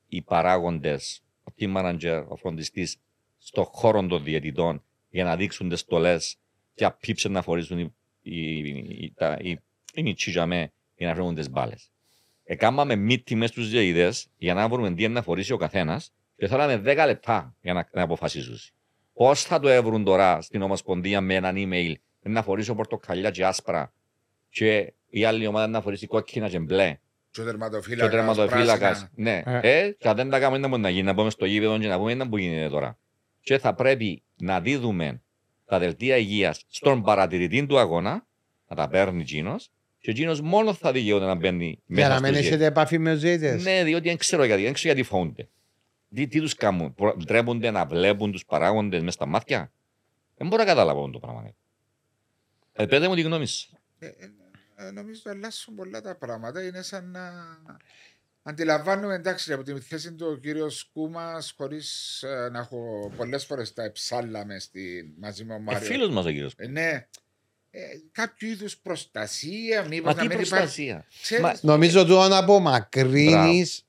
Speaker 3: οι παράγοντες, ο team manager, ο φροντιστής, στον χώρο των διαιτητών για να δείξουν τις στολές και απίψε να φορήσουν οι, οι, οι, τα- οι, οι μητσί για μέ για να φέρουν τις μπάλες. Εκάμαμε μύτη με στου διαιτητέ για να βρούμε τι είναι να φορήσει ο καθένας και θέλαμε 10 λεπτά για να, να αποφασίζουν. Πώς θα το έβρουν τώρα στην Ομοσπονδία με έναν email να φορήσω πορτοκαλιά και άσπρα και η άλλη ομάδα να φορήσει κόκκινα και μπλε
Speaker 1: Και ο
Speaker 3: και ο
Speaker 1: τερματοφύλακας.
Speaker 3: τερματοφύλακα. Ναι,
Speaker 2: Ε.
Speaker 3: ε, και αν δεν τα κάνουμε, δεν μπορεί να γίνει. Να πάμε στο γήπεδο και να πούμε, δεν μπορεί να γίνεται τώρα. Και θα πρέπει να δίδουμε τα δελτία υγείας στον παρατηρητή του αγώνα, να τα παίρνει εκείνος, και εκείνο μόνο θα δικαιούται να μπαίνει
Speaker 2: Για
Speaker 3: μέσα
Speaker 2: να
Speaker 3: στο
Speaker 2: μην
Speaker 3: γήπεδο.
Speaker 2: έχετε επαφή με τους διαιτητέ.
Speaker 3: Ναι, διότι δεν ξέρω γιατί, δεν ξέρω γιατί φοβούνται. Τι, τι τους κάνουν, προ- ντρέπονται να βλέπουν τους παράγοντε μέσα στα μάτια. Δεν μπορώ να καταλάβω το πράγμα. ναι. Ε, πέτε μου τη γνώμη σου.
Speaker 1: Ε, ε, ε, Νομίζω αλλάσσουν πολλά τα πράγματα. Είναι σαν να. Αντιλαμβάνομαι εντάξει από τη θέση του ο κύριος Κούμας, χωρίς ε, να έχω πολλές φορές τα εψάλαμε στη, μαζί με ο
Speaker 3: Ε,
Speaker 1: Μάριο.
Speaker 3: Φίλος μας ο κύριος.
Speaker 1: Ε, ναι. Ε, κάποιο είδους προστασία, μήπω
Speaker 3: Μα
Speaker 1: να
Speaker 3: τι
Speaker 1: μην υπάρχει.
Speaker 3: προστασία.
Speaker 1: Ξέρεις,
Speaker 3: Μα-
Speaker 2: Νομίζω ότι όταν απομακρύνει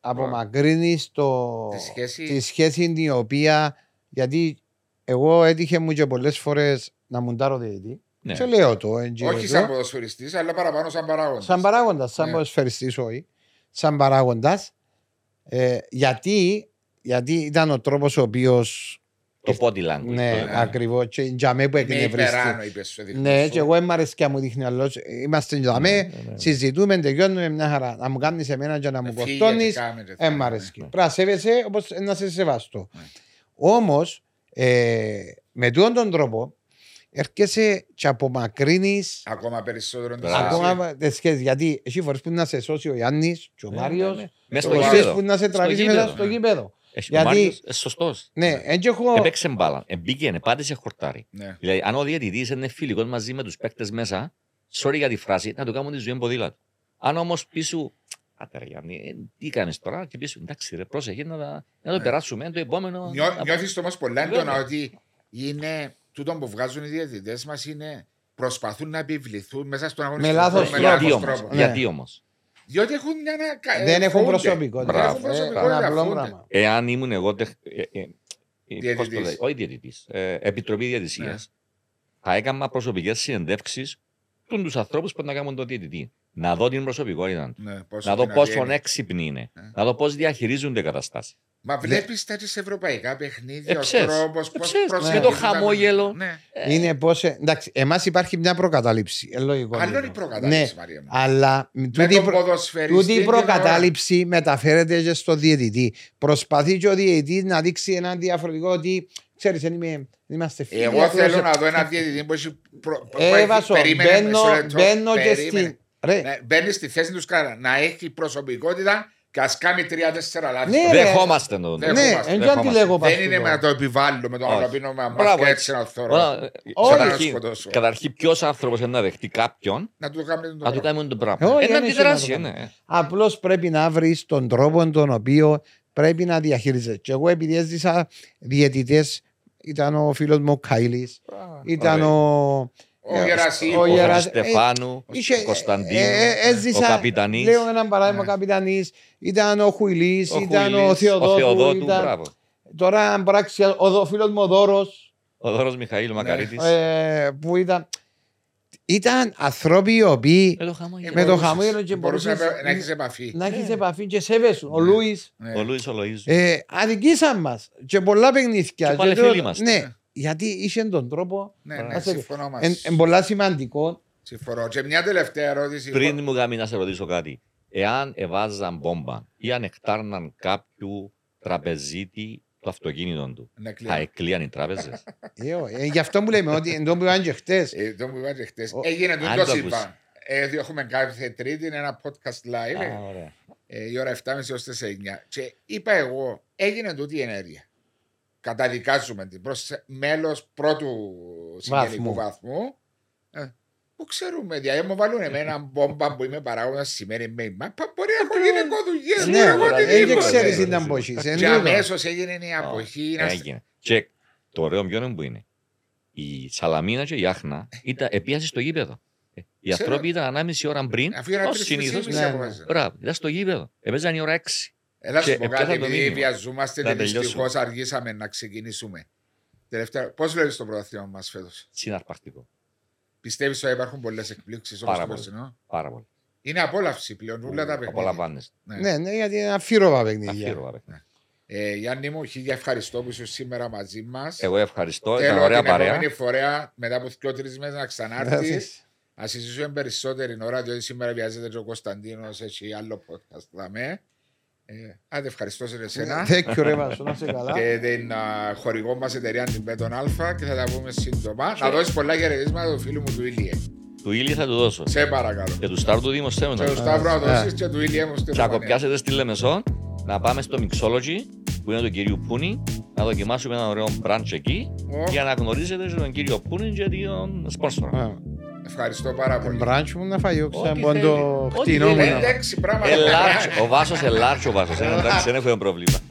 Speaker 3: Μπράβο.
Speaker 2: απομακρύνεις το,
Speaker 1: Τη σχέση.
Speaker 2: τη σχέση την οποία. Γιατί εγώ έτυχε μου και πολλές φορές να μουντάρω διαιτητή.
Speaker 3: Ναι.
Speaker 2: Και λέω το. εν γύρω
Speaker 1: Όχι
Speaker 2: εδώ.
Speaker 1: σαν ποδοσφαιριστής, αλλά παραπάνω σαν παράγοντας.
Speaker 2: ε? Σαν παράγοντας, σαν
Speaker 1: Ναι.
Speaker 2: ποδοσφαιριστής όχι. Σαν παράγοντας. Ε, γιατί, γιατί ήταν ο τρόπος ο οποίος.
Speaker 3: Το body language. το
Speaker 2: Ναι,
Speaker 3: λέμε.
Speaker 2: ακριβώς. Και για μέ που
Speaker 1: Είναι
Speaker 2: εκνευρίστηκε.
Speaker 1: Ναι, Ε, υπεράνω, είπε στο δικό
Speaker 2: Ναι,
Speaker 1: σου.
Speaker 2: και εγώ δεν μ' αρέσει και να μου δείχνει άλλος. Είμαστε για μέ,
Speaker 3: Ναι.
Speaker 2: συζητούμε, τελειώνουμε μια χαρά. Να μου κάνεις εμένα και να μου
Speaker 1: Ε, Φύγε,
Speaker 2: κοστώνεις.
Speaker 1: τι κάμερες,
Speaker 2: Δεν
Speaker 1: ναι,
Speaker 2: μ'
Speaker 1: ναι.
Speaker 2: αρέσει.
Speaker 3: ναι.
Speaker 2: Πρέπει να σέβεσαι όπως να σε σεβαστώ.
Speaker 1: Ναι.
Speaker 2: Όμως, με τούτον τον τρόπο, έρχεσαι και απομακρύνεις
Speaker 1: Ακόμα περισσότερο τη
Speaker 3: Μπράβο.
Speaker 1: σχέση.
Speaker 2: ακόμα τις σχέσεις. Γιατί έχει φορές που να σε σώσει ο Γιάννη και ο
Speaker 3: Ναι,
Speaker 2: Μάριος.
Speaker 3: ναι, ναι. Μες
Speaker 2: Το
Speaker 3: στο
Speaker 1: Μάριος
Speaker 2: ξέρεις
Speaker 3: γήπεδο.
Speaker 2: που να σε
Speaker 3: Στο
Speaker 2: τραβήσει
Speaker 3: γήπεδο,
Speaker 2: μέσα στο
Speaker 1: ναι.
Speaker 2: γήπεδο.
Speaker 3: Έχει
Speaker 2: Γιατί-
Speaker 3: ο Μάριος, ε, σωστός.
Speaker 2: Ναι,
Speaker 3: Ναι.
Speaker 2: έτσι έχω.
Speaker 1: Ε,
Speaker 3: Έπαιξε μπάλα. Εμπήκε, πάτησε χορτάρι.
Speaker 1: Ναι.
Speaker 3: Δηλαδή, αν ο διαιτητής είναι φιλικός μαζί με τους παίκτες μέσα, sorry για τη φράση, να του κάνουν τη ζωή ποδήλατο. Αν όμως πίσω, «Άτε ρε Γιάννη, ε, τι κάνεις τώρα» και πίσω, εντάξει ρε, πρόσεχε να, τα- να το
Speaker 1: Ναι.
Speaker 3: περάσουμε, το επόμενο... να-
Speaker 1: Νιώθει όμω πολλά
Speaker 3: Βέβαια.
Speaker 1: έντονα ότι είναι τούτο που βγάζουν οι διαιτητές μας είναι προσπαθούν να επιβληθούν μέσα στον αγωνισμό.
Speaker 2: Με λάθος
Speaker 1: με
Speaker 2: τρόπο.
Speaker 3: Γιατί
Speaker 1: λάθος
Speaker 3: όμως,
Speaker 1: τρόπο.
Speaker 2: Ναι.
Speaker 3: γιατί όμως.
Speaker 1: Διότι έχουν μια. ανα- ε,
Speaker 2: Δεν έχουν
Speaker 1: φοβούνται.
Speaker 2: προσωπικότητα.
Speaker 1: Δεν έχουν
Speaker 3: Μπράβο.
Speaker 1: προσωπικότητα.
Speaker 2: Είναι απλό
Speaker 1: φοβούνται.
Speaker 2: πράγμα.
Speaker 3: Εάν ήμουν εγώ. Τεχ... Ε, ε, ε,
Speaker 1: Διαιτητής.
Speaker 3: πώς το λέει, όχι διαιτητής. Ε, Επιτροπή Διαιτησίας.
Speaker 1: Ναι.
Speaker 3: Θα έκανα προσωπικές συνεντεύξεις τους ανθρώπους που να κάνουν το διαιτητή. Να δω την προσωπικότητα τους.
Speaker 1: Ναι, πόσο
Speaker 3: Να δω
Speaker 1: δυνατή
Speaker 3: πόσο
Speaker 1: είναι.
Speaker 3: έξυπνοι είναι.
Speaker 1: Ναι.
Speaker 3: Να δω πώς διαχειρίζονται καταστάσει.
Speaker 2: Ναι.
Speaker 1: Μα βλέπει τα τις ευρωπαϊκά
Speaker 2: Ε,
Speaker 1: παιχνίδια, ο
Speaker 3: Εψές.
Speaker 1: τρόπο.
Speaker 3: Εψές. Και το χαμόγελο.
Speaker 1: Ναι.
Speaker 2: Είναι πώς. Εντάξει, εμάς υπάρχει μια προκατάληψη. Ε, λογικό είναι. Ναι,
Speaker 1: Αλλιώ η προκατάληψη, Μαρία μου.
Speaker 2: Αλλά μ,
Speaker 1: Με
Speaker 2: τούτη, η
Speaker 1: τον
Speaker 2: προ-
Speaker 1: ποδοσφαιριστή.
Speaker 2: τούτη η
Speaker 1: την
Speaker 2: προκατάληψη μεταφέρεται και στο διαιτητή. Προσπαθεί και ο διαιτητής να δείξει έναν διαφορετικό ότι ξέρεις, δεν είμαι- δεν είμαστε
Speaker 1: ώρα.
Speaker 2: φίλοι.
Speaker 1: Εγώ
Speaker 2: απλώς
Speaker 1: θέλω
Speaker 2: σε-
Speaker 1: να δω ένα διαιτητή που έχει. προ- που έχει-
Speaker 2: Έβασο,
Speaker 1: περίμενε,
Speaker 2: Ε, μπαίνω,
Speaker 1: μισό λεπτό,
Speaker 2: μπαίνω και
Speaker 1: περίμενε.
Speaker 2: στην. Ρε,
Speaker 1: Ναι, Μπαίνει στη θέση του κάρα να έχει προσωπικότητα και ας κάνει τρία-τέσσερα λάθη.
Speaker 2: Ναι,
Speaker 1: Δεν-
Speaker 2: ρε.
Speaker 3: Δεχόμαστε το.
Speaker 1: Ναι,
Speaker 2: ναι,
Speaker 1: δεχόμαστε,
Speaker 2: εν τζ' αν τη
Speaker 3: δεχόμαστε.
Speaker 2: λέγω
Speaker 1: Δεν
Speaker 2: παστούτο.
Speaker 1: είναι με να το επιβάλλω με το
Speaker 3: Όχι.
Speaker 1: αγαπημένο μα
Speaker 3: Μπράβο,
Speaker 1: μάσκο έτσι
Speaker 3: έτσι.
Speaker 1: να θέλω.
Speaker 3: Όλα-
Speaker 1: Όλα να
Speaker 3: Καταρχήν,
Speaker 1: σκοτώσω.
Speaker 3: καταρχήν ποιος άνθρωπος είναι να δεχτεί κάποιον
Speaker 1: Να του κάνουμε
Speaker 3: να του
Speaker 1: το
Speaker 3: κάνουμε το
Speaker 2: Ε, όχι,
Speaker 3: πράγμα. Ένα
Speaker 2: δεν έχει να το
Speaker 3: αντιδράσει.
Speaker 2: κάνει.
Speaker 3: ναι.
Speaker 2: Απλώς πρέπει να βρεις τον τρόπο τον οποίο πρέπει να διαχειρίζεσαι. Και εγώ επειδή έζησα διαιτητές, ήταν ο φίλος μου ο Καϊλή, ήταν
Speaker 3: Ωραία.
Speaker 2: ο.
Speaker 1: Ο Γερασί.
Speaker 2: Ο
Speaker 3: Ο
Speaker 2: Γερα-
Speaker 3: Χατζη Στεφάνου, ο Κωνσταντίνου,
Speaker 2: ε, ε,
Speaker 3: ο
Speaker 2: έζησα,
Speaker 3: Καπιτανής.
Speaker 2: λέω έναν παράδειγμα,
Speaker 1: Ναι.
Speaker 2: καπιτανής, ήταν ο Χουιλή,
Speaker 3: Ο
Speaker 2: ε, ήταν ο
Speaker 3: Χουιλής,
Speaker 2: Θεοδότου.
Speaker 3: Ο Θεοδότου,
Speaker 2: ήταν-
Speaker 3: μπράβο.
Speaker 2: Τώρα, αν πράξει, ο φίλος μου ο Δώρος, Ναι.
Speaker 3: Ο Δώρος Μιχαήλ Μακαρίτης.
Speaker 2: ε, που ήταν. Ήταν ανθρώποι οι οποίοι
Speaker 3: Με το χαμόγελο.
Speaker 2: με το
Speaker 1: μπορούσες.
Speaker 2: χαμόγελο και
Speaker 1: Μπορούσε να,
Speaker 2: μπορούσες-
Speaker 1: να έχεις επαφή.
Speaker 4: Να έχεις
Speaker 2: Ναι.
Speaker 4: επαφή και σέβεσαι. Ο
Speaker 1: Ναι.
Speaker 4: Λούις.
Speaker 1: Ναι.
Speaker 3: Ο Λούις ο Λοΐζος.
Speaker 2: ε, αδικήσαν μας. Και πολλά παιχνίδια.
Speaker 3: Και πάλι
Speaker 2: το-
Speaker 3: φίλοι μας.
Speaker 2: Ναι, γιατί είχε τον τρόπο.
Speaker 1: Ναι, ναι,
Speaker 3: Ας
Speaker 2: το-
Speaker 1: συμφωνώ μαζί
Speaker 2: Εν,
Speaker 1: σου.
Speaker 2: εν πολλά σημαντικό.
Speaker 1: Συμφωνώ. Και μια τελευταία ερώτηση.
Speaker 3: Πριν μου γάμι να σε ρωτήσω κάτι. Εάν εβάζαν μπόμπα ή αν εκτάρναν κάποιου τραπεζίτη το αυτοκίνητο του,
Speaker 1: Να Ναι, κλείνω.
Speaker 3: θα εκλείαν οι τράπεζες.
Speaker 2: Ε, ό, ε, γι' αυτό μου λέμε ότι εν τω που είπαν και χτες,
Speaker 1: Ε, το μου είπατε χτες.
Speaker 2: Ο-
Speaker 1: Έγινε
Speaker 3: αν
Speaker 1: το
Speaker 3: το
Speaker 1: είπα.
Speaker 3: ακούσεις.
Speaker 1: Ε, διότι έχουμε κάθε τρίτη ένα podcast live ε, η ώρα 7.30 έως 4.09 και είπα εγώ έγινε τούτη η ενέργεια καταδικάζουμε την προς μέλος πρώτου συγγενικού
Speaker 2: Βαθμού.
Speaker 1: βαθμού ε, που ξέρουμε δηλαδή μου βάλουν
Speaker 3: <laughs>
Speaker 1: εμένα μπόμπα που είμαι παράγοντας σημαίνει με μάπα μπορεί
Speaker 3: Ε,
Speaker 1: να έχω γυναικό δουλειές
Speaker 2: Ναι,
Speaker 1: μπορεί να έχω
Speaker 3: ωραία,
Speaker 2: ε, δεν
Speaker 1: οτιδήποτε.
Speaker 2: ξέρεις τι
Speaker 3: ναι,
Speaker 2: ήταν
Speaker 3: ναι.
Speaker 2: που έχεις, εν
Speaker 1: και
Speaker 2: τούτο.
Speaker 1: αμέσως έγινε η αποχή να-
Speaker 3: Έγινε. Και το ωραίο ποιο είναι που είναι. Η Σαλαμίνα και η Άχνα ήταν επίασε στο γήπεδο. Ε, Οι
Speaker 1: Ξέρω.
Speaker 3: άνθρωποι ήταν 1,5 ώρα πριν,
Speaker 1: αφού ήταν
Speaker 3: ως
Speaker 1: τρεις τρεις
Speaker 3: συνήθως.
Speaker 1: ήμιση
Speaker 2: ναι, ναι.
Speaker 1: αποφάσισα.
Speaker 3: Μπράβο, ήταν στο γήπεδο. Έπαιζαν η ώρα 6.
Speaker 1: Έλα σου
Speaker 3: Και
Speaker 1: πω
Speaker 3: έπιασα
Speaker 1: κάτι,
Speaker 3: το
Speaker 1: επειδή
Speaker 3: μήνυμα.
Speaker 1: βιαζόμαστε
Speaker 3: Να
Speaker 1: και
Speaker 3: τελειώσω.
Speaker 1: δυστυχώς αργήσαμε να ξεκινήσουμε. Τελευταία, πώς βλέπεις το πρωταθλήμα μας φέτος.
Speaker 3: Συναρπαστικό.
Speaker 1: Πιστεύεις ότι υπάρχουν πολλές εκπλήξεις όπως
Speaker 3: Πάρα
Speaker 1: το
Speaker 3: πολύ.
Speaker 1: περσινό.
Speaker 3: Πάρα πολύ.
Speaker 1: Είναι απόλαυση πλέον, όλα τα παιχνίδια.
Speaker 3: Απολαμβάνεστε.
Speaker 1: Ναι.
Speaker 2: Ναι, ναι, γιατί είναι αφύρωα παιχνίδια.
Speaker 3: Αφήρωα, ρε.
Speaker 1: Ε, Γιάννη μου, χίλια ευχαριστώ που είσαι σήμερα μαζί μας.
Speaker 3: Εγώ ευχαριστώ. Ήταν
Speaker 1: Θέλω
Speaker 3: ωραία
Speaker 1: την
Speaker 3: παρέα.
Speaker 1: επόμενη φορά, μετά από δύο τρεις μέρες να ξανάρθεις. Να συζητήσουμε περισσότερη ώρα, διότι σήμερα βιάζεται και ο Κωνσταντίνος, έχει άλλο podcast. δαμέ. Ε, άντε, ευχαριστώ σε εσένα.
Speaker 2: Thank you, ρε Βάσο, να είσαι καλά.
Speaker 1: και την α, χορηγό μα εταιρεία την Μπέτον Α και θα τα πούμε σύντομα. Να δώσεις πολλά χαιρετίσματα του φίλου μου του Ήλιε.
Speaker 3: Του ήλιο θα του δώσω.
Speaker 1: Σε παρακαλώ.
Speaker 3: Και του στάρ του
Speaker 1: Και
Speaker 3: Δήμου
Speaker 1: ο
Speaker 3: Στέμενο.
Speaker 1: Σταύρο να
Speaker 2: ναι.
Speaker 1: δώσεις και του Ήλιε μου στην Ρουμανία.
Speaker 3: Τσακοπιάσετε στη Λεμεσόν να πάμε στο Mixology που είναι του κυρίου Πούνη να δοκιμάσουμε ένα ωραίο μπραντς εκεί
Speaker 1: Ω,
Speaker 3: για να γνωρίζετε και τον κύριο Πούνη και τον σπόνσορα.
Speaker 2: Α,
Speaker 1: Ευχαριστώ πάρα
Speaker 2: Εν
Speaker 1: πολύ.
Speaker 2: μπράντσο Ε, μου να φάει όξα,
Speaker 3: Ό,τι
Speaker 2: μπορεί
Speaker 3: θέλει.
Speaker 2: το
Speaker 3: Ό,τι
Speaker 2: χτινό μου
Speaker 3: θέλει.
Speaker 2: να
Speaker 1: Εντάξει, πράγματα.
Speaker 3: Ελάρτς, ο Βάσος ελάρτς ο Βάσος. Ε, Εντάξει, δεν έχουμε πρόβλημα.